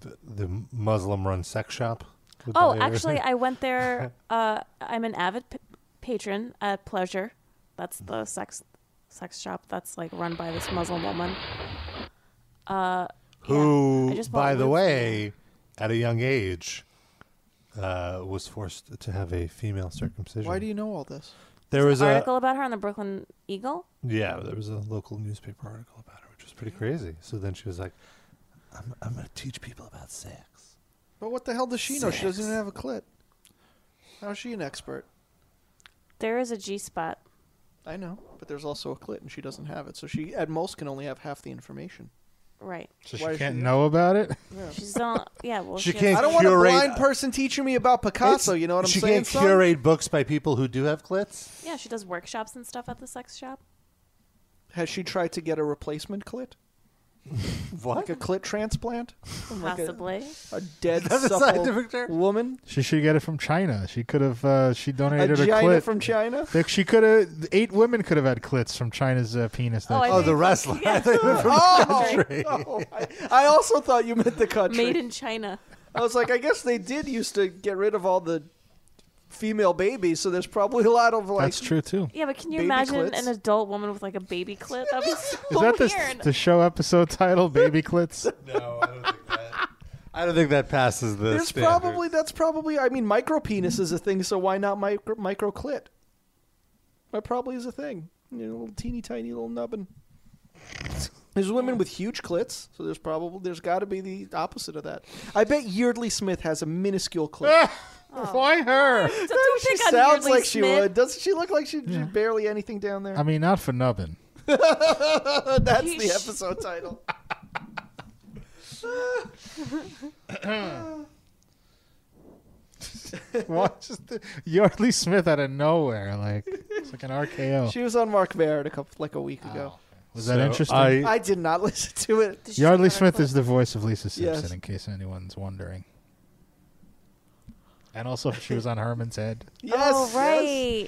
Speaker 2: the, the Muslim run sex shop. with
Speaker 5: Oh,
Speaker 2: the-
Speaker 5: actually, I went there. Uh, I'm an avid p- patron at Pleasure. That's the sex sex shop that's like run by this Muslim woman. Uh,
Speaker 2: who,
Speaker 5: I just bought
Speaker 2: by the
Speaker 5: lube.
Speaker 2: way, at a young age, uh, was forced to have a female circumcision.
Speaker 4: Why do you know all this?
Speaker 2: There was
Speaker 5: an
Speaker 2: a
Speaker 5: article about her on the Brooklyn Eagle.
Speaker 2: yeah, there was a local newspaper article about her, which was pretty crazy. So then she was like, "I'm, I'm going to teach people about sex."
Speaker 4: But what the hell does she know? She doesn't
Speaker 2: Sex.
Speaker 4: even have a clit. How is she an expert?
Speaker 5: There is a G spot.
Speaker 4: I know, but there's also a clit, and she doesn't have it. So she, at most, can only have half the information.
Speaker 5: Right.
Speaker 3: So
Speaker 4: Why
Speaker 3: she
Speaker 4: is
Speaker 3: can't know about it.
Speaker 4: Yeah.
Speaker 5: She's not. Yeah. Well,
Speaker 2: She
Speaker 5: has-
Speaker 2: can't
Speaker 4: I don't want a
Speaker 2: curate-
Speaker 4: blind person teaching me about Picasso.
Speaker 2: It's-
Speaker 4: you know what I'm
Speaker 2: she
Speaker 4: saying?
Speaker 2: can't
Speaker 4: son?
Speaker 2: curate books by people who do have clits.
Speaker 5: Yeah, she does workshops and stuff at the sex shop.
Speaker 4: Has she tried to get a replacement clit?
Speaker 2: What?
Speaker 4: Like a clit transplant? Like a-
Speaker 5: Possibly.
Speaker 4: A, dead
Speaker 2: Is that a
Speaker 4: supple
Speaker 2: scientific term?
Speaker 4: woman.
Speaker 3: She should get it from China. She could have. Uh, she donated her
Speaker 4: China
Speaker 3: clit
Speaker 4: from China?
Speaker 3: Like, She could have. Eight women could have had clits from China's uh, penis.
Speaker 4: Oh, I
Speaker 2: Oh, the wrestler. I thought you were from
Speaker 4: Oh,
Speaker 2: the country.
Speaker 4: oh, I, I also thought you meant the country.
Speaker 5: Made in China.
Speaker 4: I was like, I guess they did used to get rid of all the female babies, so there's probably a lot of like.
Speaker 3: That's true too.
Speaker 5: Yeah, but can you
Speaker 4: Baby
Speaker 5: imagine
Speaker 4: clits?
Speaker 5: an adult woman with like a baby clit? That'd be so
Speaker 3: Is that
Speaker 5: weird.
Speaker 3: the, the show episode title, Baby Clits?
Speaker 2: No, I don't think that. I don't think that passes the
Speaker 4: There's
Speaker 2: standard.
Speaker 4: probably that's probably I mean micro penis is a thing, so why not micro micro clit? That probably is a thing. You know, little teeny tiny little nubbin. There's women with huge clits, so there's probably there's got to be the opposite of that. I bet Yeardley Smith has a minuscule clit.
Speaker 3: Why her?
Speaker 5: Don't
Speaker 4: she
Speaker 5: pick on
Speaker 4: sounds
Speaker 5: Yeardley
Speaker 4: like she
Speaker 5: Smith.
Speaker 4: would. Doesn't she look like she she barely anything down there?
Speaker 3: I mean, uh, not for nubbin.
Speaker 4: that's
Speaker 5: You
Speaker 4: the
Speaker 5: sh-
Speaker 4: episode title.
Speaker 3: What? Just the- Yardley Smith out of nowhere, like it's like an RKO.
Speaker 4: She was on Mark Barrett a couple like a week ago.
Speaker 3: Was that
Speaker 2: So
Speaker 3: interesting?
Speaker 2: I-
Speaker 4: I did not listen to it.
Speaker 3: Yardley Smith is the voice of Lisa Simpson,
Speaker 4: Yes.
Speaker 3: in case anyone's wondering. And also, she was on Herman's Head.
Speaker 4: Yes,
Speaker 5: Oh,
Speaker 4: yes.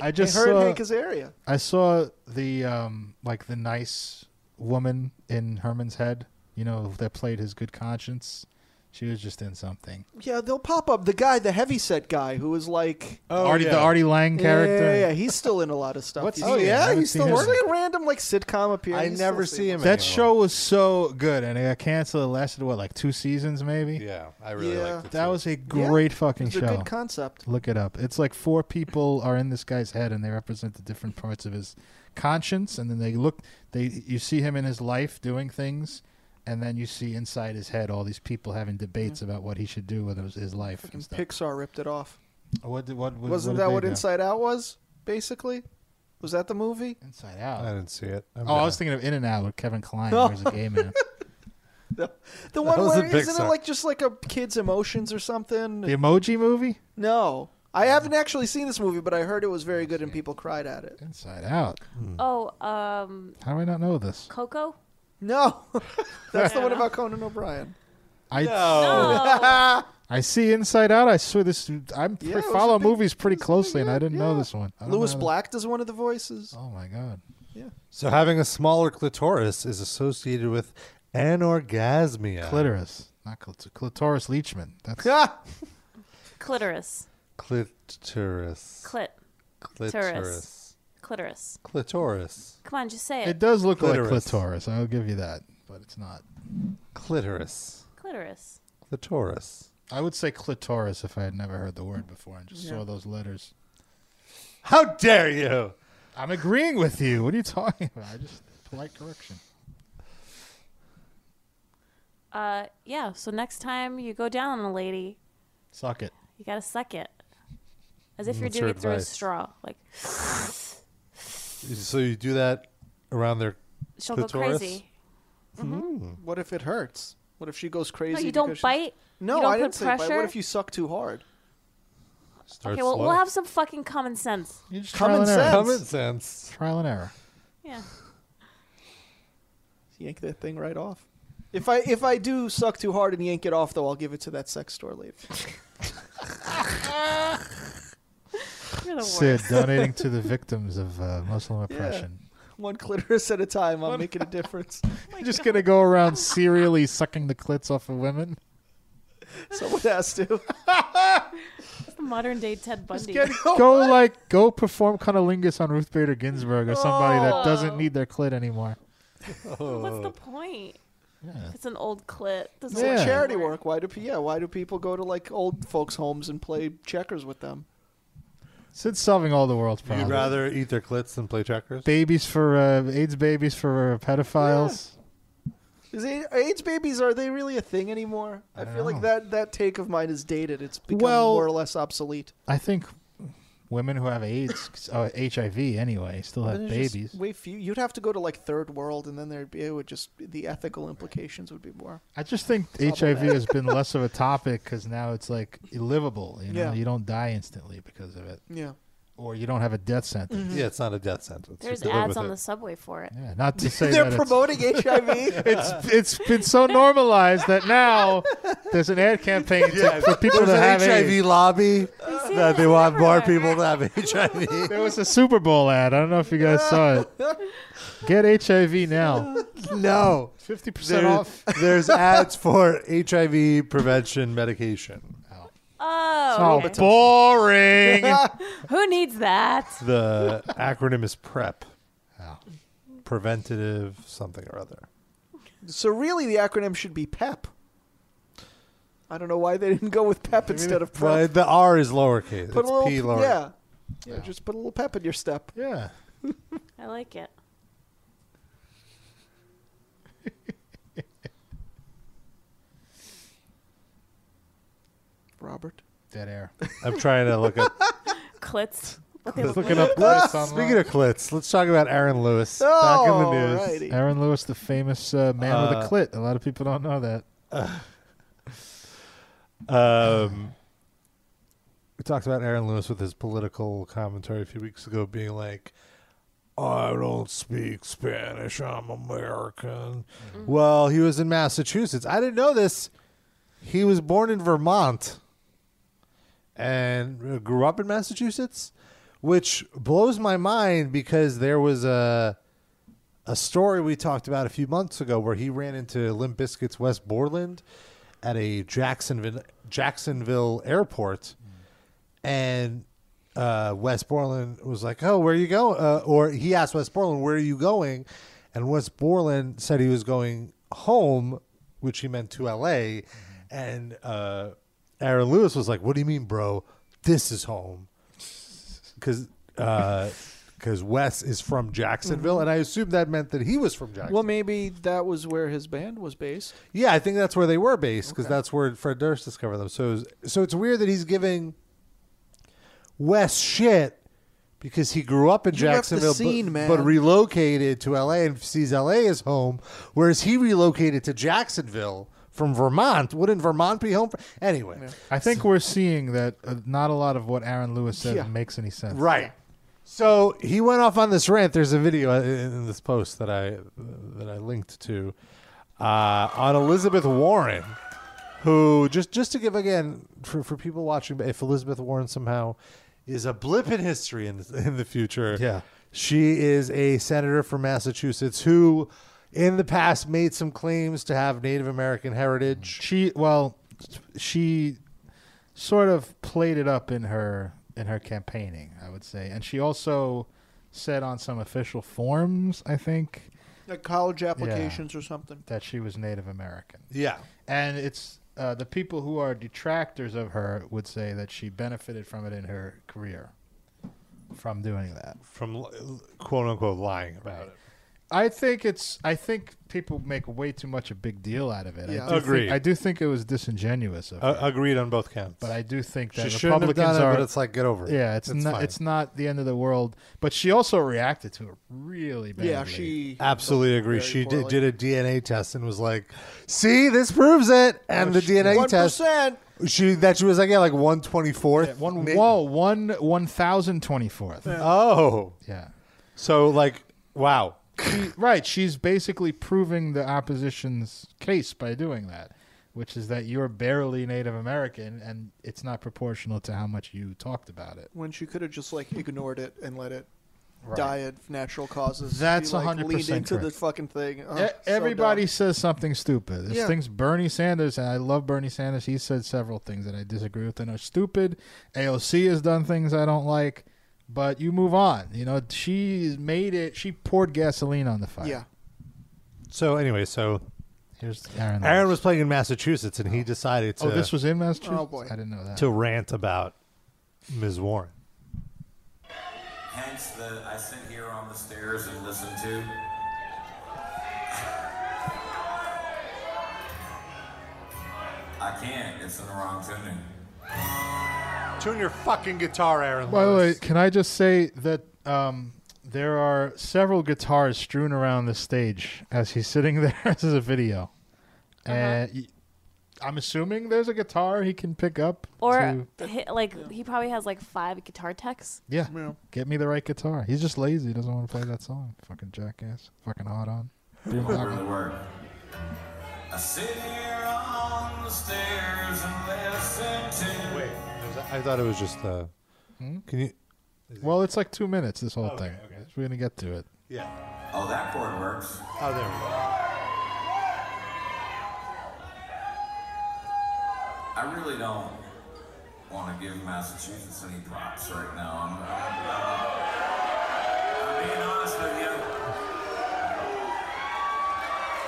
Speaker 5: right.
Speaker 3: I just
Speaker 4: her
Speaker 3: saw-
Speaker 4: and Hank Azaria.
Speaker 3: I saw the um, like the nice woman in Herman's Head. You know that played his good conscience. She was just in something.
Speaker 4: Yeah, they'll pop up the guy, the heavyset guy, who was like oh,
Speaker 3: Artie, the Artie Lang
Speaker 4: Yeah,
Speaker 3: character.
Speaker 4: Yeah, yeah, he's still in a lot of stuff.
Speaker 3: What's
Speaker 4: He's-
Speaker 3: he
Speaker 4: oh
Speaker 3: in? I
Speaker 4: yeah,
Speaker 3: haven't
Speaker 4: he's
Speaker 3: seen
Speaker 4: still
Speaker 3: him.
Speaker 4: working like random like sitcom appearance.
Speaker 2: I
Speaker 4: He's
Speaker 2: never
Speaker 4: still
Speaker 2: see him.
Speaker 3: That show was so good, and it got canceled. It lasted what, like two seasons, maybe.
Speaker 2: Yeah, I really
Speaker 4: Yeah.
Speaker 2: liked it.
Speaker 3: That
Speaker 2: too.
Speaker 3: was a great fucking
Speaker 4: It's a
Speaker 3: show.
Speaker 4: good concept.
Speaker 3: Look it up. It's like four people are in this guy's head, and they represent the different parts of his conscience. And then they look. They you see him in his life doing things, and then you see inside his head all these people having debates about what he should do with his, his life. And stuff.
Speaker 4: Pixar ripped it off.
Speaker 3: What, did- what, what
Speaker 4: Wasn't
Speaker 3: did
Speaker 4: that
Speaker 3: they
Speaker 4: what
Speaker 3: do?
Speaker 4: Inside Out was? Basically, was that the movie?
Speaker 3: Inside Out?
Speaker 2: I didn't see it. I'm
Speaker 3: oh, I
Speaker 2: not-
Speaker 3: was thinking of In and Out with Kevin Klein.
Speaker 4: No.
Speaker 3: Where's the gay man?
Speaker 4: The one
Speaker 2: was
Speaker 4: where
Speaker 2: in
Speaker 4: isn't it
Speaker 2: Pixar.
Speaker 4: like just like a kid's emotions or something?
Speaker 3: the Emoji Movie.
Speaker 4: No, I haven't actually seen this movie, but I heard it was very good and people cried at it.
Speaker 3: Inside Out.
Speaker 5: Oh, um,
Speaker 3: How do I not know this?
Speaker 5: Coco.
Speaker 4: No, that's the one about Conan O'Brien.
Speaker 3: I
Speaker 4: No.
Speaker 3: I see Inside Out. I swear this. I'm
Speaker 4: Yeah, it was a
Speaker 3: follow
Speaker 4: big-
Speaker 3: movies pretty closely, and I didn't know this one. I don't
Speaker 4: Lewis
Speaker 3: know.
Speaker 4: Black does one of the voices. Oh
Speaker 3: my god.
Speaker 4: Yeah.
Speaker 2: So having a smaller clitoris is associated with anorgasmia.
Speaker 3: Clitoris, not clit- clitoris leechman. That's
Speaker 5: Clitoris.
Speaker 2: clitoris.
Speaker 5: Clit.
Speaker 2: Clitoris.
Speaker 5: Clitoris.
Speaker 2: Clitoris.
Speaker 5: Come on, just say it.
Speaker 3: It does look like
Speaker 2: Clitoris.
Speaker 3: clitoris. I'll give you that, but it's not.
Speaker 2: Clitoris.
Speaker 5: Clitoris.
Speaker 2: Clitoris.
Speaker 3: I would say clitoris if I had never heard the word before and just
Speaker 5: Yeah.
Speaker 3: saw those letters.
Speaker 2: How dare you!
Speaker 3: I'm agreeing with you. What are you talking about? I just polite correction.
Speaker 5: Uh, yeah. So next time you go down on a lady,
Speaker 3: Suck it.
Speaker 5: you gotta suck it, as
Speaker 3: Mm,
Speaker 5: if you're
Speaker 2: That's
Speaker 5: doing
Speaker 2: your
Speaker 5: it through a
Speaker 2: advice.
Speaker 5: straw. Like
Speaker 2: So you do that around their
Speaker 5: she'll
Speaker 2: clitoris?
Speaker 5: go
Speaker 2: Mm-hmm.
Speaker 5: crazy. Mm-hmm.
Speaker 4: What if it hurts? What if she goes crazy?
Speaker 5: you don't
Speaker 4: because she's-
Speaker 5: bite?
Speaker 4: No,
Speaker 5: You don't
Speaker 4: I didn't
Speaker 5: put
Speaker 4: say bite.
Speaker 5: pressure?
Speaker 4: What if you suck too hard?
Speaker 2: Start
Speaker 5: okay, well,
Speaker 2: slow.
Speaker 5: we'll have some fucking common sense.
Speaker 3: You just
Speaker 4: Common
Speaker 3: trial and
Speaker 4: sense.
Speaker 3: error.
Speaker 4: Common
Speaker 2: sense.
Speaker 3: Trial and error.
Speaker 5: Yeah.
Speaker 4: Yank that thing right off. If I if I do suck too hard and yank it off, though, I'll give it to that sex store lady.
Speaker 5: You're the
Speaker 3: Sid donating to the victims of uh, Muslim oppression.
Speaker 4: One clitoris at a time. I'm making a difference.
Speaker 5: Oh
Speaker 3: You're just gonna go around serially sucking the clits off of women.
Speaker 4: Someone has to.
Speaker 5: It's the modern day Ted Bundy.
Speaker 3: Go like go perform cunnilingus on Ruth Bader Ginsburg or somebody
Speaker 5: Oh.
Speaker 3: that doesn't need their clit anymore.
Speaker 2: Oh.
Speaker 5: What's the point?
Speaker 3: Yeah.
Speaker 5: It's an old clit. Doesn't
Speaker 4: It's like
Speaker 5: work.
Speaker 4: charity work. Why do pe- yeah? Why do people go to like old folks' homes and play checkers with them?
Speaker 3: Sid's solving all the world's
Speaker 2: You'd
Speaker 3: problems.
Speaker 2: rather eat their clits than play checkers?
Speaker 3: babies for uh, AIDS babies for uh, pedophiles.
Speaker 4: Is it, AIDS babies are they really a thing anymore? I, feel like that that take of mine is dated. It's become
Speaker 3: Well-
Speaker 4: more or less obsolete.
Speaker 3: I think women who have AIDS, uh, HIV anyway, still have
Speaker 4: But there's just
Speaker 3: babies.
Speaker 4: Way few. You'd have to go to like third world, and then there'd be it would just the ethical implications would be more.
Speaker 3: I just think HIV
Speaker 4: problematic.
Speaker 3: has been less of a topic because now it's like livable. You know,
Speaker 4: Yeah.
Speaker 3: you don't die instantly because of it,
Speaker 4: Yeah. Mm-hmm.
Speaker 3: or you don't have a death sentence.
Speaker 2: Mhm. Yeah, it's not a death sentence.
Speaker 5: There's ads on the subway for it.
Speaker 3: Yeah, not to say
Speaker 4: They're
Speaker 3: that
Speaker 4: promoting HIV.
Speaker 3: It's, it's it's been so normalized that now there's an ad campaign to, for people
Speaker 2: There's
Speaker 3: that have
Speaker 2: an HIV
Speaker 3: AIDS.
Speaker 2: lobby that they want more people to have HIV.
Speaker 3: There was a Super Bowl ad. I don't know if you guys saw it. Get HIV now.
Speaker 2: No.
Speaker 3: 50%
Speaker 2: There-
Speaker 3: off.
Speaker 2: There's ads for HIV prevention medication.
Speaker 5: Oh,
Speaker 3: Oh,
Speaker 5: okay.
Speaker 3: boring.
Speaker 5: Who needs that?
Speaker 2: The acronym is PrEP. Preventative something or other.
Speaker 4: So really, the acronym should be PEP. I don't know why they didn't go with PEP instead of
Speaker 2: Well,
Speaker 4: PrEP.
Speaker 2: the R is lowercase.
Speaker 4: Put
Speaker 2: it's
Speaker 4: a little,
Speaker 2: P lower.
Speaker 4: yeah, yeah. Just put a little pep in your step.
Speaker 3: Yeah.
Speaker 5: I like it.
Speaker 4: Robert.
Speaker 3: Dead air.
Speaker 2: I'm trying to look up.
Speaker 5: Clits. What they
Speaker 2: Let's
Speaker 5: look
Speaker 2: look
Speaker 5: like.
Speaker 2: it up.
Speaker 3: clits online.
Speaker 2: Speaking of clits, let's talk about Aaron Lewis. Back in the news.
Speaker 4: Alrighty.
Speaker 3: Aaron Lewis, the famous uh, man with a
Speaker 2: Uh,
Speaker 3: clit. A lot of people don't know that.
Speaker 2: Um, we talked about Aaron Lewis with his political commentary a few weeks ago, being like, "I don't speak Spanish. I'm American."
Speaker 3: Mm.
Speaker 2: Well, he was in Massachusetts. I didn't know this. He was born in Vermont and grew up in Massachusetts, which blows my mind because there was a a story we talked about a few months ago where he ran into Limp Bizkit's West Borland at a Jacksonville Jacksonville airport, and uh, West Borland was like, "Oh, where you going?" Uh, or he asked West Borland, "Where are you going?" And West Borland said he was going home, which he meant to L.A. And uh, Aaron Lewis was like, "What do you mean, bro? This is home." because because Wes is from Jacksonville, and I assume that meant that he was from Jacksonville.
Speaker 4: Well, maybe that was where his band was based.
Speaker 2: yeah, I think that's where they were based because that's where Fred Durst discovered them. So it was- so it's weird that he's giving Wes shit because he grew up in
Speaker 4: You left the
Speaker 2: Jacksonville,
Speaker 4: scene,
Speaker 2: but,
Speaker 4: man.
Speaker 2: but relocated to L.A. and sees L.A. as home, whereas he relocated to Jacksonville from Vermont. Wouldn't Vermont be home? For- anyway,
Speaker 3: I think we're seeing that uh, not a lot of what Aaron Lewis said
Speaker 2: Yeah.
Speaker 3: makes any sense.
Speaker 2: Right. So he went off on this rant. There's a video uh, in- in this post that I that I linked to uh, on Elizabeth Warren, who just just to give again for for people watching, if Elizabeth Warren somehow is a blip in history in the, in the future, yeah, she is a senator from Massachusetts who, in the past, made some claims to have Native American heritage.
Speaker 3: She well, she sort of played it up in her in her campaigning, I would say, and she also said on some official forms, I think,
Speaker 4: Like college applications or something.
Speaker 3: that she was Native American.
Speaker 2: Yeah.
Speaker 3: and it's uh, the people who are detractors of her would say that she benefited from it in her career from doing that
Speaker 2: from quote unquote lying about it.
Speaker 3: I think it's. I think people make way too much a big deal out of it.
Speaker 2: Yeah.
Speaker 3: I do
Speaker 2: Agreed.
Speaker 3: Think, I do think it was disingenuous of
Speaker 2: Uh,
Speaker 3: her.
Speaker 2: agreed on both counts.
Speaker 3: But I do think that
Speaker 2: She shouldn't have
Speaker 3: Republicans
Speaker 2: done it,
Speaker 3: are.
Speaker 2: but it's like, get over it.
Speaker 3: Yeah, it's,
Speaker 2: It's
Speaker 3: not.
Speaker 2: fine.
Speaker 3: It's not the end of the world. But she also reacted to it really badly.
Speaker 4: Yeah, she
Speaker 2: Absolutely agree.
Speaker 3: very
Speaker 2: She did,
Speaker 3: poorly.
Speaker 2: did a DNA test and was like, "See, this proves it."
Speaker 3: Oh,
Speaker 2: And the DNA test,
Speaker 4: 1%.
Speaker 2: she that she was like, "Yeah, like one twenty fourth,
Speaker 3: one whoa, one one thousand twenty fourth.
Speaker 2: Oh,
Speaker 3: yeah.
Speaker 2: So like, wow.
Speaker 3: She, right. She's basically proving the opposition's case by doing that, which is that you're barely Native American, and it's not proportional to how much you talked about it.
Speaker 4: When she could have just like ignored it and let it
Speaker 3: Right.
Speaker 4: die of natural causes.
Speaker 3: That's
Speaker 4: She, like,
Speaker 3: 100%
Speaker 4: Leaned into the
Speaker 3: correct.
Speaker 4: fucking thing. Ugh,
Speaker 3: E-
Speaker 4: Oh, so
Speaker 3: Everybody
Speaker 4: dumb.
Speaker 3: says something stupid. There's
Speaker 4: Yeah.
Speaker 3: things Bernie Sanders, and I love Bernie Sanders. He said several things that I disagree with and are stupid. AOC has done things I don't like, but you move on. You know, she made it. She poured gasoline on the fire.
Speaker 4: Yeah.
Speaker 2: So anyway, so
Speaker 3: here's Aaron.
Speaker 2: Aaron was playing in Massachusetts, and he decided to.
Speaker 3: Oh, this was in Massachusetts.
Speaker 2: Oh,
Speaker 3: boy, I didn't know that.
Speaker 2: to rant about Ms. Warren.
Speaker 15: Hence the I sit here on the stairs and listen to. I can't. It's in the wrong tuning.
Speaker 2: Tune your fucking guitar, Aaron.
Speaker 3: By the way, can I just say that um, there are several guitars strewn around the stage as he's sitting there. this is a video,
Speaker 4: Uh-huh.
Speaker 3: and y- I'm assuming there's a guitar he can pick up.
Speaker 5: Or
Speaker 3: to-
Speaker 5: hi like he probably has like five guitar techs.
Speaker 3: yeah, get me the right guitar. He's just lazy. He doesn't want to play that song. Fucking jackass. Fucking hard on. Be my
Speaker 15: Really
Speaker 3: lover.
Speaker 15: work. I sit here on the stairs and listen to. Wait,
Speaker 2: I thought it was just. Uh, Can you?
Speaker 3: Hmm? Well, it's like two minutes. This whole
Speaker 15: Okay,
Speaker 3: thing. We're gonna get to it.
Speaker 15: Oh, that chord works.
Speaker 2: Oh, there we go.
Speaker 15: I really don't want to give Massachusetts any props right now. I'm, I'm, I'm being honest with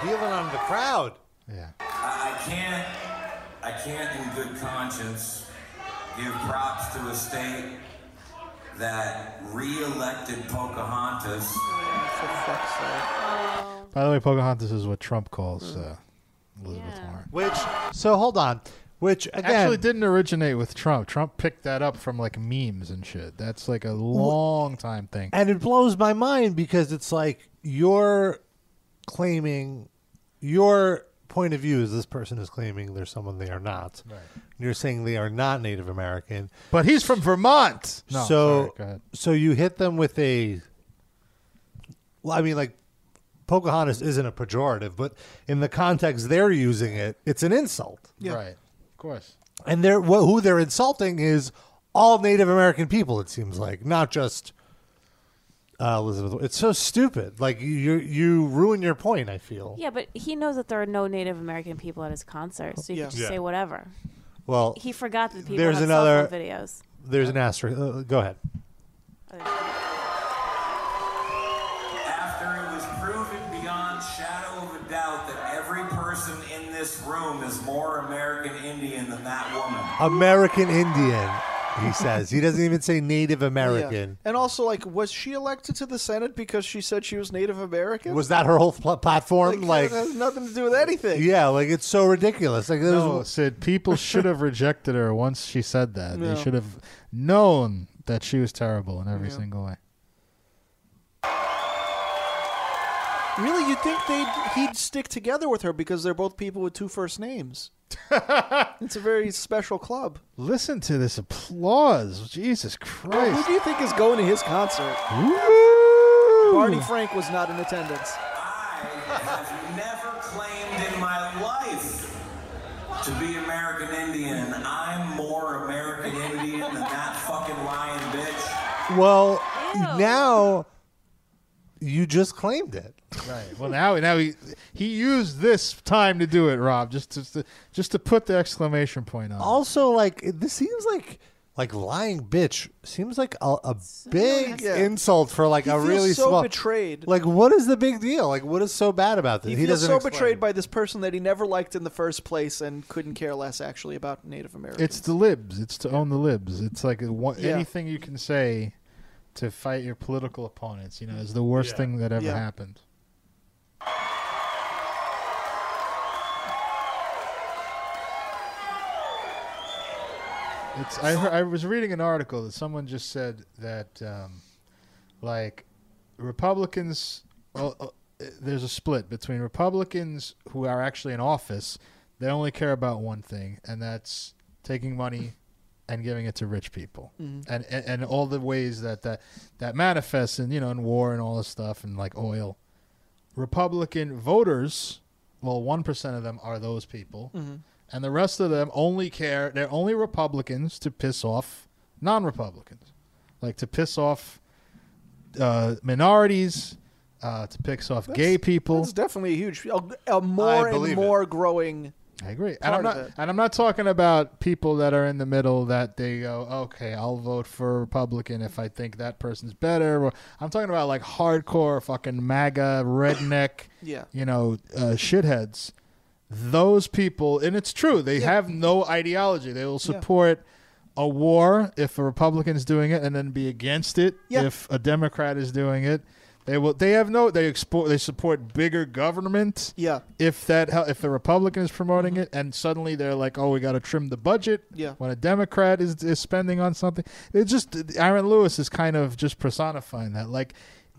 Speaker 15: you.
Speaker 2: Healing on the crowd.
Speaker 15: I, I can't, I can't in good conscience give props to a state that re-elected Pocahontas.
Speaker 3: By the way, Pocahontas is what Trump calls uh, Elizabeth Warren.
Speaker 2: Which Hmm. so hold on. Which again
Speaker 3: Actually, it didn't originate with Trump. Trump picked that up from like memes and shit. That's like a long time thing.
Speaker 2: And it blows my mind because it's like you're claiming your point of view is this person is claiming they're someone they are not.
Speaker 3: Right.
Speaker 2: And you're saying they are not Native American.
Speaker 3: But he's from Vermont. No, sorry,
Speaker 2: so
Speaker 3: go ahead.
Speaker 2: so you hit them with a well, I mean like Pocahontas isn't a pejorative, but in the context they're using it, it's an insult.
Speaker 3: Right. Of course.
Speaker 2: And they're wh- who they're insulting is all Native American people. It seems like not just uh, Elizabeth. It's so stupid. Like you, you, you ruin your point. I feel.
Speaker 5: Yeah, but he knows that there are no Native American people at his concert, so you
Speaker 2: Yeah.
Speaker 5: can just
Speaker 2: Yeah.
Speaker 5: say whatever.
Speaker 2: Well,
Speaker 5: he forgot that people
Speaker 2: there's
Speaker 5: have
Speaker 2: another
Speaker 5: cell phone videos.
Speaker 2: There's an asterisk. Uh, go ahead.
Speaker 15: After it was proven beyond shadow of a doubt that every person in this room is more American Indian than that woman.
Speaker 2: American Indian. He says he doesn't even say Native
Speaker 4: Yeah.
Speaker 2: American.
Speaker 4: And also, like, was she elected to the Senate because she said she was Native American?
Speaker 2: Was that her whole pl- platform? Like,
Speaker 4: it has nothing to do with anything.
Speaker 2: yeah, like it's so ridiculous. Like there's
Speaker 3: No, Sid, people should have rejected her once she said that.
Speaker 2: No.
Speaker 3: They should have known that she was terrible in every
Speaker 2: Yeah.
Speaker 3: single way.
Speaker 4: Really, you'd think they'd he'd stick together with her because they're both people with two first names. it's a very special club.
Speaker 3: Listen to this applause. Jesus Christ.
Speaker 4: Who do you think is going to his concert? Barney Frank was not in attendance.
Speaker 15: have never claimed in my life to be American Indian. I'm more American Indian than that fucking lying bitch.
Speaker 2: Well, now you just claimed it.
Speaker 3: Right. Well, now now he he used this time to do it, Rob, just to just to put the exclamation point on.
Speaker 2: Also, like this seems like like lying bitch seems like a, a big
Speaker 4: yeah.
Speaker 2: insult for like
Speaker 4: He
Speaker 2: a
Speaker 4: feels
Speaker 2: really
Speaker 4: so
Speaker 2: small
Speaker 4: betrayed.
Speaker 2: Like, what is the big deal? Like, what is so bad about this?
Speaker 4: He, feels
Speaker 2: doesn't
Speaker 4: so
Speaker 2: explain.
Speaker 4: betrayed by this person that he never liked in the first place and couldn't care less actually about Native Americans.
Speaker 3: It's the libs. It's to own the libs. It's like a, one,
Speaker 4: Yeah.
Speaker 3: anything you can say to fight your political opponents. You know, is the worst
Speaker 4: Yeah.
Speaker 3: thing that ever
Speaker 4: Yeah.
Speaker 3: happened. It's. I heard, I was reading an article that someone just said that, um, like, Republicans. Well, uh, there's a split between Republicans who are actually in office. They only care about one thing, and that's taking money and giving it to rich people,
Speaker 7: Mhm.
Speaker 3: and, and and all the ways that that that manifests, and you know, in war and all this stuff, and like oil. Republican voters, well, one percent of them are those people,
Speaker 4: Mm-hmm.
Speaker 7: Mhm.
Speaker 3: and the rest of them only care. They're only Republicans to piss off non-Republicans, like to piss off uh, minorities, uh, to piss off gay people.
Speaker 4: It's definitely a huge, a, a
Speaker 3: I
Speaker 4: more and
Speaker 3: believe it.
Speaker 4: more growing.
Speaker 3: I agree, and
Speaker 4: part
Speaker 3: I'm
Speaker 4: of
Speaker 3: not.
Speaker 4: it.
Speaker 3: And I'm not talking about people that are in the middle that they go, okay, I'll vote for Republican if I think that person's better. Or, I'm talking about like hardcore fucking MAGA redneck,
Speaker 4: Yeah.
Speaker 3: you know, uh, shitheads. Those people, and it's true, they have no ideology. They will support a war if a Republican is doing it, and then be against it
Speaker 7: Yeah.
Speaker 3: if a Democrat is doing it. They will. They have no. They export. They support bigger government.
Speaker 4: Yeah.
Speaker 3: If that. hel- If the Republican is promoting it, and suddenly they're like, "Oh, we got to trim the budget."
Speaker 4: Mm-hmm. Yeah.
Speaker 3: When a Democrat is is spending on something, it just Aaron Lewis is kind of just personifying that. Like,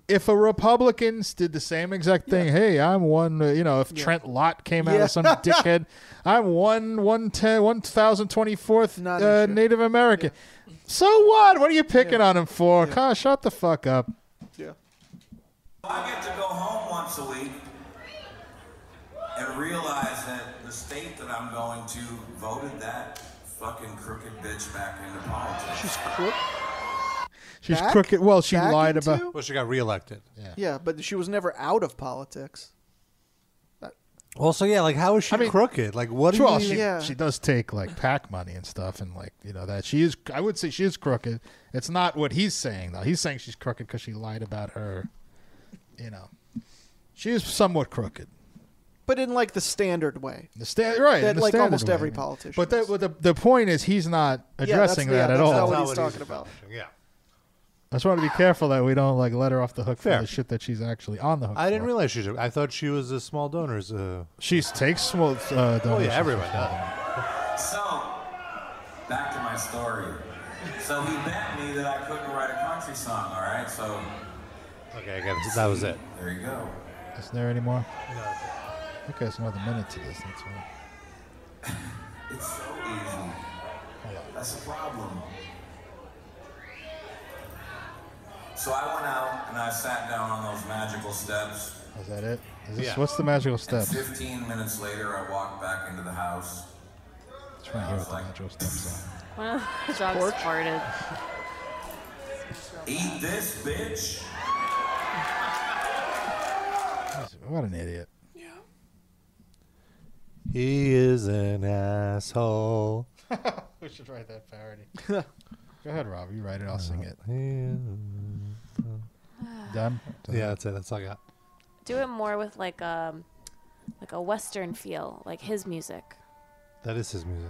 Speaker 3: if a Republicans did the same exact thing, hey, I'm one. uh, You know, if Trent Lott came out
Speaker 7: Yeah.
Speaker 3: as some dickhead, I'm one one ten one thousand twenty fourth uh, Native American. So what? What are you picking on him for? Gosh, shut the fuck up.
Speaker 15: I get to go home once a week and realize that the state that I'm going to voted that fucking crooked bitch back into politics.
Speaker 4: She's crook.
Speaker 3: She's
Speaker 4: Back-
Speaker 3: crooked. Well, she
Speaker 4: back
Speaker 3: lied
Speaker 4: into-
Speaker 3: about.
Speaker 2: Well, she got reelected.
Speaker 3: Yeah.
Speaker 4: Yeah, but she was never out of politics.
Speaker 2: Also, yeah, like how is she crooked? Like, what?
Speaker 3: Well,
Speaker 2: do you
Speaker 3: she,
Speaker 2: mean?
Speaker 3: she does take like PAC money and stuff, and like you know that she is. I would say she is crooked. It's not what he's saying though. He's saying she's crooked because she lied about her. You know, she is somewhat crooked.
Speaker 4: But in like the standard way.
Speaker 3: The sta- right,
Speaker 4: That
Speaker 3: in the
Speaker 4: like
Speaker 3: standard
Speaker 4: almost
Speaker 3: way,
Speaker 4: every
Speaker 3: I mean.
Speaker 4: politician.
Speaker 3: But that, well, the the point is he's not addressing
Speaker 4: yeah, that's,
Speaker 3: that
Speaker 4: yeah,
Speaker 3: at
Speaker 4: that's
Speaker 3: all.
Speaker 4: Not what he's talking about.
Speaker 2: Yeah.
Speaker 3: I just want to be careful that we don't like let her off the hook
Speaker 2: Fair.
Speaker 3: for the shit that she's actually on the hook.
Speaker 2: I didn't realize she. I thought she was a small donors. Uh,
Speaker 3: she takes small uh, donations.
Speaker 2: Oh yeah, everyone does.
Speaker 15: So, back to my story. So he bet me that I couldn't write a country song, all right? So.
Speaker 2: Okay, I got it. That was it.
Speaker 15: There you go.
Speaker 3: Is there anymore? Okay, it's another minute to this. That's all.
Speaker 15: It's so easy. That's a problem. So I went out and I sat down on those magical steps.
Speaker 3: Is that it? Is this,
Speaker 15: Yeah.
Speaker 3: What's the magical
Speaker 15: And
Speaker 3: step?
Speaker 15: 15 minutes later, I walked back into the house.
Speaker 3: Let's try and hear what the magical steps
Speaker 5: One of the dogs farted.
Speaker 15: Eat this, bitch.
Speaker 3: are. What an idiot.
Speaker 2: He is an asshole.
Speaker 3: we should write that parody. Go ahead, Rob. You write it. I'll sing it. Done?
Speaker 2: Yeah, that's it. That's all I got.
Speaker 5: Do it more with like a like a western feel, like his music.
Speaker 2: That is his music.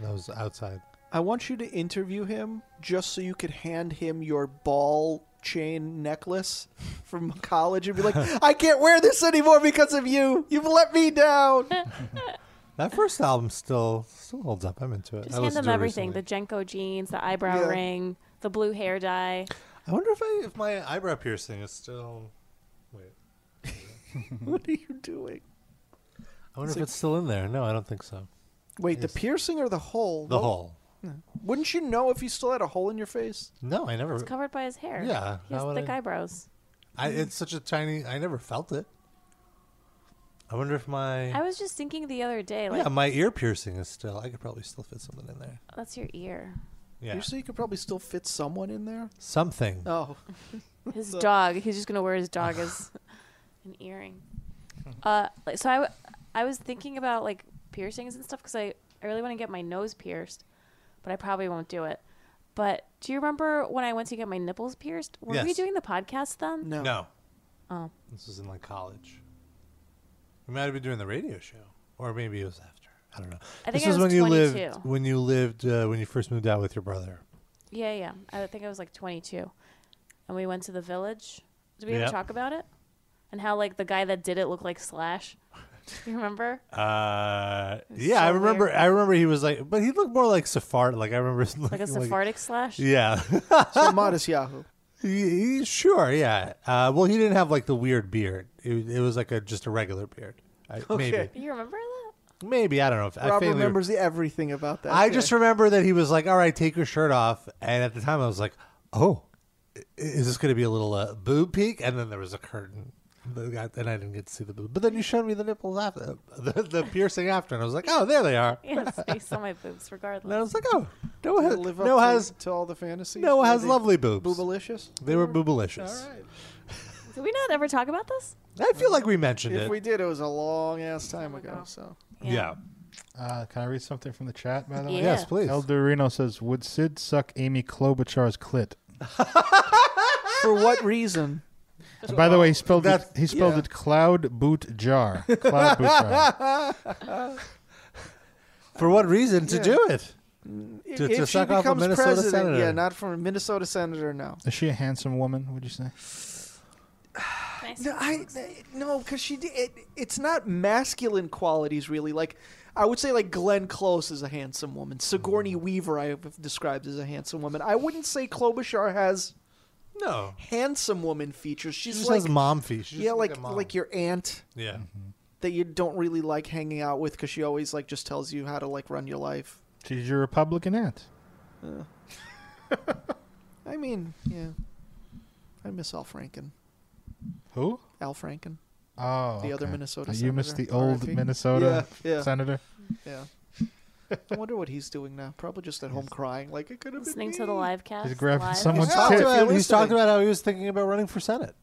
Speaker 2: That was outside.
Speaker 4: I want you to interview him just so you could hand him your ball chain necklace from college and be like, I can't wear this anymore because of you. You've let me down.
Speaker 2: That first album still still holds up. I'm into it.
Speaker 5: Just
Speaker 2: I
Speaker 5: hand
Speaker 2: listened
Speaker 5: him
Speaker 2: to it
Speaker 5: everything:
Speaker 2: recently.
Speaker 5: the Jenko jeans, the eyebrow
Speaker 2: Yeah.
Speaker 5: ring, the blue hair dye.
Speaker 2: I wonder if I if my eyebrow piercing is still. Wait.
Speaker 4: what are you doing?
Speaker 2: I wonder if it's still in there. No, I don't think so.
Speaker 4: Wait, the piercing or the hole?
Speaker 2: The
Speaker 4: What-
Speaker 2: hole.
Speaker 4: Wouldn't you know if you still had a hole in your face?
Speaker 2: No, I never.
Speaker 5: It's covered by his hair.
Speaker 2: Yeah,
Speaker 5: He has
Speaker 2: how would
Speaker 5: thick
Speaker 2: I-
Speaker 5: eyebrows.
Speaker 2: I, it's such a tiny. I never felt it. I wonder if my
Speaker 5: I was just thinking the other day, like,
Speaker 2: yeah my ear piercing is still. I could probably still fit something in there.
Speaker 5: that's your ear.
Speaker 2: Yeah,
Speaker 4: You say you could probably still fit someone in there?
Speaker 2: something.
Speaker 4: Oh.
Speaker 5: His
Speaker 4: So-
Speaker 5: dog. He's just gonna wear his dog as an earring. Uh, like, so I, w- I was thinking about like piercings and stuff because I, I really want to get my nose pierced, but I probably won't do it. But do you remember when I went to get my nipples pierced? Were we
Speaker 2: Yes.
Speaker 5: doing the podcast then?
Speaker 2: No.
Speaker 5: Oh,
Speaker 2: This was in like college. We might have been doing the radio show, or maybe it was after. I don't know.
Speaker 5: I think
Speaker 2: this
Speaker 5: I was
Speaker 2: when you
Speaker 5: 22.
Speaker 2: lived when you lived uh, when you first moved out with your brother.
Speaker 5: yeah, yeah. I think I was like 22, and we went to the village. Did we ever
Speaker 2: Yep.
Speaker 5: talk about it? And how like the guy that did it looked like Slash. you remember?
Speaker 2: Uh,
Speaker 5: It was
Speaker 2: yeah, I
Speaker 5: so
Speaker 2: remember.
Speaker 5: weird.
Speaker 2: I remember he was like, but he looked more like Sephardic. Like I remember,
Speaker 5: Like a Sephardic Slash.
Speaker 2: Yeah.
Speaker 4: so modest Yahoo.
Speaker 2: He- he- sure, yeah. Uh, well, he didn't have like the weird beard. It, it was like a just a regular beard. I, Maybe,
Speaker 5: You remember that?
Speaker 2: maybe I don't know. If, I
Speaker 4: Rob
Speaker 2: faintly-
Speaker 4: remembers everything about that.
Speaker 2: I
Speaker 4: guy.
Speaker 2: just remember that he was like, "All right, take your shirt off," and at the time I was like, "Oh, i- is this going to be a little uh, boob peek?" And then there was a curtain, But I got- and I didn't get to see the boob. But then you showed me the nipples after the, the piercing after, and I was like, "Oh, there they are."
Speaker 5: yes, I saw my boobs regardless.
Speaker 2: And I was like, "Oh, no,
Speaker 4: Does it
Speaker 2: has,
Speaker 4: live up
Speaker 2: no
Speaker 4: to-
Speaker 2: has."
Speaker 4: to all the fantasies.
Speaker 2: Noah
Speaker 4: Were
Speaker 2: has
Speaker 4: they
Speaker 2: lovely boobs.
Speaker 4: Boobalicious.
Speaker 2: They were boobalicious.
Speaker 4: All right.
Speaker 5: Did we not ever talk about this?
Speaker 2: I feel like we mentioned
Speaker 4: If
Speaker 2: it.
Speaker 4: we did, it was a long ass time ago. So
Speaker 2: yeah.
Speaker 3: Uh, can I read something from the chat, by the way?
Speaker 4: Yeah. Yes,
Speaker 2: please.
Speaker 3: El Dorino says, "Would Sid suck Amy Klobuchar's clit?"
Speaker 4: for what reason?
Speaker 3: And
Speaker 2: Oh,
Speaker 3: by the way, he spelled
Speaker 4: That's-
Speaker 3: it. He spelled
Speaker 4: yeah.
Speaker 3: it cloud boot jar. Cloud boot jar.
Speaker 2: For what reason to
Speaker 4: Yeah.
Speaker 2: do it?
Speaker 4: If-
Speaker 2: To,
Speaker 4: if
Speaker 2: to
Speaker 4: she
Speaker 2: suck off a
Speaker 4: becomes
Speaker 2: Minnesota
Speaker 4: president,
Speaker 2: senator?
Speaker 4: yeah, not from a Minnesota senator. No,
Speaker 3: Is she a handsome woman? Would you say?
Speaker 4: no, I no, because she did. It, it's not masculine qualities really. Like I would say, like Glenn Close is a handsome woman.
Speaker 2: Mm.
Speaker 4: Sigourney Weaver, I have described as a handsome woman. I wouldn't say Klobuchar has
Speaker 2: no
Speaker 4: handsome woman features. She's
Speaker 2: just
Speaker 4: like
Speaker 2: has mom features. She's
Speaker 4: Yeah,
Speaker 2: just like
Speaker 4: like
Speaker 2: a
Speaker 4: like,
Speaker 2: mom.
Speaker 4: your aunt
Speaker 2: Yeah.
Speaker 4: that you don't really like hanging out with because she always like just tells you how to like run your life.
Speaker 3: She's your Republican aunt.
Speaker 4: Uh. I mean, yeah. I miss Al Franken.
Speaker 3: Who?
Speaker 4: Al Franken.
Speaker 3: Oh,
Speaker 4: The other
Speaker 3: okay.
Speaker 4: Minnesota
Speaker 3: You
Speaker 4: senator.
Speaker 3: missed the old
Speaker 4: RIP.
Speaker 3: Minnesota
Speaker 4: Yeah, yeah.
Speaker 3: senator?
Speaker 4: Yeah. I wonder what he's doing now. Probably just at home crying, like it could have been
Speaker 5: Listening
Speaker 4: me.
Speaker 5: to the live cast.
Speaker 3: He's grabbing
Speaker 5: live.
Speaker 3: someone's
Speaker 2: Talked
Speaker 3: tit.
Speaker 2: about- he's talked about how he was thinking about running for Senate.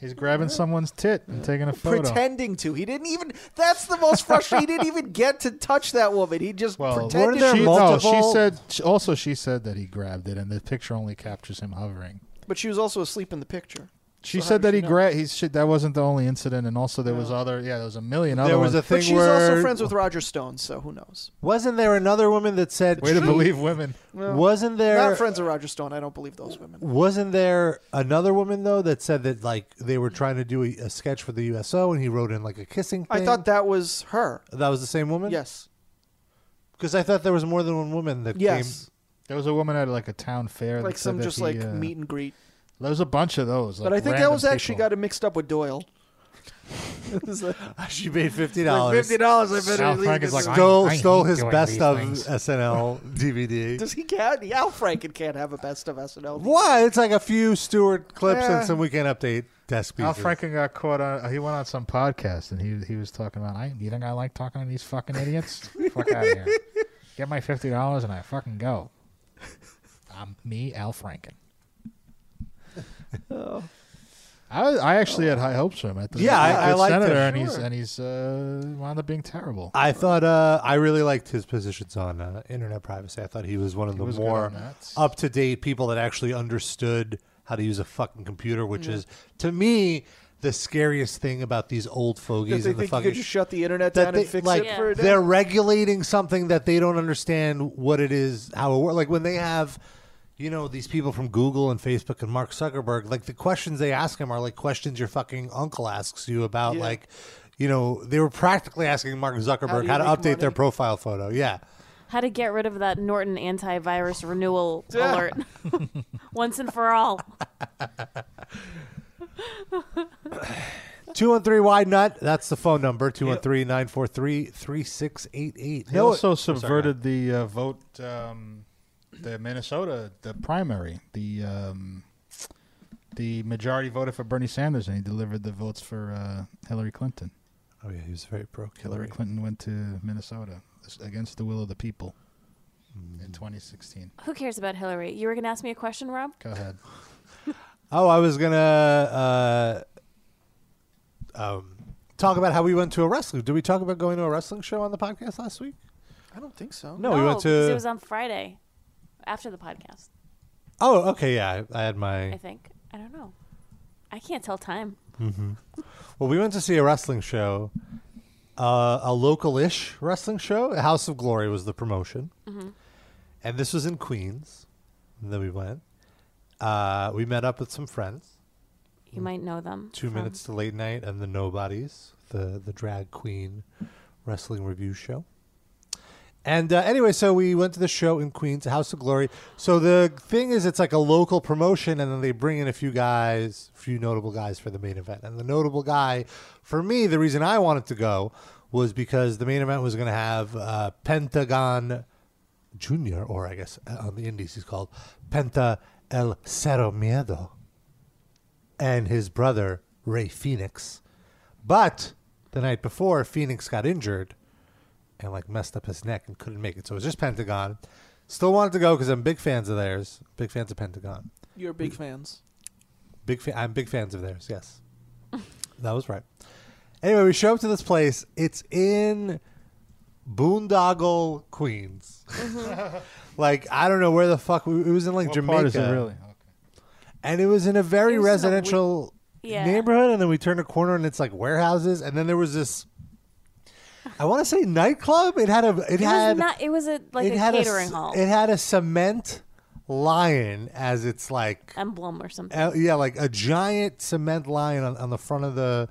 Speaker 3: He's grabbing someone's tit and taking a photo.
Speaker 4: pretending to. He didn't even. That's the most frustrating. he didn't even get to touch that woman. He just pretended.
Speaker 3: she,
Speaker 4: to-
Speaker 3: no, she said. she- Also, she said that he grabbed it, and the picture only captures him hovering.
Speaker 4: But she was also asleep in the picture.
Speaker 3: She
Speaker 4: So how
Speaker 3: said
Speaker 4: does
Speaker 3: that
Speaker 4: she
Speaker 3: he
Speaker 4: know?
Speaker 3: grabbed. He should, that wasn't the only incident, and also there was other. Yeah, there was a million other.
Speaker 2: There was
Speaker 3: ones.
Speaker 2: a thing
Speaker 4: But she's also friends with Roger Stone, so who knows?
Speaker 2: Wasn't there another woman that said?
Speaker 3: Way to believe women.
Speaker 4: Well,
Speaker 2: Wasn't there?
Speaker 4: Not friends of Roger Stone. I don't believe those women.
Speaker 2: wasn't there another woman though that said that like they were trying to do a, a sketch for the USO and he wrote in like a kissing?
Speaker 4: I
Speaker 2: thing?
Speaker 4: thought that was her.
Speaker 2: that was the same woman.
Speaker 4: Yes.
Speaker 2: Because I thought there was more than one woman that
Speaker 4: Yes.
Speaker 3: There was a woman at like a town fair. that
Speaker 4: Like
Speaker 3: said
Speaker 4: some
Speaker 3: that
Speaker 4: just
Speaker 3: he,
Speaker 4: like
Speaker 3: uh,
Speaker 4: meet and greet.
Speaker 3: There was a bunch of those.
Speaker 4: but I think that was actually got it mixed up with Doyle.
Speaker 2: came. She paid fifty
Speaker 4: Like
Speaker 2: dollars.
Speaker 4: $50, I better at least
Speaker 3: Frank is
Speaker 4: get
Speaker 3: like,
Speaker 4: some-
Speaker 3: I-
Speaker 2: stole
Speaker 3: I
Speaker 2: stole
Speaker 3: hate
Speaker 2: his
Speaker 3: doing
Speaker 2: best
Speaker 3: these
Speaker 2: of
Speaker 3: things.
Speaker 2: SNL DVD.
Speaker 4: Does he count? Al Franken can't have a best of SNL.
Speaker 2: Why? It's like a few Stewart clips
Speaker 4: Yeah.
Speaker 2: and some weekend update desk pieces.
Speaker 3: Al Franken got caught on. He went on some podcast and he he was talking about. I you think I like talking to these fucking idiots? Fuck out of here. Get my fifty dollars and I fucking go. I'm me, Al Franken.
Speaker 4: Oh.
Speaker 3: I I actually had high hopes for him. I thought he
Speaker 2: Yeah,
Speaker 3: was a
Speaker 2: I- I
Speaker 3: good
Speaker 2: liked him.
Speaker 3: senator, and he's
Speaker 2: Sure.
Speaker 3: and he's uh, wound up being terrible.
Speaker 2: I thought uh, I really liked his positions on uh, internet privacy. I thought he was one of the
Speaker 3: was good
Speaker 2: more
Speaker 3: on that.
Speaker 2: up to date people that actually understood how to use a fucking computer, which
Speaker 4: Yeah.
Speaker 2: is to me the scariest thing about these old
Speaker 4: Because
Speaker 2: fogies
Speaker 4: they
Speaker 2: and
Speaker 4: think
Speaker 2: the
Speaker 4: you could
Speaker 2: fucking
Speaker 4: just shut the internet
Speaker 2: that
Speaker 4: down
Speaker 2: they-
Speaker 4: and fix
Speaker 2: like,
Speaker 4: it for a day.
Speaker 2: They're regulating something that they don't understand what it is, how it works. Like when they have, you know, these people from Google and Facebook and Mark Zuckerberg, like the questions they ask him are like questions your fucking uncle asks you about,
Speaker 4: Yeah.
Speaker 2: like, you know, they were practically asking Mark Zuckerberg
Speaker 5: you
Speaker 2: how to
Speaker 5: make
Speaker 2: update their profile photo. Yeah.
Speaker 5: How to get rid of that Norton antivirus renewal alert once and for all.
Speaker 2: 213 Wide Nut. That's the phone number 213 943 3688.
Speaker 3: He also subverted the uh, vote, um, the Minnesota, the primary. The um, the majority voted for Bernie Sanders, and he delivered the votes for uh, Hillary Clinton.
Speaker 2: Oh yeah, he was very pro.
Speaker 3: Hillary Clinton went to Minnesota s- against the will of the people
Speaker 2: Hmm.
Speaker 3: in 2016.
Speaker 5: Who cares about Hillary? You were going to ask me a question, Rob?
Speaker 3: Go ahead.
Speaker 2: Oh, I was going to uh, um, talk about how we went to a wrestling. Did we talk about going to a wrestling show on the podcast last week?
Speaker 4: I don't think so.
Speaker 2: No, we went
Speaker 5: because
Speaker 2: to-
Speaker 5: It was on Friday after the podcast,
Speaker 2: Oh, okay. Yeah, I, I had my.
Speaker 5: I think. I don't know. I can't tell time.
Speaker 2: Mhm. Well, we went to see a wrestling show, uh, a local ish wrestling show. House of Glory was the promotion.
Speaker 5: Mhm.
Speaker 2: And this was in Queens. And then we went. Uh, we met up with some friends.
Speaker 5: You might know them.
Speaker 2: Hmm. Two
Speaker 5: from-
Speaker 2: minutes to late night and the Nobodies, the the drag queen wrestling review show. And uh, anyway, so we went to the show in Queens, House of Glory. So the thing is, it's like a local promotion, and then they bring in a few guys, few notable guys for the main event. And the notable guy, for me, the reason I wanted to go was because the main event was going to have uh, Pentagon Junior, or I guess uh, on the Indies he's called Penta El Cero Miedo and his brother Ray Phoenix. But the night before, Phoenix got injured and like messed up his neck and couldn't make it. So it was just Pentagon. Still wanted to go because I'm big fans of theirs. Big fans of Pentagon.
Speaker 4: You're big fans.
Speaker 2: Big fa- I'm big fans of theirs. Yes, that was right. Anyway, we show up to this place. It's in Boondoggle, Queens.
Speaker 5: Mm-hmm.
Speaker 2: like I don't know where the fuck we, it was in like
Speaker 3: What
Speaker 2: Jamaica.
Speaker 3: part is it really?
Speaker 2: And it was in a very
Speaker 3: It was in a wi-
Speaker 2: residential
Speaker 3: Yeah.
Speaker 2: neighborhood, and then we turned a corner and it's like warehouses, and then there was this. I want to say nightclub. It had a.
Speaker 5: It,
Speaker 2: It, had
Speaker 5: was not. It was a like
Speaker 2: it
Speaker 5: a
Speaker 2: had
Speaker 5: catering
Speaker 2: c-
Speaker 5: hall
Speaker 2: It had a cement lion as its like
Speaker 5: emblem or something.
Speaker 2: uh, yeah, like a giant cement lion on, on the front of the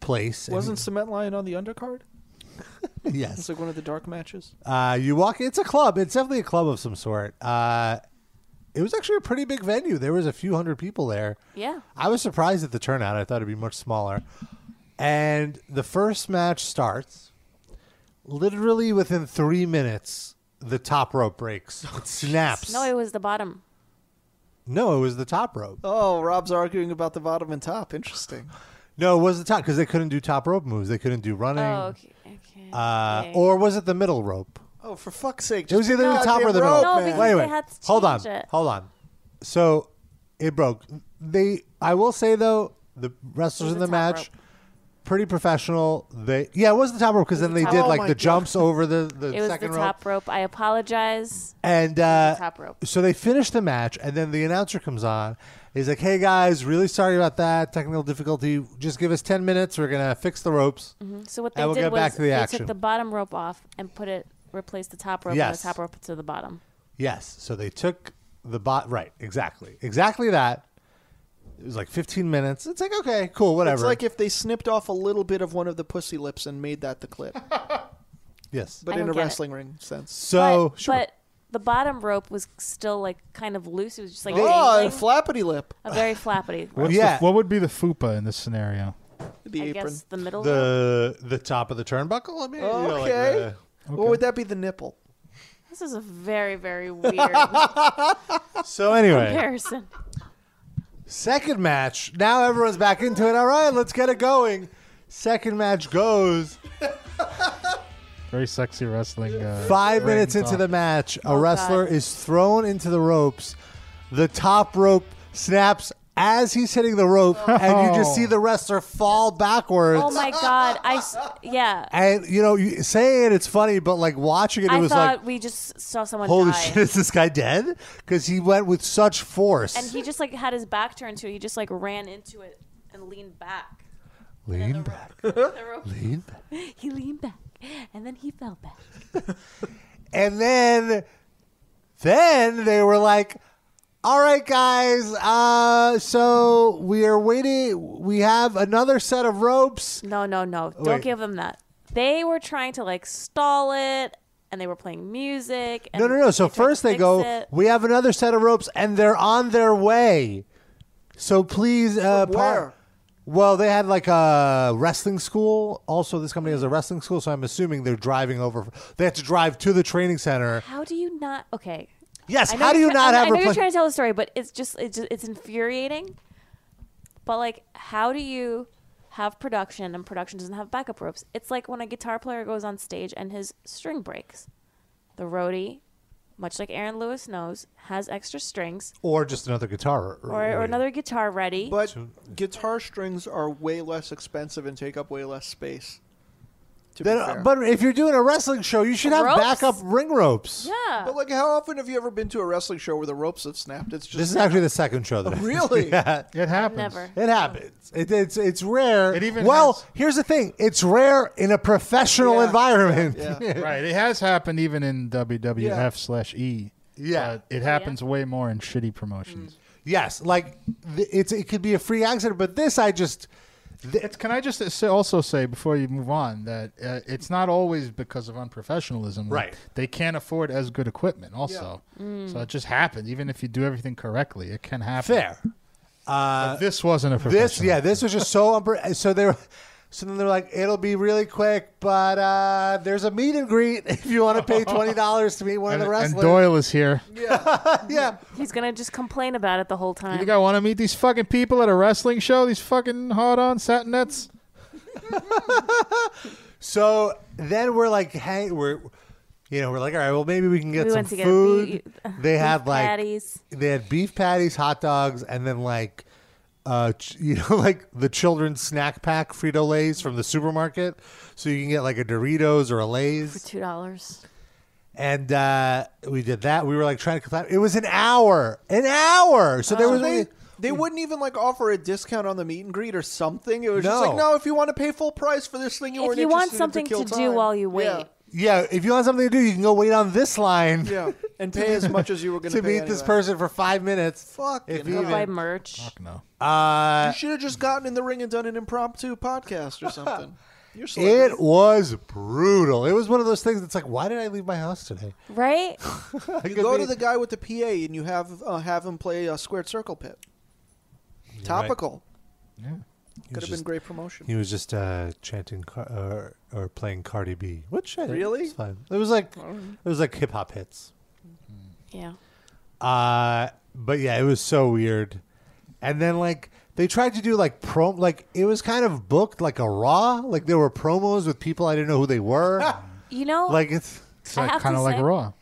Speaker 2: place. And-
Speaker 4: Wasn't Cement Lion on the undercard?
Speaker 2: Yes.
Speaker 4: It's like one of the dark matches.
Speaker 2: uh, you walk? It's a club. It's definitely a club of some sort. Uh, it was actually a pretty big venue. There was a few hundred people there.
Speaker 5: Yeah.
Speaker 2: I was surprised at the turnout. I thought it'd be much smaller. And the first match starts. Literally within three minutes, the top rope breaks.
Speaker 4: Oh,
Speaker 2: It snaps.
Speaker 5: No, it was the bottom.
Speaker 2: No, it was the top rope.
Speaker 4: Oh, Rob's arguing about the bottom and top. Interesting.
Speaker 2: No, it was the top because they couldn't do top rope moves. They couldn't do running.
Speaker 4: Oh, okay,
Speaker 2: Uh,
Speaker 4: Okay.
Speaker 2: Or was it the middle rope?
Speaker 4: Oh, for fuck's sake!
Speaker 2: It was either the top or the middle. wait, wait. hold on. Hold on. So it broke. They. I will say though, the wrestlers in the match, pretty professional. They. Yeah, it was the top rope because then they
Speaker 5: top
Speaker 2: did
Speaker 5: rope.
Speaker 2: like
Speaker 5: Oh my
Speaker 2: the
Speaker 5: God.
Speaker 2: jumps over the the
Speaker 5: it was the
Speaker 2: second rope.
Speaker 5: top rope. I apologize.
Speaker 2: And
Speaker 5: was
Speaker 2: uh,
Speaker 5: the top rope.
Speaker 2: so they finish the match, and then the announcer comes on. He's like, "Hey guys, really sorry about that technical difficulty. Just give us ten minutes. We're gonna fix the ropes."
Speaker 5: Mhm. So what they
Speaker 2: and we'll
Speaker 5: did
Speaker 2: get
Speaker 5: was
Speaker 2: back to the
Speaker 5: they
Speaker 2: action.
Speaker 5: took the bottom rope off and put it, replaced the top rope and
Speaker 2: Yes.
Speaker 5: the top rope to the bottom.
Speaker 2: Yes. So they took the bot. Right. Exactly. Exactly that. It was like 15 minutes. It's like, okay, cool, whatever.
Speaker 4: It's like if they snipped off a little bit of one of the pussy lips and made that the clip,
Speaker 2: yes.
Speaker 4: but
Speaker 5: I
Speaker 4: in
Speaker 5: don't
Speaker 4: a
Speaker 5: get it.
Speaker 4: wrestling ring sense.
Speaker 2: So,
Speaker 5: but, but the bottom rope was still like kind of loose. It was just like
Speaker 4: oh, a
Speaker 5: dangling.
Speaker 4: flappity lip.
Speaker 5: a very flappity. rope.
Speaker 3: What's the, what would be the fupa in this scenario?
Speaker 4: The
Speaker 5: I
Speaker 4: apron.
Speaker 5: guess the middle.
Speaker 2: the the top of the turnbuckle. I mean, you know, like uh,
Speaker 4: okay.
Speaker 2: the-
Speaker 4: Or would that be the nipple?
Speaker 5: This is a very very weird
Speaker 2: so anyway,
Speaker 5: comparison.
Speaker 2: second match. Now everyone's back into it. All right, let's get it going. Second match goes.
Speaker 3: Very sexy wrestling. Uh,
Speaker 2: Five
Speaker 3: ring
Speaker 2: minutes into
Speaker 3: talk.
Speaker 2: the match, a wrestler is thrown into the ropes. The top rope snaps as he's hitting the rope, and you just see the wrestler fall backwards.
Speaker 5: Oh my god! I s- yeah.
Speaker 2: And you know, you, saying it, it's funny, but like watching it, it
Speaker 5: I
Speaker 2: was
Speaker 5: thought
Speaker 2: like,
Speaker 5: we just saw someone
Speaker 2: holy
Speaker 5: die.
Speaker 2: shit, is this guy dead? Because he went with such force.
Speaker 5: And he just like had his back turned to it. He just like ran into it and leaned back.
Speaker 2: Lean back.
Speaker 5: The rope-
Speaker 2: Lean back.
Speaker 5: He leaned back, and then he fell back.
Speaker 2: And then, then they were like, all right, guys. Uh, so we are waiting. We have another set of ropes.
Speaker 5: No, no, no.
Speaker 2: Wait.
Speaker 5: Don't give them that. They were trying to like stall it, and they were playing music. And
Speaker 2: No, no, no. So first they
Speaker 5: fix
Speaker 2: go,
Speaker 5: it.
Speaker 2: we have another set of ropes, and they're on their way. So please, uh, par- Well, they had like a wrestling school. Also, this company has a wrestling school, so I'm assuming they're driving over. They have to drive to the training center.
Speaker 5: How do you not? Okay.
Speaker 2: Yes,
Speaker 5: I know
Speaker 2: how do
Speaker 5: you're
Speaker 2: you
Speaker 5: try-
Speaker 2: not
Speaker 5: I,
Speaker 2: have
Speaker 5: I know you're
Speaker 2: repli-
Speaker 5: trying to tell the story, but it's just it's just, it's infuriating. But like, how do you have production and production doesn't have backup ropes? It's like when a guitar player goes on stage and his string breaks. The roadie, much like Aaron Lewis knows, has extra strings
Speaker 2: Or just another guitar.
Speaker 5: or, or another guitar ready.
Speaker 4: But guitar strings are way less expensive and take up way less space. To
Speaker 2: Then-
Speaker 4: be fair.
Speaker 2: but if you're doing a wrestling show, you should have
Speaker 4: Ropes?
Speaker 2: backup ring ropes.
Speaker 5: yeah.
Speaker 4: But like, how often have you ever been to a wrestling show where the ropes have snapped? It's just
Speaker 2: This is actually the second show that I-
Speaker 4: Really?
Speaker 2: yeah.
Speaker 3: it happens.
Speaker 4: Never.
Speaker 2: It happens. It, it's it's rare. It
Speaker 3: even
Speaker 2: well, here's the thing. It's rare in a professional environment.
Speaker 3: right. It has happened even in WWF slash E.
Speaker 2: Yeah. Mm.
Speaker 3: It happens way more in shitty promotions.
Speaker 2: Yes, like th- it's it could be a free accident, but this I just
Speaker 3: it's, can I just say, also say before you move on that uh, it's not always because of unprofessionalism. Like,
Speaker 2: Right.
Speaker 3: They can't afford as good equipment, also.
Speaker 2: Mm.
Speaker 3: So it just happens. Even if you do everything correctly, it can happen.
Speaker 2: Fair. Uh,
Speaker 3: this wasn't a
Speaker 2: this. Yeah, this was just so unpre- so they were. So then they're like, it'll be really quick, but uh, there's a meet and greet if you want to pay twenty dollars to meet one
Speaker 3: And,
Speaker 2: of the
Speaker 3: and
Speaker 2: wrestlers.
Speaker 3: Doyle is here.
Speaker 2: Yeah, yeah.
Speaker 5: He's gonna just complain about it the whole
Speaker 3: You
Speaker 5: time.
Speaker 3: think I want to meet these fucking people at a wrestling show? These fucking hard on satinets?
Speaker 2: So then we're like, hey, we're, you know, we're like, all right, well, maybe we can get
Speaker 5: We
Speaker 2: some
Speaker 5: went to get
Speaker 2: food.
Speaker 5: beef-
Speaker 2: they
Speaker 5: beef
Speaker 2: had like
Speaker 5: patties.
Speaker 2: they had beef patties, hot dogs, and then like, uh, ch- you know, like the children's snack pack Frito Lay's from the supermarket, so you can get like a Doritos or a Lay's.
Speaker 5: Two dollars.
Speaker 2: And uh, we did that. We were like trying to complain. It was an hour, an hour. So there was
Speaker 4: Oh, they, they wouldn't even like offer a discount on the meet and greet or something. It was just
Speaker 2: No.
Speaker 4: like, no, if you want to pay full price for this thing, you
Speaker 5: If
Speaker 4: weren't
Speaker 5: you want
Speaker 4: interested in
Speaker 5: something
Speaker 4: kill
Speaker 5: to do
Speaker 4: time.
Speaker 5: while you wait,
Speaker 4: Yeah.
Speaker 2: yeah. If you want something to do, you can go wait on this line.
Speaker 4: Yeah, and pay as much as you were gonna
Speaker 2: to
Speaker 4: pay
Speaker 2: meet this
Speaker 4: anyway.
Speaker 2: person for five minutes.
Speaker 4: Fuck.
Speaker 2: if
Speaker 4: you
Speaker 2: even.
Speaker 5: buy merch.
Speaker 3: no.
Speaker 2: Uh,
Speaker 4: you should have just gotten in the ring and done an impromptu podcast or something. You're so
Speaker 2: It was brutal. It was one of those things that's like, why did I leave my house today?
Speaker 5: right?
Speaker 4: you go to the guy with the PA and you have uh, have him play a squared circle pit. Topical.
Speaker 2: He
Speaker 4: Could
Speaker 2: was
Speaker 4: have
Speaker 2: just-
Speaker 4: been great promotion.
Speaker 2: He was just uh, chanting Car- or, or playing Cardi B, which I-
Speaker 4: Really?
Speaker 2: it's fine. It was like
Speaker 4: Mm.
Speaker 2: it was like hip hop hits.
Speaker 5: Yeah.
Speaker 2: Uh, but yeah, it was so weird. And then like they tried to do like prom, like it was kind of booked like a raw. Like there were promos with people I didn't know who they were.
Speaker 5: You know,
Speaker 2: like it's,
Speaker 5: I like- have to kinda like say-
Speaker 2: raw.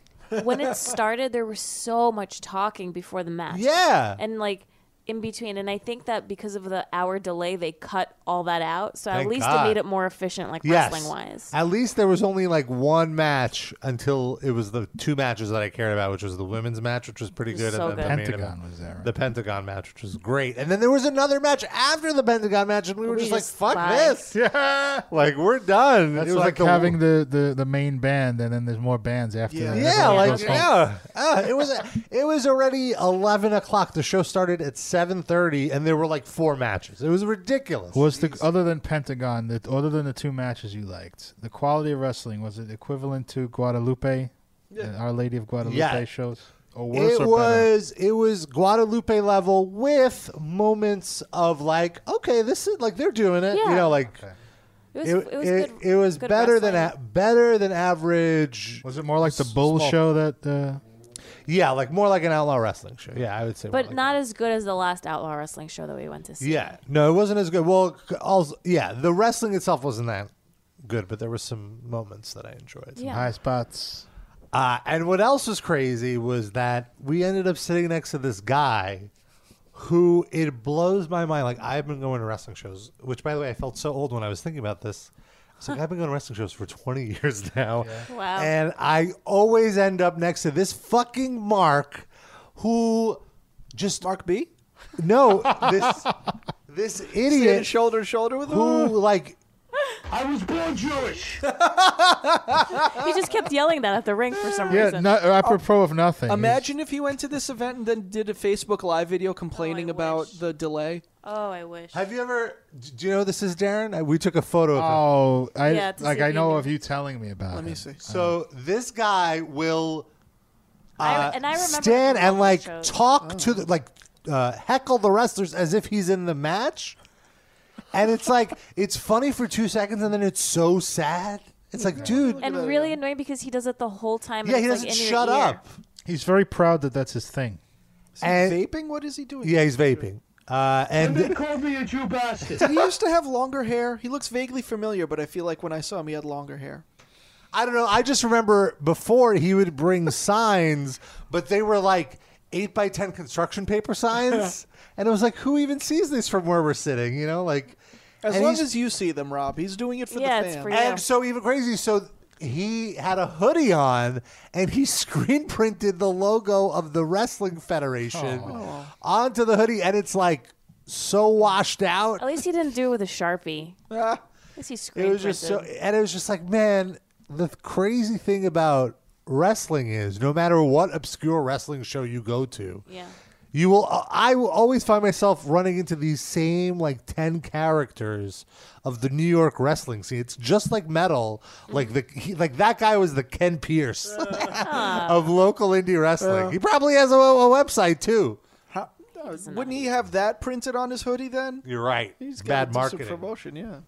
Speaker 5: when it started, there was so much talking before the match.
Speaker 2: Yeah.
Speaker 5: And like in between. And I think that because of the hour delay, they cut all that out. So
Speaker 2: Thank
Speaker 5: at least
Speaker 2: God.
Speaker 5: it made it more efficient, like
Speaker 2: yes.
Speaker 5: wrestling wise.
Speaker 2: At least there was only like one match until it was the two matches that I cared about, which was the women's match, which was pretty
Speaker 3: It was
Speaker 2: good.
Speaker 3: so
Speaker 2: and then
Speaker 3: good.
Speaker 2: the main
Speaker 3: Pentagon
Speaker 2: event.
Speaker 3: was there, right?
Speaker 2: The Pentagon match, which was great. And then there was another match after the Pentagon match, and we were
Speaker 5: We
Speaker 2: just,
Speaker 5: just
Speaker 2: like, fuck
Speaker 5: lied.
Speaker 2: this. Yeah. Like, we're done.
Speaker 3: That's
Speaker 2: it was
Speaker 3: like,
Speaker 2: like, the,
Speaker 3: having the, the, the main band, and then there's more bands after
Speaker 2: Yeah,
Speaker 3: that.
Speaker 2: like,
Speaker 3: That's all-
Speaker 2: yeah. Ah, it was it was already 11 o'clock. The show started at 7.30, and there were like four matches. It was ridiculous.
Speaker 3: Was the other than Pentagon, the, other than the two matches you liked, the quality of wrestling was it equivalent to Guadalupe, the Our Lady of Guadalupe
Speaker 2: Yeah.
Speaker 3: shows, or Oh, worse
Speaker 2: it
Speaker 3: or better?
Speaker 2: was it was Guadalupe level with moments of like, okay, this is like they're doing it, you
Speaker 3: Yeah.
Speaker 2: know, like
Speaker 5: It was- it was good-
Speaker 2: it was
Speaker 5: good
Speaker 2: better than
Speaker 5: wrestling.
Speaker 2: a, better than average.
Speaker 3: Was it more like the Bull show that? Uh,
Speaker 2: yeah, like more like an outlaw wrestling show. Yeah, I would say. more
Speaker 5: But
Speaker 2: like-
Speaker 5: not as good as the last Outlaw Wrestling show that we went to see.
Speaker 2: yeah, no, it wasn't as good. Well, c- also, yeah, the wrestling itself wasn't that good, but there were some moments that I enjoyed.
Speaker 5: Some Yeah. high
Speaker 2: spots. Uh, and what else was crazy was that we ended up sitting next to this guy who it blows my mind. Like I've been going to wrestling shows, which by the way, I felt so old when I was thinking about this. It's like I've been going to wrestling shows for 20 years now,
Speaker 5: Wow.
Speaker 2: and I always end up next to this fucking Mark, who just
Speaker 4: Mark B.
Speaker 2: No, this this
Speaker 4: Standing
Speaker 2: idiot
Speaker 4: shoulder to shoulder with
Speaker 2: who
Speaker 4: him.
Speaker 2: like
Speaker 4: I was born Jewish.
Speaker 5: he just kept yelling that at the ring for some
Speaker 3: yeah,
Speaker 5: reason.
Speaker 3: no, uh, apropos of nothing.
Speaker 4: Imagine if he went to this event and then did a Facebook Live video complaining about the delay.
Speaker 5: Oh, I wish.
Speaker 2: Have you ever? Do you know this is Darren? I- We took a photo of
Speaker 3: Oh,
Speaker 2: him.
Speaker 3: I like I know of you telling me about. Uh,
Speaker 2: Let
Speaker 3: it.
Speaker 2: me see. So this guy will uh,
Speaker 5: I- and I remember
Speaker 2: stand
Speaker 5: him on
Speaker 2: and
Speaker 5: the
Speaker 2: like
Speaker 5: shows.
Speaker 2: talk to the, like uh, heckle the wrestlers as if he's in the match. and it's like it's funny for two seconds, and then it's so sad. It's like, dude,
Speaker 5: and really annoying because he does it the whole time. and
Speaker 2: yeah, he
Speaker 5: it's,
Speaker 2: doesn't
Speaker 5: like, in your
Speaker 2: shut
Speaker 5: ear.
Speaker 2: up.
Speaker 3: He's very proud that that's his thing.
Speaker 2: Is he And-
Speaker 4: vaping? What is he doing?
Speaker 2: Yeah, he's vaping. Uh, and
Speaker 4: called me a Jew
Speaker 2: bastard.
Speaker 4: Did he used to have longer hair? He looks vaguely familiar, but I feel like when I saw him, he had longer hair.
Speaker 2: I don't know. I just remember before he would bring signs, but they were like eight by ten construction paper signs, and it was like, who even sees this from where we're sitting? You know, like
Speaker 4: As
Speaker 2: and
Speaker 4: long
Speaker 2: he's-
Speaker 4: as you see them, Rob, he's doing it for the fans.
Speaker 2: And so even crazy. So he had a hoodie on, and he screen printed the logo of the wrestling federation
Speaker 5: Oh.
Speaker 2: onto the hoodie, and it's like so washed out.
Speaker 5: At least he didn't do it with a sharpie.
Speaker 4: At
Speaker 5: least he screen
Speaker 2: It was just so,
Speaker 5: printed.
Speaker 2: and it was just like, man, the crazy thing about wrestling is, no matter what obscure wrestling show you go to,
Speaker 5: Yeah.
Speaker 2: you will. uh, I will always find myself running into these same like ten characters of the New York wrestling scene. It's just like metal. Like the he, like that guy was the Ken Pierce of local indie wrestling.
Speaker 4: Uh.
Speaker 2: he probably has a, a website too.
Speaker 4: How- uh, wouldn't he have that printed on his hoodie then?
Speaker 2: You're right.
Speaker 4: He's
Speaker 2: It's
Speaker 4: got
Speaker 2: bad
Speaker 4: to do some
Speaker 2: marketing.
Speaker 4: promotion, yeah.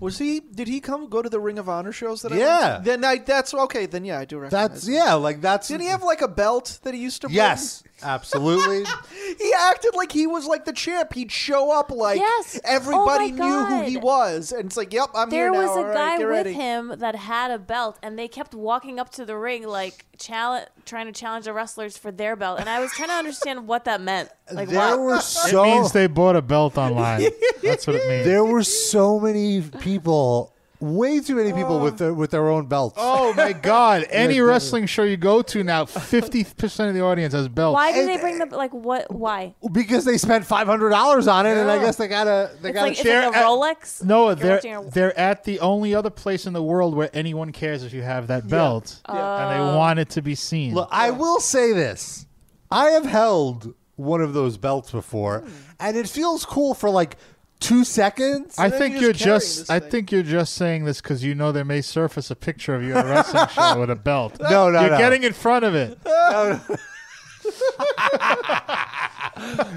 Speaker 4: Was he? Did he come go to the Ring of Honor shows that? I
Speaker 2: Yeah.
Speaker 4: went to? Then I. That's okay. Then yeah, I do recognize.
Speaker 2: That's
Speaker 4: him.
Speaker 2: yeah. Like that's
Speaker 4: Did he have like a belt that he used to? bring?
Speaker 2: yes, absolutely.
Speaker 4: He acted like he was like the champ. He'd show up like everybody knew
Speaker 5: Oh my
Speaker 4: who he
Speaker 5: God.
Speaker 4: was, and it's like, yep, I'm
Speaker 5: there
Speaker 4: here
Speaker 5: was
Speaker 4: now.
Speaker 5: a
Speaker 4: All right,
Speaker 5: guy
Speaker 4: get
Speaker 5: with
Speaker 4: ready.
Speaker 5: him that had a belt, and they kept walking up to the ring, like challenge, trying to challenge the wrestlers for their belt. And I was trying to understand what that meant. Like,
Speaker 2: There
Speaker 5: what?
Speaker 2: were so
Speaker 3: It means they bought a belt online. That's what it means.
Speaker 2: There were so many people, way too many people with their with their own belts.
Speaker 3: Oh my God! Any
Speaker 2: Yeah,
Speaker 3: wrestling show you go to now, fifty percent of the audience has belts.
Speaker 5: Why did they bring the like? What? Why?
Speaker 2: because they spent five hundred dollars on it, and I
Speaker 3: Yeah.
Speaker 2: guess they gotta they
Speaker 5: It's
Speaker 2: gotta
Speaker 5: like- it's like a
Speaker 2: at-
Speaker 5: Rolex.
Speaker 3: No,
Speaker 5: You're
Speaker 3: they're
Speaker 5: watching a-
Speaker 3: they're at the only other place in the world where anyone cares if you have that belt,
Speaker 5: Yeah.
Speaker 3: and
Speaker 5: Oh.
Speaker 3: they want it to be seen.
Speaker 2: Look, I will say this: I have held one of those belts before, and it feels cool for like two seconds.
Speaker 3: I think you're just. I think you're just saying this because you know there may surface a picture of you at a wrestling show with a belt.
Speaker 2: No, no,
Speaker 3: you're
Speaker 2: no.
Speaker 3: getting in front of it.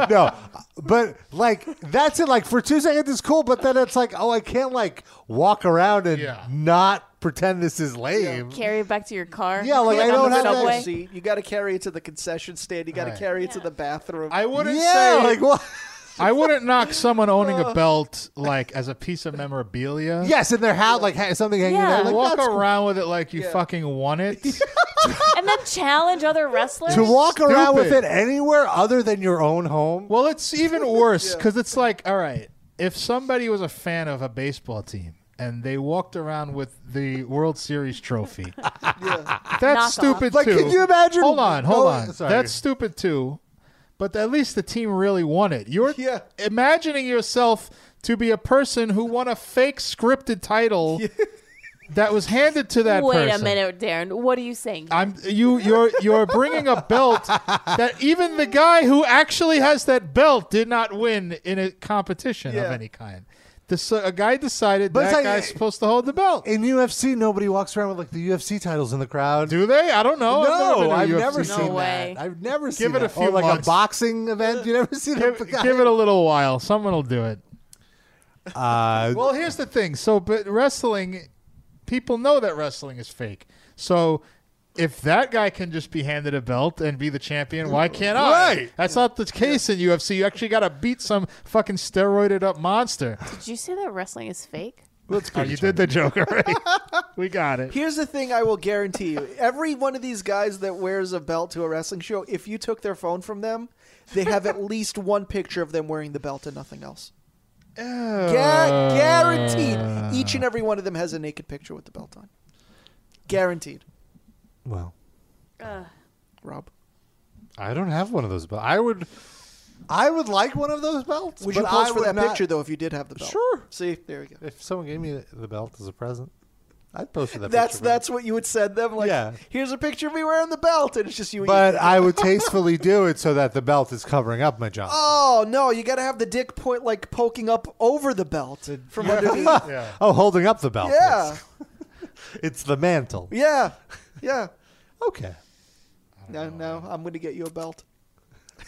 Speaker 2: no, but like that's it. Like for two seconds, it's cool, but then it's like, oh, I can't like walk around and not pretend this is lame.
Speaker 5: Carry it back to your car.
Speaker 2: Yeah, like,
Speaker 5: Put it on
Speaker 2: I don't
Speaker 5: the
Speaker 2: have that-
Speaker 5: subway.
Speaker 4: See, you got to carry it to the concession stand. You got to
Speaker 3: Right.
Speaker 4: carry it to the bathroom.
Speaker 3: I wouldn't say
Speaker 2: what. Oh.
Speaker 3: I wouldn't knock someone owning a belt like as a piece of memorabilia.
Speaker 2: Yes, in their hat, like ha- something hanging there. Like,
Speaker 3: walk
Speaker 2: that's cool.
Speaker 3: around with it like you fucking won it.
Speaker 5: and then challenge other wrestlers
Speaker 2: to walk around with it
Speaker 3: Stupid.
Speaker 2: anywhere other than your own home.
Speaker 3: Well, it's even worse because it's like, all right, if somebody was a fan of a baseball team and they walked around with the World Series trophy, that's
Speaker 7: Knock
Speaker 3: stupid
Speaker 7: off. Like,
Speaker 3: too.
Speaker 7: could you imagine
Speaker 3: Hold on, hold
Speaker 7: going-
Speaker 3: on.
Speaker 7: Sorry.
Speaker 3: That's stupid too. But at least the team really won it. You're imagining yourself to be a person who won a fake scripted title that was handed to that
Speaker 5: Wait
Speaker 3: person.
Speaker 5: a minute, Darren. What are you saying?
Speaker 3: I'm you you're you're bringing a belt that even the guy who actually has that belt did not win in a competition
Speaker 2: Yeah.
Speaker 3: of any kind. This a guy decided that guy's supposed to hold the belt.
Speaker 2: eh, In UFC, nobody walks around with like the UFC titles in the crowd.
Speaker 3: Do they? I don't know. I've never been
Speaker 2: No,
Speaker 3: to a
Speaker 2: I've
Speaker 3: UFC.
Speaker 2: never
Speaker 3: No
Speaker 2: seen
Speaker 3: way.
Speaker 2: that. I've never
Speaker 3: Give
Speaker 2: seen
Speaker 3: it a
Speaker 2: that.
Speaker 3: few
Speaker 2: or like
Speaker 3: months.
Speaker 2: a boxing event. You never see that.
Speaker 3: give, give it a little while. Someone will do it.
Speaker 2: Uh,
Speaker 3: well, here's the thing. So, but wrestling, people know that wrestling is fake. So, if that guy can just be handed a belt and be the champion, why can't I?
Speaker 7: Right.
Speaker 3: That's not the case in UFC. You actually got to beat some fucking steroided up monster.
Speaker 5: Did you say that wrestling is fake?
Speaker 3: Oh, you did the joke already. we got it.
Speaker 4: Here's the thing I will guarantee you. Every one of these guys that wears a belt to a wrestling show, if you took their phone from them, they have at least one picture of them wearing the belt and nothing else.
Speaker 7: Uh,
Speaker 4: Gar- guaranteed. Each and every one of them has a naked picture with the belt on. Guaranteed.
Speaker 2: Well.
Speaker 4: Uh,
Speaker 5: Ugh.
Speaker 4: Rob.
Speaker 2: I don't have one of those belts. I would. I would like one of those belts.
Speaker 4: Would you
Speaker 2: but
Speaker 4: pose
Speaker 2: I
Speaker 4: for
Speaker 2: would
Speaker 4: that
Speaker 2: not-
Speaker 4: picture though if you did have the belt?
Speaker 2: Sure.
Speaker 4: See, there we go.
Speaker 2: If someone gave me the belt as a present, I'd post for that.
Speaker 4: that's
Speaker 2: picture, but-
Speaker 4: that's what you would send them. Like,
Speaker 2: Yeah.
Speaker 4: here's a picture of me wearing the belt, and it's just you. and
Speaker 2: But
Speaker 4: your-
Speaker 2: I would tastefully do it so that the belt is covering up my junk.
Speaker 4: Oh no! You got to have the dick point like poking up over the belt from underneath. Yeah.
Speaker 2: Oh, holding up the belt.
Speaker 4: Yeah.
Speaker 2: It's the mantle.
Speaker 4: Yeah. Yeah.
Speaker 2: Okay.
Speaker 4: No, no, I'm going to get you a belt.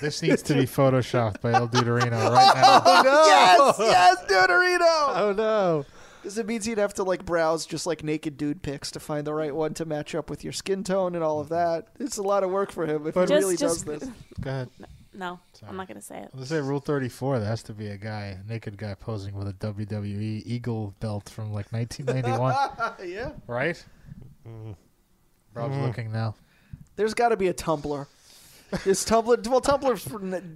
Speaker 3: This needs to be photoshopped by El Deuterino right now.
Speaker 4: Oh,
Speaker 2: no.
Speaker 4: Yes, yes, Deuterino.
Speaker 2: Oh no.
Speaker 4: Because it means you'd have to like browse just like naked dude pics to find the right one to match up with your skin tone and all of that. It's a lot of work for him if
Speaker 5: But-
Speaker 4: he
Speaker 5: Just-
Speaker 4: really
Speaker 5: just-
Speaker 4: does this.
Speaker 3: Go ahead.
Speaker 5: No, I'm not gonna say it.
Speaker 3: Let's say Rule 34. There has to be a guy, a naked guy, posing with a WWE Eagle belt from like 1991.
Speaker 4: yeah.
Speaker 3: right? Rob's
Speaker 4: Mm.
Speaker 3: looking now.
Speaker 4: There's got to be a Tumblr. This Tumblr, well, Tumblr's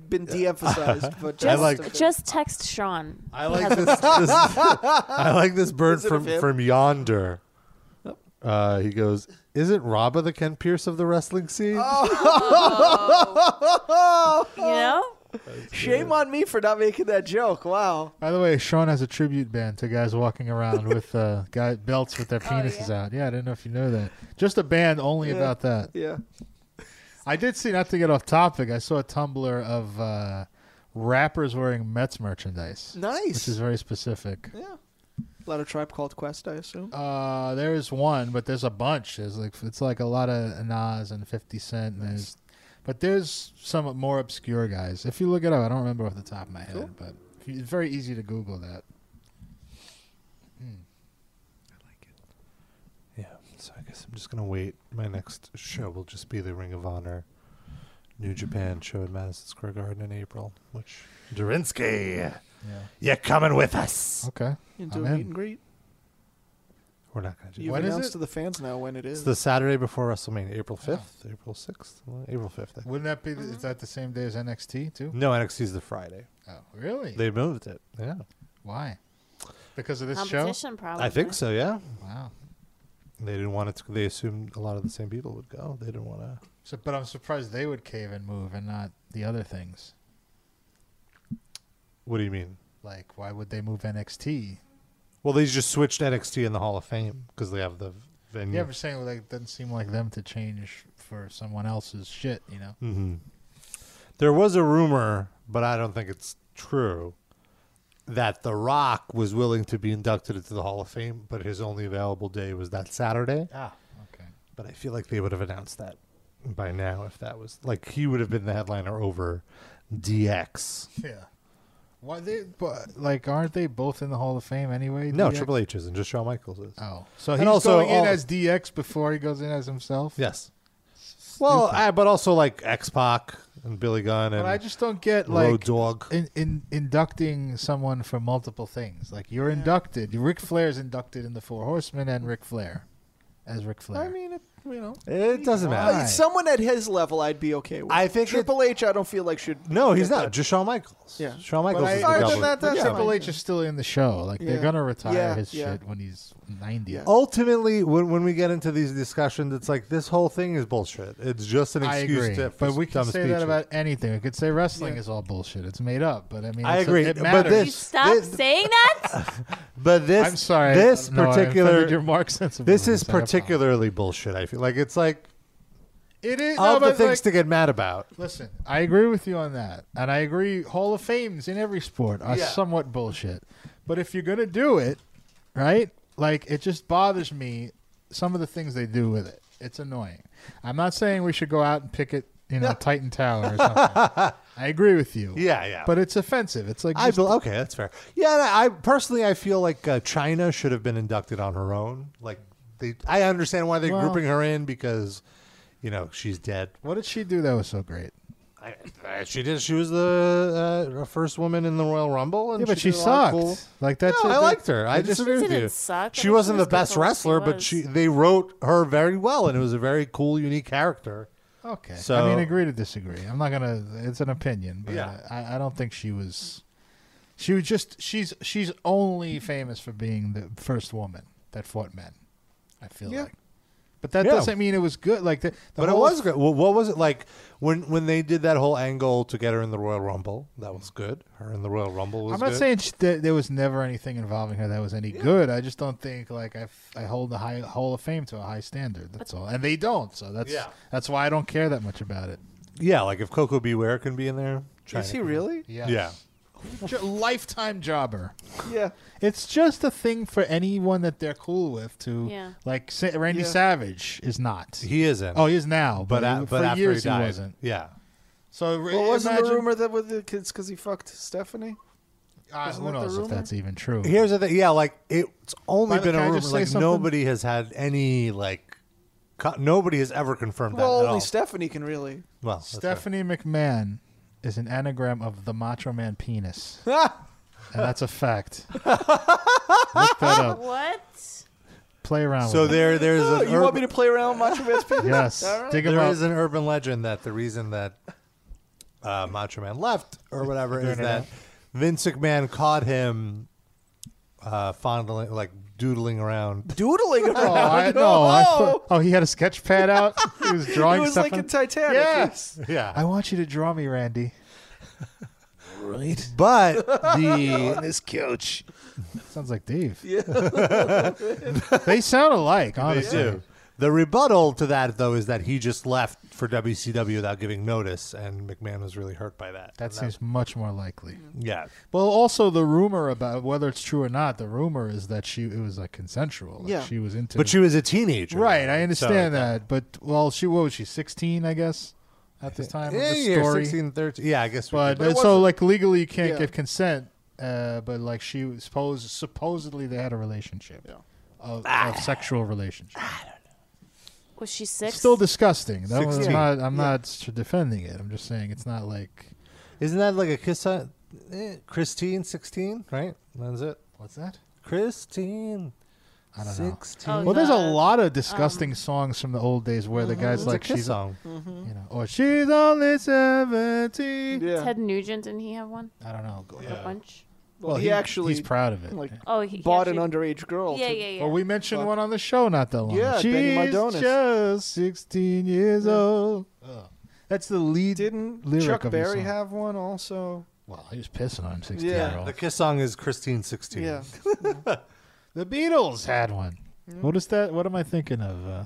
Speaker 4: been de-emphasized, but
Speaker 5: Just,
Speaker 2: I like-
Speaker 5: just text Sean.
Speaker 2: I
Speaker 5: He
Speaker 2: like
Speaker 5: has a-
Speaker 2: this, this. I like this bird
Speaker 5: Is it
Speaker 2: from
Speaker 5: him?
Speaker 2: from yonder. Uh, he goes, "Isn't Robba the Ken Pierce of the wrestling scene?"
Speaker 4: Oh. you know? Oh. Shame on me for not making that joke. Wow.
Speaker 3: By the way, Sean has a tribute band to guys walking around with uh, guy belts with their penises out. Yeah, I didn't know if you know that. Just a band only
Speaker 4: Oh, Yeah.
Speaker 3: about that.
Speaker 4: Yeah.
Speaker 3: I did see, not to get off topic, I saw a Tumblr of uh, rappers wearing Mets merchandise.
Speaker 4: Nice.
Speaker 3: Which is very specific.
Speaker 4: Yeah. A lot of Tribe Called Quest, I assume.
Speaker 3: Uh, there's one, but there's a bunch. There's like it's like a lot of Nas and Fifty Cent. And there's, but there's some more obscure guys. If you look it up, I don't remember off the top of my head, but if you- it's very easy to Google that.
Speaker 2: Yeah, so I guess I'm just gonna wait. My next show will just be the Ring of Honor New Japan show at Madison Square Garden in April. Which Durinsky, you're coming with us.
Speaker 3: Okay,
Speaker 4: You do a meet and greet.
Speaker 2: We're not gonna do.
Speaker 4: You've
Speaker 2: that.
Speaker 4: announced to the fans now when it
Speaker 2: It's
Speaker 4: is.
Speaker 2: the Saturday before WrestleMania, April
Speaker 3: Oh.
Speaker 2: fifth, April sixth, April fifth.
Speaker 3: Wouldn't that be?
Speaker 4: Mm-hmm.
Speaker 3: Is that the same day as NXT too?
Speaker 2: No, NXT's the Friday.
Speaker 3: Oh, really?
Speaker 2: They moved it. Yeah.
Speaker 3: Why? Because of this show?
Speaker 5: Competition, probably.
Speaker 2: I think so. Yeah.
Speaker 3: Wow.
Speaker 2: They didn't want it. To, they assumed a lot of the same people would go. They didn't want to.
Speaker 3: So, but I'm surprised they would cave and move and not the other things.
Speaker 2: What do you mean?
Speaker 3: Like, why would they move NXT?
Speaker 2: Well, they just switched NXT in the Hall of Fame because they have the venue.
Speaker 3: Yeah, but saying like it doesn't seem like them to change for someone else's shit, you know?
Speaker 2: hmm There was a rumor, but I don't think it's true, that The Rock was willing to be inducted into the Hall of Fame, but his only available day was that Saturday.
Speaker 3: Ah,
Speaker 2: okay. But I feel like they would have announced that by now if that was like he would have been the headliner over DX.
Speaker 3: Yeah. Why they? But like, aren't they both in the Hall of Fame anyway?
Speaker 2: No,
Speaker 3: DX?
Speaker 2: Triple H isn't. Just Shawn Michaels is.
Speaker 3: Oh, So
Speaker 2: And
Speaker 3: he's
Speaker 2: also
Speaker 3: going in
Speaker 2: all-
Speaker 3: as DX before he goes in as himself.
Speaker 2: yes. Well, I, but also like X Pac and Billy Gunn and
Speaker 3: But I just don't get
Speaker 2: Road
Speaker 3: like
Speaker 2: Oh, Dog.
Speaker 3: In, in inducting someone for multiple things. Like you're inducted. Ric Flair's inducted in the Four Horsemen and Ric Flair as Ric Flair.
Speaker 4: I mean, it, you know.
Speaker 2: It doesn't matter.
Speaker 4: Uh, someone at his level, I'd be okay with. I think Triple H, I don't feel like should.
Speaker 2: No, he's
Speaker 4: get
Speaker 2: not. Just Shawn Michaels.
Speaker 4: Yeah.
Speaker 2: Shawn
Speaker 4: But
Speaker 2: Michaels
Speaker 4: I-
Speaker 2: is
Speaker 4: Sorry,
Speaker 2: the
Speaker 4: but
Speaker 2: goblin.
Speaker 4: that- that's
Speaker 3: Triple
Speaker 4: fine.
Speaker 3: H is still in the show. Like
Speaker 2: Yeah.
Speaker 3: they're gonna retire
Speaker 2: Yeah,
Speaker 3: his
Speaker 2: yeah.
Speaker 3: shit when he's ninety.
Speaker 2: Ultimately, when, when we get into these discussions, it's like this whole thing is bullshit. It's just an
Speaker 3: I
Speaker 2: excuse
Speaker 3: agree.
Speaker 2: to for
Speaker 3: but we can
Speaker 2: dumb
Speaker 3: say
Speaker 2: speeches.
Speaker 3: that about anything. We could say wrestling
Speaker 2: Yeah.
Speaker 3: is all bullshit. It's made up. But I mean,
Speaker 2: I
Speaker 3: it's-
Speaker 2: agree,
Speaker 3: It
Speaker 2: but
Speaker 3: matters.
Speaker 2: this-
Speaker 5: You stop saying that.
Speaker 2: But this,
Speaker 3: I'm sorry.
Speaker 2: This
Speaker 3: No, I offended
Speaker 2: particular,
Speaker 3: your Mark sensibilities.
Speaker 2: this is
Speaker 3: I apologize.
Speaker 2: particularly bullshit. I feel like it's like
Speaker 3: It is no,
Speaker 2: of the
Speaker 3: but,
Speaker 2: things
Speaker 3: like,
Speaker 2: to get mad about.
Speaker 3: Listen, I agree with you on that, and I agree. Hall of Fames in every sport are
Speaker 2: Yeah.
Speaker 3: somewhat bullshit, but if you're gonna do it, right? Like it just bothers me some of the things they do with it. It's annoying. I'm not saying we should go out and picket, you know, Titan Tower or something. I agree with you.
Speaker 2: Yeah, yeah.
Speaker 3: But it's offensive. It's like
Speaker 2: I
Speaker 3: just-
Speaker 2: bel- okay, that's fair. Yeah, and I I- personally I feel like uh, China should have been inducted on her own. Like they, I understand why they're
Speaker 3: Well-
Speaker 2: grouping her in because you know she's dead.
Speaker 3: What did she do that was so great?
Speaker 2: I, I, she did. She was the uh, first woman in the Royal Rumble, and
Speaker 3: Yeah, but
Speaker 2: she,
Speaker 3: she
Speaker 2: did a lot of
Speaker 3: sucked.
Speaker 2: cool-
Speaker 3: Like, that's
Speaker 2: no,
Speaker 3: it.
Speaker 2: I
Speaker 3: That-
Speaker 2: liked her.
Speaker 3: It
Speaker 2: I
Speaker 3: just-
Speaker 2: disagree with
Speaker 3: didn't
Speaker 2: you.
Speaker 5: suck. I
Speaker 2: She
Speaker 5: think
Speaker 2: wasn't
Speaker 5: she
Speaker 2: the
Speaker 5: was good
Speaker 2: best
Speaker 5: for what she
Speaker 2: wrestler, but
Speaker 5: was.
Speaker 2: she they wrote her very well, and it was a very cool, unique character.
Speaker 3: Okay.
Speaker 2: So
Speaker 3: I mean, agree to disagree. I'm not gonna. It's an opinion, but
Speaker 2: Yeah.
Speaker 3: I, I don't think she was. She was just. She's she's only famous for being the first woman that fought men. I feel like, but that
Speaker 2: Yeah.
Speaker 3: doesn't mean it was good. Like the, the
Speaker 2: but it
Speaker 3: whole-
Speaker 2: was good. Well, what was it like when when they did that whole angle to get her in the Royal Rumble? That was good. Her in the Royal Rumble was.
Speaker 3: I'm not
Speaker 2: good.
Speaker 3: saying she, that there was never anything involving her that was any good. I just don't think like I, f- I hold the high Hall of Fame to a high standard. That's all, and they don't. So that's
Speaker 2: Yeah.
Speaker 3: that's why I don't care that much about it.
Speaker 2: Yeah, like if Coco Beware can be in there. China
Speaker 3: he
Speaker 2: can.
Speaker 3: really? Yes.
Speaker 2: Yeah.
Speaker 3: Jo- lifetime jobber.
Speaker 4: Yeah.
Speaker 3: It's just a thing for anyone that they're cool with to
Speaker 4: Yeah.
Speaker 3: like Sa- Randy
Speaker 2: Yeah.
Speaker 3: Savage is not.
Speaker 2: He isn't.
Speaker 3: Oh, he is now, but,
Speaker 2: But, a-
Speaker 3: he-
Speaker 2: but
Speaker 3: for
Speaker 2: after
Speaker 3: years
Speaker 2: he,
Speaker 3: he,
Speaker 2: died,
Speaker 3: wasn't.
Speaker 2: Yeah.
Speaker 3: So re-
Speaker 4: Well, wasn't the
Speaker 3: imagine-
Speaker 4: rumor that with the kids because he fucked Stephanie?
Speaker 2: Ah,
Speaker 4: Wasn't
Speaker 3: who
Speaker 4: that the
Speaker 3: knows if
Speaker 4: rumor?
Speaker 3: that's even true?
Speaker 2: Here's the thing. Yeah, like it's only
Speaker 3: By the-
Speaker 2: been
Speaker 3: can
Speaker 2: a
Speaker 3: I
Speaker 2: rumor.
Speaker 3: just say
Speaker 2: Like
Speaker 3: something?
Speaker 2: nobody has had any like. Co- nobody has ever confirmed
Speaker 4: Well,
Speaker 2: that at
Speaker 4: only
Speaker 2: all.
Speaker 4: Stephanie can really.
Speaker 2: well, that's right.
Speaker 3: Stephanie McMahon is an anagram of the Macho Man penis. and
Speaker 4: Ah!
Speaker 3: that's a fact. Look that up.
Speaker 5: What?
Speaker 3: Play around
Speaker 2: So
Speaker 3: with
Speaker 2: there,
Speaker 3: it.
Speaker 2: there's
Speaker 4: Oh,
Speaker 2: an
Speaker 4: you want
Speaker 2: urban,
Speaker 4: me to play around with Macho Man's penis?
Speaker 3: Yes.
Speaker 4: All right.
Speaker 3: Dig him
Speaker 2: there
Speaker 3: up.
Speaker 2: is an urban legend that the reason that uh, Macho Man left or whatever is
Speaker 3: Figuring it
Speaker 2: that
Speaker 3: out.
Speaker 2: Vince McMahon caught him uh, fondling, like doodling around.
Speaker 4: Doodling around.
Speaker 3: Oh, I, no, I thought- oh, he had a sketch pad out. He was
Speaker 4: It
Speaker 3: drawing
Speaker 4: was
Speaker 3: stuff.
Speaker 4: like a
Speaker 3: in-
Speaker 4: Titanic.
Speaker 3: Yes.
Speaker 2: Yeah.
Speaker 3: I want you to draw me, Randy.
Speaker 7: Right.
Speaker 2: But
Speaker 7: the on this couch.
Speaker 3: Sounds like Dave.
Speaker 7: Yeah.
Speaker 3: they sound alike,
Speaker 2: They
Speaker 3: honestly.
Speaker 2: do. The rebuttal to that, though, is that he just left for WCW without giving notice, and McMahon was really hurt by that.
Speaker 3: That seems much more likely.
Speaker 2: Yeah.
Speaker 3: Well, also the rumor about whether it's true or not. The rumor is that she it was like consensual. Like
Speaker 2: Yeah.
Speaker 3: she was into.
Speaker 2: But she was a teenager,
Speaker 3: right? I understand
Speaker 2: So-
Speaker 3: that. But well, she what was she sixteen? I guess at this time.
Speaker 2: Yeah,
Speaker 3: of the
Speaker 2: yeah,
Speaker 3: story.
Speaker 2: 16, 13. Yeah, I guess we
Speaker 3: But,
Speaker 2: could- But it
Speaker 3: and so
Speaker 2: wasn't-
Speaker 3: like legally you can't
Speaker 2: Yeah.
Speaker 3: give consent. Uh, but like she was supposed supposedly they had a relationship. Yeah. Of,
Speaker 2: Ah.
Speaker 3: of sexual relationship,
Speaker 5: Was she six?
Speaker 3: still disgusting. That was
Speaker 2: 16.
Speaker 3: not. I'm
Speaker 2: Yeah.
Speaker 3: not s- defending it. I'm just saying it's not like
Speaker 2: Isn't that like a kiss on eh, Christine 16, right? That's it.
Speaker 3: What's that?
Speaker 2: Christine.
Speaker 3: I don't
Speaker 2: 16.
Speaker 4: Oh,
Speaker 3: know. Well, there's a
Speaker 2: Oh,
Speaker 3: lot of disgusting songs from the old days where the guys
Speaker 2: Mm-hmm. It's
Speaker 3: like
Speaker 2: a kiss
Speaker 3: she's Mm-hmm.
Speaker 2: song.
Speaker 3: you know, or she's only seventeen.
Speaker 5: Ted Nugent didn't he have one?
Speaker 3: I don't know.
Speaker 5: A bunch.
Speaker 3: Well, he- he's proud of it.
Speaker 4: Like,
Speaker 5: Oh, he- he
Speaker 4: bought an
Speaker 5: actually-
Speaker 4: underage girl.
Speaker 5: Yeah,
Speaker 4: to-
Speaker 5: yeah, yeah.
Speaker 3: Well, we mentioned one on the show not that long.
Speaker 4: Yeah,
Speaker 3: she's
Speaker 4: Benny Maidonis.
Speaker 3: just sixteen years old. That's the lead
Speaker 4: Didn't
Speaker 3: lyric
Speaker 4: Chuck
Speaker 3: of the
Speaker 4: Berry
Speaker 3: song.
Speaker 4: have one also?
Speaker 3: Well, he was pissing on him, sixteen year
Speaker 2: Yeah.
Speaker 3: old.
Speaker 2: The kiss song is Christine 16.
Speaker 4: Yeah. Mm-hmm.
Speaker 3: The Beatles had one. What is that? What am I thinking of? Uh,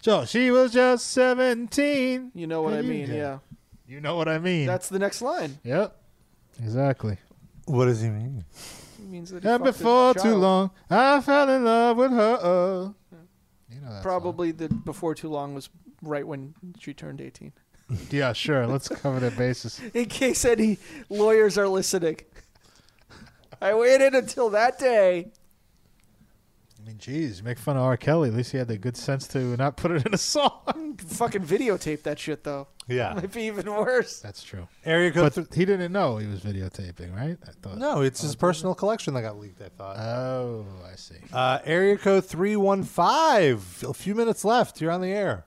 Speaker 3: Joe, she was just seventeen.
Speaker 4: You know what
Speaker 3: And
Speaker 4: I
Speaker 3: you
Speaker 4: mean?
Speaker 3: did.
Speaker 4: Yeah.
Speaker 3: You know what I mean.
Speaker 4: That's the next line.
Speaker 3: Yep. Exactly.
Speaker 2: What does he mean?
Speaker 4: It means that he
Speaker 3: And
Speaker 4: fucked a
Speaker 3: before too
Speaker 4: child.
Speaker 3: long, I fell in love with her. Uh,
Speaker 2: Oh,
Speaker 4: Probably the before too long was right when she turned 18.
Speaker 3: yeah, sure. Let's cover that basis.
Speaker 4: In case any lawyers are listening. I waited until that day.
Speaker 3: I mean, geez, make fun of R. Kelly. At least he had the good sense to not put it in a song.
Speaker 4: Fucking videotape that shit though.
Speaker 3: Yeah.
Speaker 4: Might be even worse.
Speaker 3: That's true.
Speaker 2: Area code.
Speaker 3: But he didn't know Oh, he was videotaping, right? Uh, I thought.
Speaker 2: no, it's his personal collection that got leaked, I thought.
Speaker 3: Oh, I see.
Speaker 2: Uh, area code 315. A few minutes left. You're on the air.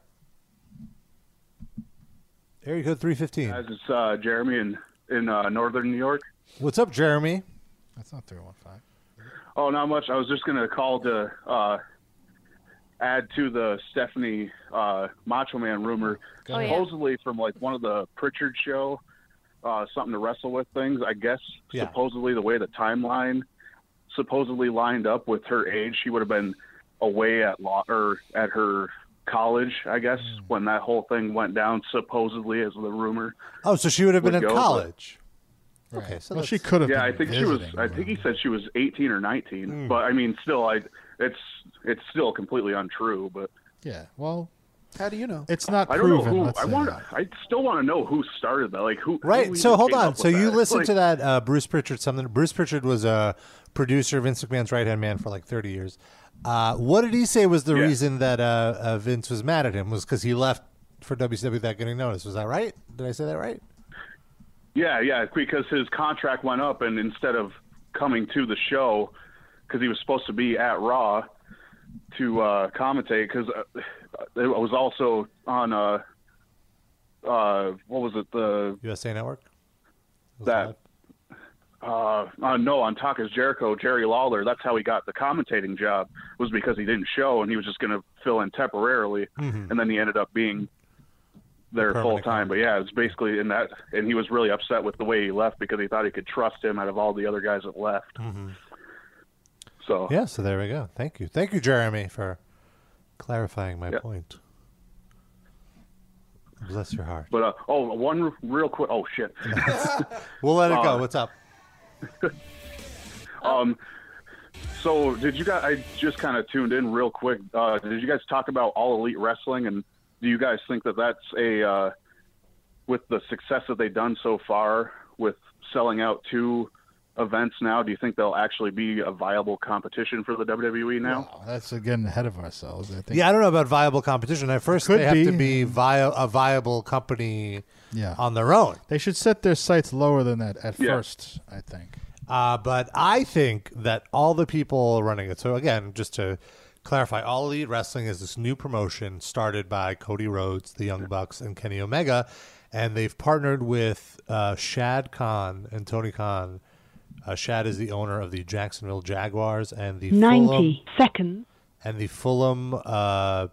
Speaker 2: Area code 315.
Speaker 16: Guys, it's uh, Jeremy in in uh, northern New York.
Speaker 2: What's up, Jeremy?
Speaker 3: That's not 315.
Speaker 16: Oh, not much. I was just gonna call to uh, add to the Stephanie uh, Macho Man rumor.
Speaker 3: Go ahead.
Speaker 16: supposedly from like one of the Pritchard show, uh, something to wrestle with things. I guess
Speaker 3: Yeah.
Speaker 16: supposedly the way the timeline supposedly lined up with her age, she would have been away at law or at her college. I guess
Speaker 3: Hmm.
Speaker 16: when that whole thing went down, supposedly is the rumor.
Speaker 2: Oh, so she would have been
Speaker 16: Would
Speaker 2: in
Speaker 16: go, but-
Speaker 2: college. Okay, so
Speaker 3: well,
Speaker 2: that's-
Speaker 3: she could have.
Speaker 16: yeah, I
Speaker 3: been
Speaker 16: think she was.
Speaker 3: visiting.
Speaker 16: I think he said she was 18 or 19.
Speaker 2: Hmm.
Speaker 16: But I mean, still, I it's it's still completely untrue. But
Speaker 3: Yeah. Well,
Speaker 4: how do you know?
Speaker 3: It's not
Speaker 16: I don't
Speaker 3: proven.
Speaker 16: know who.
Speaker 3: let's
Speaker 16: I
Speaker 3: say
Speaker 16: want.
Speaker 3: that.
Speaker 16: I still want to know who started that. Like who? who
Speaker 2: Right. So
Speaker 16: even
Speaker 2: hold
Speaker 16: came
Speaker 2: on.
Speaker 16: up
Speaker 2: So
Speaker 16: with
Speaker 2: you
Speaker 16: that.
Speaker 2: listened
Speaker 16: Like,
Speaker 2: to that uh, Bruce Pritchard something. Bruce Pritchard was a producer, Vince McMahon's right hand man for like thirty years. Uh, what did he say was the reason that uh, uh, Vince was mad at him was because he left for WCW without getting noticed? Was that right? Did I say that right?
Speaker 16: Yeah, yeah. Because his contract went up, and instead of coming to the show, because he was supposed to be at Raw to uh, commentate, because uh, it was also on uh, uh, what was it the
Speaker 2: USA Network?
Speaker 16: that uh, uh, no on Talk is Jericho Jerry Lawler that's how he got the commentating job was because he didn't show and he was just going to fill in temporarily
Speaker 2: Mhm.
Speaker 16: and then he ended up being there full
Speaker 2: Permanent
Speaker 16: time but yeah it's basically in that and he was really upset with the way he left because he thought he could trust him out of all the other guys that left so
Speaker 2: Yeah. So there we go. Thank you. Thank you, Jeremy, for clarifying my point. Bless your heart.
Speaker 16: but uh, oh one r- real quick oh shit
Speaker 2: We'll let it go.
Speaker 16: Uh,
Speaker 2: What's up?
Speaker 16: Um, so did you guys? I just kind of tuned in real quick. Uh, did you guys talk about all elite wrestling? And do you guys think that that's a uh, with the success that they've done so far with selling out two events now, do you think they'll actually be a viable competition for the WWE now?
Speaker 3: That's again ahead of ourselves. I think.
Speaker 2: Yeah, I don't know about viable competition. At first,
Speaker 3: Could
Speaker 2: they have to
Speaker 3: be.
Speaker 2: be via, a viable company
Speaker 3: Yeah.
Speaker 2: on their own.
Speaker 3: They should set their sights lower than that at first. I think.
Speaker 2: Uh, but I think that all the people running it. So again, just to clarify, All Elite Wrestling is this new promotion started by Cody Rhodes, the Young Bucks, and Kenny Omega, and they've partnered with uh, Shad Khan and Tony Khan. Uh, Shad is the owner of the Jacksonville Jaguars and the Fulham,
Speaker 17: Ninety seconds.
Speaker 2: and the Fulham uh,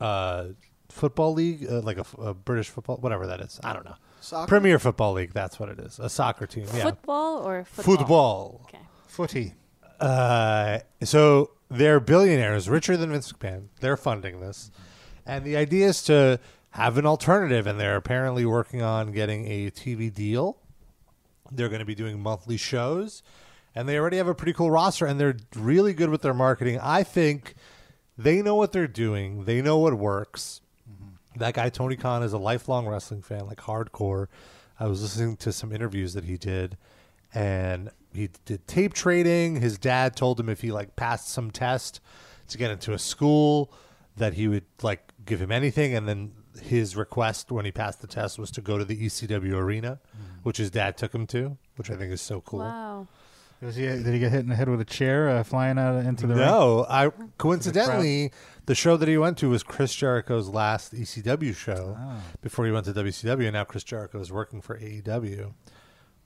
Speaker 2: uh, football league, uh, like a, f- a British football, whatever that is. I don't know.
Speaker 4: Soccer?
Speaker 2: Premier Football League. That's what it is. A soccer team. Yeah.
Speaker 5: Football or football?
Speaker 2: football.
Speaker 5: Okay.
Speaker 3: Footy.
Speaker 2: Uh, so they're billionaires, richer than Vince McMahon. They're funding this, and the idea is to have an alternative. And they're apparently working on getting a TV deal. They're going to be doing monthly shows, and they already have a pretty cool roster. And they're really good with their marketing. I think they know what they're doing. They know what works. That guy Tony Khan is a lifelong wrestling fan, like hardcore. I was listening to some interviews that he did, and he did tape trading. His dad told him if he like passed some test to get into a school, that he would like give him anything. And then his request when he passed the test was to go to the ECW arena, which his dad took him to, which I think is so cool.
Speaker 5: Wow.
Speaker 3: Was he, did he get hit in the head with a chair uh, flying out into the
Speaker 2: No, I coincidentally the show that he went to was Chris Jericho's last ECW show
Speaker 3: Ah.
Speaker 2: before he went to WCW, and now Chris Jericho is working for AEW,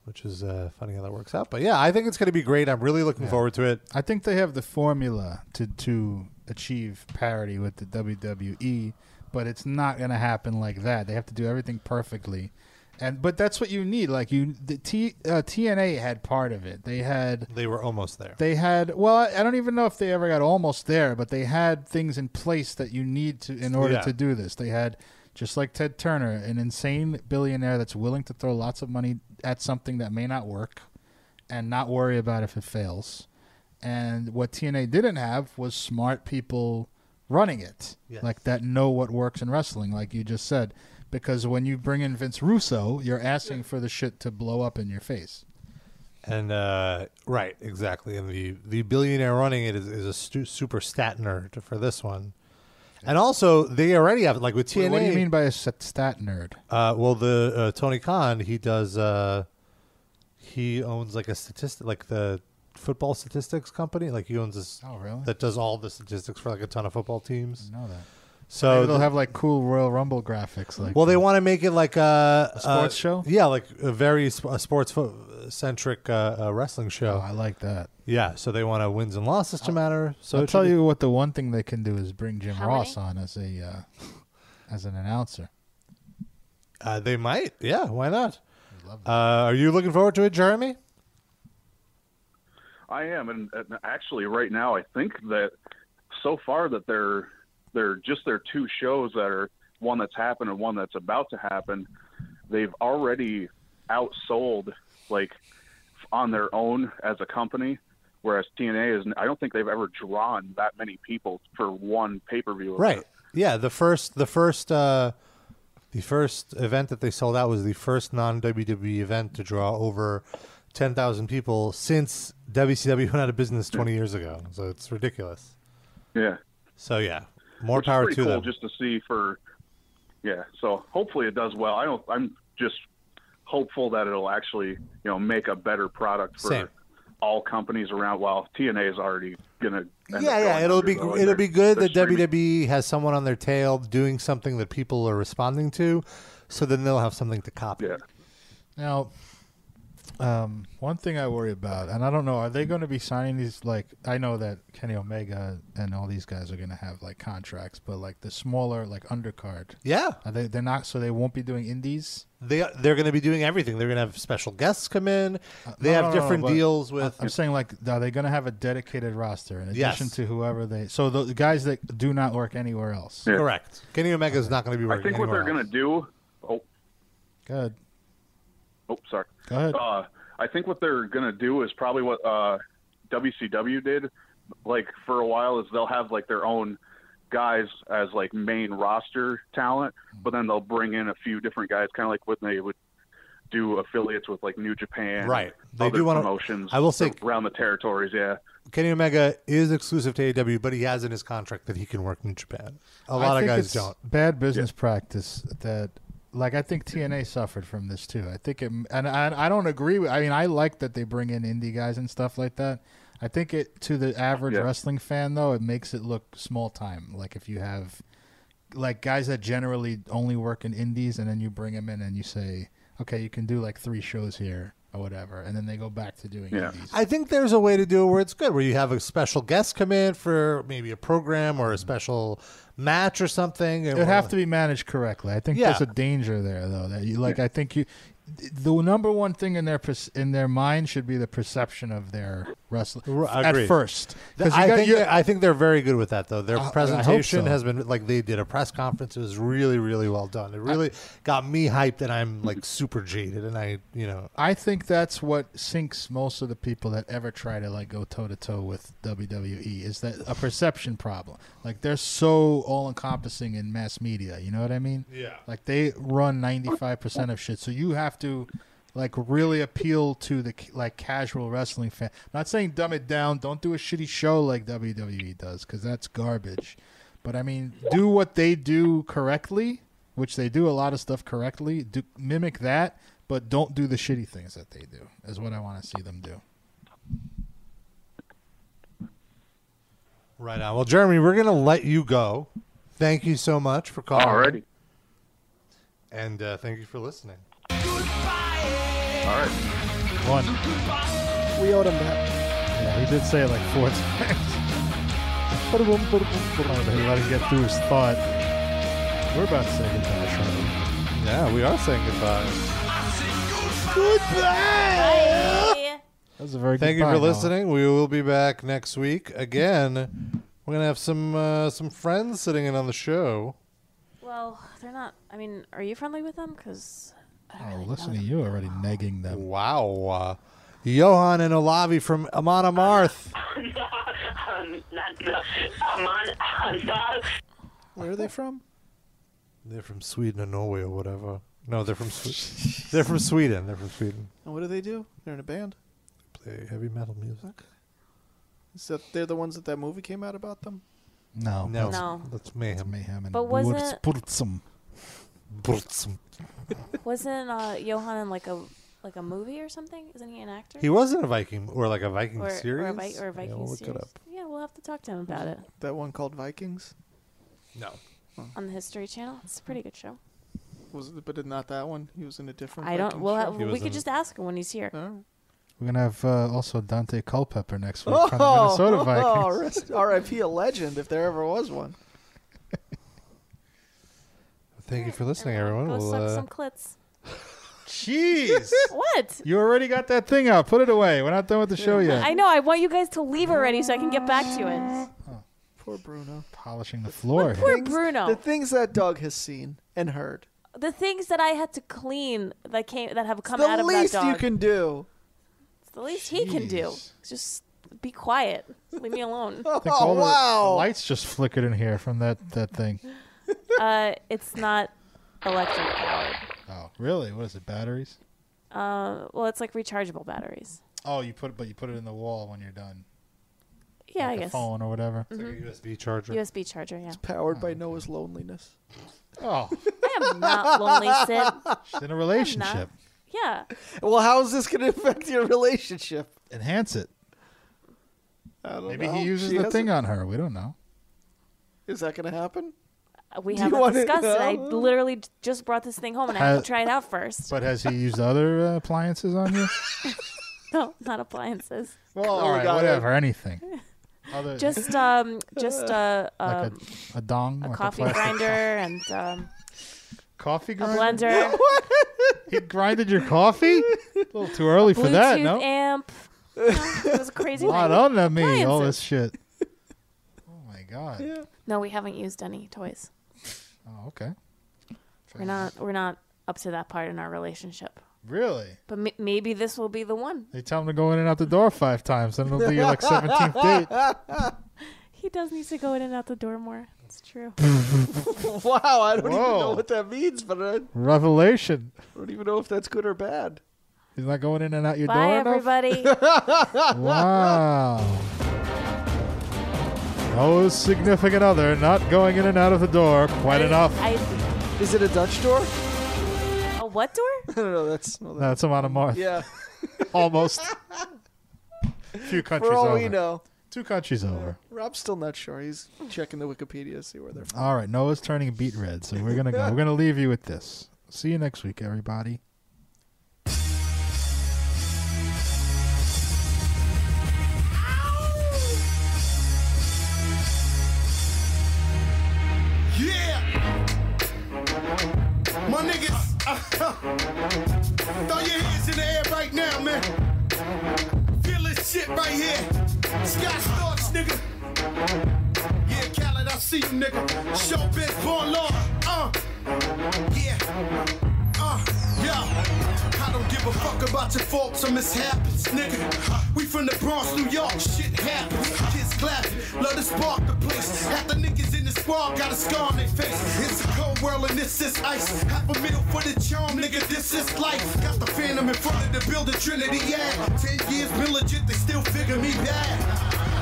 Speaker 2: which is uh, funny how that works out. But yeah, I think it's going to be great. I'm really looking forward to it.
Speaker 3: I think they have the formula to to achieve parity with the WWE, but it's not going to happen like that. They have to do everything perfectly, and but that's what you need. Like you, the T, uh, TNA had part of it. They had
Speaker 2: They were almost there.
Speaker 3: they had well, I I don't even know if they ever got almost there, but they had things in place that you need to in order
Speaker 2: Yeah.
Speaker 3: to do this. They had just like Ted Turner, an insane billionaire that's willing to throw lots of money at something that may not work and not worry about if it fails. And what TNA didn't have was smart people running it,
Speaker 7: Yes.
Speaker 3: like that know what works in wrestling, like you just said. Because when you bring in Vince Russo, you're asking for the shit to blow up in your face.
Speaker 2: And uh, right, exactly. And the the billionaire running it is, is a stu- super stat nerd for this one. And also, they already have like with TNA.
Speaker 3: Wait, what do you mean by a stat stat nerd?
Speaker 2: Uh, well, the uh, Tony Khan, he does. Uh, he owns like a statistic, like the football statistics company. Like he owns this.
Speaker 3: Oh, really?
Speaker 2: That does all the statistics for like a ton of football teams.
Speaker 3: know that.
Speaker 2: So
Speaker 3: Maybe they'll
Speaker 2: the-
Speaker 3: have like cool Royal Rumble graphics, like
Speaker 2: well, they want to make it like a,
Speaker 3: A sports
Speaker 2: uh,
Speaker 3: show?
Speaker 2: Yeah, like a very sp- a sports fo- centric uh, uh, wrestling show.
Speaker 3: Oh, I like that.
Speaker 2: Yeah, so they want a wins and losses to matter. So
Speaker 3: So I'll
Speaker 2: it should
Speaker 3: tell
Speaker 2: be-
Speaker 3: you what the one thing they can do is bring Jim
Speaker 2: How
Speaker 3: Ross on as a uh, as an announcer.
Speaker 2: uh, they might. Yeah, why not? Uh, are you looking forward to it, Jeremy?
Speaker 16: I am, and, and actually, right now, I think that so far that they're they're just their two shows that are one that's happened and one that's about to happen. They've already outsold like on their own as a company, whereas TNA is. I don't think they've ever drawn that many people for one pay per view.
Speaker 2: Right. Yeah. The first, the first, uh, the first event that they sold out was the first non WWE event to draw over ten thousand people since WCW went out of business twenty years ago. So it's ridiculous.
Speaker 16: Yeah.
Speaker 2: So yeah, more
Speaker 16: Which is
Speaker 2: power
Speaker 16: pretty
Speaker 2: to
Speaker 16: cool
Speaker 2: them.
Speaker 16: Just to see for, yeah. So hopefully it does well. I don't. I'm just hopeful that it'll actually you know make a better product for
Speaker 2: Same.
Speaker 16: all companies around. While TNA is already gonna. end up
Speaker 2: yeah, yeah,
Speaker 16: going
Speaker 2: it'll
Speaker 16: under,
Speaker 2: be
Speaker 16: though,
Speaker 2: gr-
Speaker 16: and
Speaker 2: it'll
Speaker 16: they're-
Speaker 2: be good
Speaker 16: they're
Speaker 2: that
Speaker 16: streaming-
Speaker 2: WWE has someone on their tail doing something that people are responding to, so then they'll have something to copy. Yeah.
Speaker 3: Now, um, one thing I worry about, and I don't know, are they going to be signing these? Like, I know that Kenny Omega and all these guys are going to have like contracts, but like the smaller, like undercard.
Speaker 2: Yeah,
Speaker 3: are they they're not, so they won't be doing indies.
Speaker 2: They they're going to be doing everything. They're going to have special guests come in. They
Speaker 3: Uh, No,
Speaker 2: have
Speaker 3: no, no,
Speaker 2: different
Speaker 3: but
Speaker 2: deals with.
Speaker 3: I- I'm saying like, are they going to have a dedicated roster in
Speaker 2: Yes.
Speaker 3: addition to whoever they? So the, the guys that do not work anywhere else.
Speaker 16: Yeah.
Speaker 2: Correct. Kenny Omega is not going to be
Speaker 16: I
Speaker 2: working.
Speaker 16: think what they're gonna do. Oh,
Speaker 3: Good.
Speaker 16: Oh, sorry.
Speaker 3: Go ahead.
Speaker 16: Uh, I think what they're gonna do is probably what uh, WCW did, like for a while, is they'll have like their own guys as like main roster talent, but then they'll bring in a few different guys, kind of like when they would do affiliates with like New Japan,
Speaker 2: Right. They
Speaker 16: other
Speaker 2: do wanna-
Speaker 16: promotions.
Speaker 2: I will say-
Speaker 16: around the territories, yeah.
Speaker 2: Kenny Omega is exclusive to AEW, but he has in his contract that he can work in Japan. A
Speaker 3: I
Speaker 2: lot of
Speaker 3: think
Speaker 2: guys
Speaker 3: it's
Speaker 2: don't.
Speaker 3: Bad business practice that, like, I think TNA suffered from this too. I think it, and I, I don't agree with. I mean, I like that they bring in indie guys and stuff like that. I think it to the average
Speaker 7: Yeah.
Speaker 3: wrestling fan though, it makes it look small time. Like if you have, like guys that generally only work in indies, and then you bring them in and you say, okay, you can do like three shows here or whatever, and then they go back to doing indies.
Speaker 2: I think there's a way to do it where it's good, where you have a special guest come in for maybe a program or a special match or something.
Speaker 3: It would have to be managed correctly. I think
Speaker 2: Yeah.
Speaker 3: there's a danger there, though. That you like, I think you, the number one thing in their perce- in their mind should be the perception of their wrestler at first.
Speaker 2: Th-
Speaker 3: 'Cause you
Speaker 2: I,
Speaker 3: got-
Speaker 2: think
Speaker 3: you-
Speaker 2: they're- I think they're very good with that, though. Their
Speaker 3: I- I hope
Speaker 2: presentation
Speaker 3: so.
Speaker 2: has been like they did a press conference. It was really, really well done. It really got me hyped, and I'm like super jaded. And I, you know,
Speaker 3: I think that's what sinks most of the people that ever try to like go toe to toe with WWE is that a perception problem. Like they're so all encompassing in mass media, you know what I mean?
Speaker 7: Yeah.
Speaker 3: Like they run 95% of shit. So you have to like really appeal to the c- like casual wrestling fan. not saying dumb it down, don't do a shitty show like WWE does cuz that's garbage. But I mean, do what they do correctly, which they do a lot of stuff correctly. Do mimic that, but don't do the shitty things that they do. Is what I want to see them do.
Speaker 2: right on. Well, Jeremy, we're gonna let you go. Thank you so much for calling.
Speaker 16: Alrighty.
Speaker 2: And uh, thank you for listening.
Speaker 16: All right.
Speaker 3: One.
Speaker 4: We owed him that.
Speaker 3: Yeah, he did say it like four times. Ba-da-boom, ba-da-boom, ba-da-boom. He let him get through his thought. We're about to say goodbye, Charlie.
Speaker 2: Yeah, we are saying goodbye.
Speaker 5: Bye.
Speaker 3: That was a very
Speaker 2: Thank you
Speaker 3: goodbye,
Speaker 2: for
Speaker 3: Noah.
Speaker 2: listening. We will be back next week again. We're gonna have some uh, some friends sitting in on the show.
Speaker 5: Well, they're not. I mean, are you friendly with them? Because
Speaker 3: Oh, listen to you already negging them.
Speaker 2: Wow. Johan and Olavi from Amana Marth.
Speaker 4: Where are they from?
Speaker 2: They're from Sweden or Norway or whatever. No, they're from Swe- they're from Sweden. They're from Sweden.
Speaker 4: And what do they do? They're in a band.
Speaker 2: Play heavy metal music.
Speaker 4: Is that they're the ones that that movie came out about them?
Speaker 3: No,
Speaker 2: no,
Speaker 5: No.
Speaker 2: that's mayhem.
Speaker 3: mayhem and
Speaker 5: But wasn't-
Speaker 3: Wurzburtsum.
Speaker 2: Burzum.
Speaker 5: wasn't uh, Johan in like a like a movie or something? Isn't he an actor?
Speaker 2: He wasn't a Viking or like a Viking
Speaker 5: or,
Speaker 2: series.
Speaker 5: or a, Vi- or a Viking
Speaker 2: yeah, we'll look
Speaker 5: series.
Speaker 2: it up.
Speaker 5: Yeah, we'll have to talk to him about it
Speaker 4: That one called Vikings.
Speaker 2: No.
Speaker 5: on the History Channel. It's a pretty good show.
Speaker 4: Was it, but not that one. He was in a different.
Speaker 5: I don't.
Speaker 4: Viking
Speaker 5: We'll
Speaker 4: show.
Speaker 5: have, we could just ask him when he's here.
Speaker 3: We're gonna have uh, also Dante Culpepper next week from the Minnesota
Speaker 4: oh,
Speaker 3: Vikings.
Speaker 4: rest- R.I.P. a legend, if there ever was one.
Speaker 2: Thank you for listening, everyone.
Speaker 5: Go
Speaker 2: We'll,
Speaker 5: suck
Speaker 2: uh,
Speaker 5: some clits.
Speaker 3: Jeez.
Speaker 5: what?
Speaker 3: You already got that thing out. Put it away. We're not done with the
Speaker 4: Oh,
Speaker 3: show yet.
Speaker 5: I know. I want you guys to leave already so I can get back to it.
Speaker 4: Poor Bruno.
Speaker 3: Polishing the floor. here.
Speaker 5: Poor Bruno.
Speaker 4: The things that dog has seen and heard.
Speaker 5: The things that I had to clean that came that have come
Speaker 4: the
Speaker 5: out of that
Speaker 4: least
Speaker 5: dog.
Speaker 4: you can do.
Speaker 5: It's the least he can do. Just be quiet. Leave me alone.
Speaker 3: I think
Speaker 5: Oh,
Speaker 3: all the- The lights just flickered in here from that, that thing.
Speaker 5: uh, it's not electric powered.
Speaker 3: Oh, really? What is it? Batteries?
Speaker 5: Uh, well, it's like rechargeable batteries.
Speaker 3: Oh, you put it, but you put it in the wall when you're done.
Speaker 5: Yeah,
Speaker 3: Like
Speaker 5: I
Speaker 3: a
Speaker 5: guess.
Speaker 3: phone or whatever.
Speaker 5: It's like a Mhm.
Speaker 2: USB charger.
Speaker 5: USB charger. Yeah.
Speaker 4: Powered by Noah's loneliness.
Speaker 3: Oh,
Speaker 5: I am not lonely, Sid.
Speaker 3: She's in a relationship.
Speaker 5: Yeah.
Speaker 4: Well, how is this going to affect your relationship?
Speaker 3: Enhance it.
Speaker 4: I don't
Speaker 3: Maybe
Speaker 4: know.
Speaker 3: he uses
Speaker 4: She
Speaker 3: the
Speaker 4: has
Speaker 3: thing
Speaker 4: a-
Speaker 3: on her. We don't know.
Speaker 4: Is that going to happen?
Speaker 5: We
Speaker 4: Do you
Speaker 5: haven't
Speaker 4: wanna
Speaker 5: discussed it. I
Speaker 4: know?
Speaker 5: literally j- just brought this thing home and I have
Speaker 3: Has-
Speaker 5: to try it out first.
Speaker 3: But has he used other uh, appliances on you?
Speaker 5: No, not appliances.
Speaker 3: Well, all right, whatever, anything. Other-
Speaker 5: Just um, just uh,
Speaker 3: Like
Speaker 5: um,
Speaker 3: a, a dong,
Speaker 5: a
Speaker 3: like
Speaker 5: coffee
Speaker 3: plastic
Speaker 5: grinder and um,
Speaker 3: coffee
Speaker 5: a
Speaker 3: grinder.
Speaker 5: blender,
Speaker 3: He grinded your coffee. A little too early for
Speaker 5: Bluetooth
Speaker 3: that. No,
Speaker 5: amp. No, it was a crazy.
Speaker 3: lot
Speaker 5: night.
Speaker 3: on me. All
Speaker 5: Appliances.
Speaker 3: this shit. Oh my god.
Speaker 5: No, we haven't used any toys.
Speaker 3: Oh, okay.
Speaker 5: We're not. We're not up to that part in our relationship.
Speaker 3: Really?
Speaker 5: But m- maybe this will be the one.
Speaker 3: They tell him to go in and out the door five times, and it'll be like seventeenth date.
Speaker 5: he does need to go in and out the door more. That's true.
Speaker 4: wow, I don't even know
Speaker 3: Whoa.
Speaker 4: what that means, but I
Speaker 3: Revelation.
Speaker 4: don't even know if that's good or bad.
Speaker 3: He's not going in and out your
Speaker 5: Bye,
Speaker 3: door enough.
Speaker 5: everybody.
Speaker 3: Wow. Oh, significant other not going in and out of the door quite enough.
Speaker 5: I-
Speaker 4: Is it a Dutch door?
Speaker 5: A what door?
Speaker 4: I don't know. That's no,
Speaker 3: That's a lot of Marth.
Speaker 4: yeah.
Speaker 3: Almost. Few countries
Speaker 4: For all
Speaker 3: over.
Speaker 4: we know,
Speaker 3: Two countries over.
Speaker 4: Rob's still not sure. He's checking the Wikipedia to see where they're from.
Speaker 3: All right, Noah's turning beet red, so we're gonna go. We're gonna leave you with this. See you next week, everybody.
Speaker 17: Yeah! My niggas, throw your hands in the air right now, man. Feel this shit right here. Scott Storch, nigga. Yeah, Khaled, I see you, nigga. Showbiz, born law. Uh, yeah. Uh, yeah. I don't give a fuck about your faults or mishaps, nigga. We from the Bronx, New York, shit happens. Kids clapping, love to spark the place. Half the niggas in the squad got a scar on their face. It's a cold world and this is ice. Half a meal for the charm, nigga, this is life. Got the phantom in front of the building, Trinity, yeah. Ten years been legit, they still figure me bad.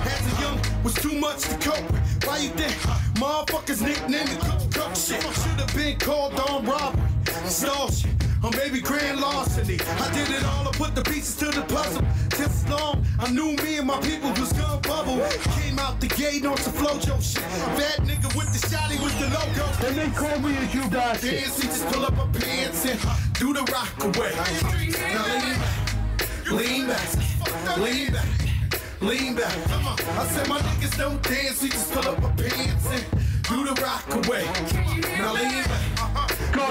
Speaker 17: As a young, was too much to cope with. Why you think motherfuckers nicknamed the cook, cook shit? Should've been called on robbery, extortion, or maybe grand larceny. I did it all to put the pieces to the puzzle. Just long, I knew me and my people was gonna bubble. Came out the gate on some flojo shit. Fat nigga with the shotty with the logo. And they call me a you die Dance, we just pull up our pants and do the rock away. Now lean back, lean back, lean back. Lean back. I said my niggas don't dance, we just pull up our pants and do the rock away. Now lean back. Go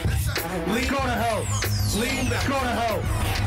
Speaker 17: to hell. Lean. Go to hell. Lean back. Go to hell.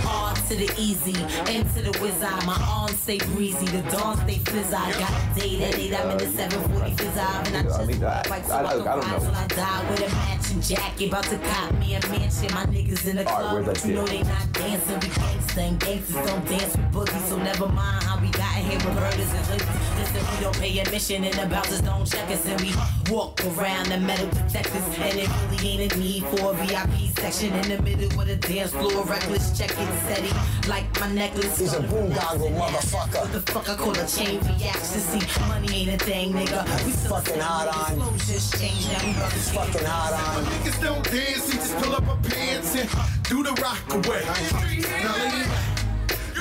Speaker 18: Hard to the easy, into the whiz eye. My arms stay breezy, the dawn stay fizz eye. Got day to date, I'm in the 740 fizz eye. And I just walk right so I, can ride till I die with a matching jacket. About to cop me a mansion. My niggas in the club, but you know they not dancing. We gangsta and gangsters don't dance with boogies. So never mind how we got here with murders and hoodies. Listen, we don't pay admission and the bouncers don't check us. And we walk around the metal detectors. And it really ain't a need for a VIP section in the middle with a dance floor. Reckless check it, steady like my necklace. He's a boondoggle motherfucker. What the fuck I call a chain reaction? See, money ain't a thing, nigga. We fucking hot on. Just change that. We about to fucking hot
Speaker 17: My niggas don't dance, we just pull up our pants and do the rock away. Now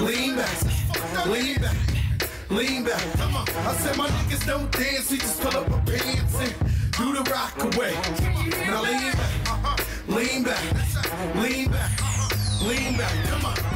Speaker 17: lean back. Lean back. Lean back. Lean back. I said my niggas don't dance, we just pull up our pants and do the rock away. Now lean back. Lean back. Lean back. Lean back. Come on.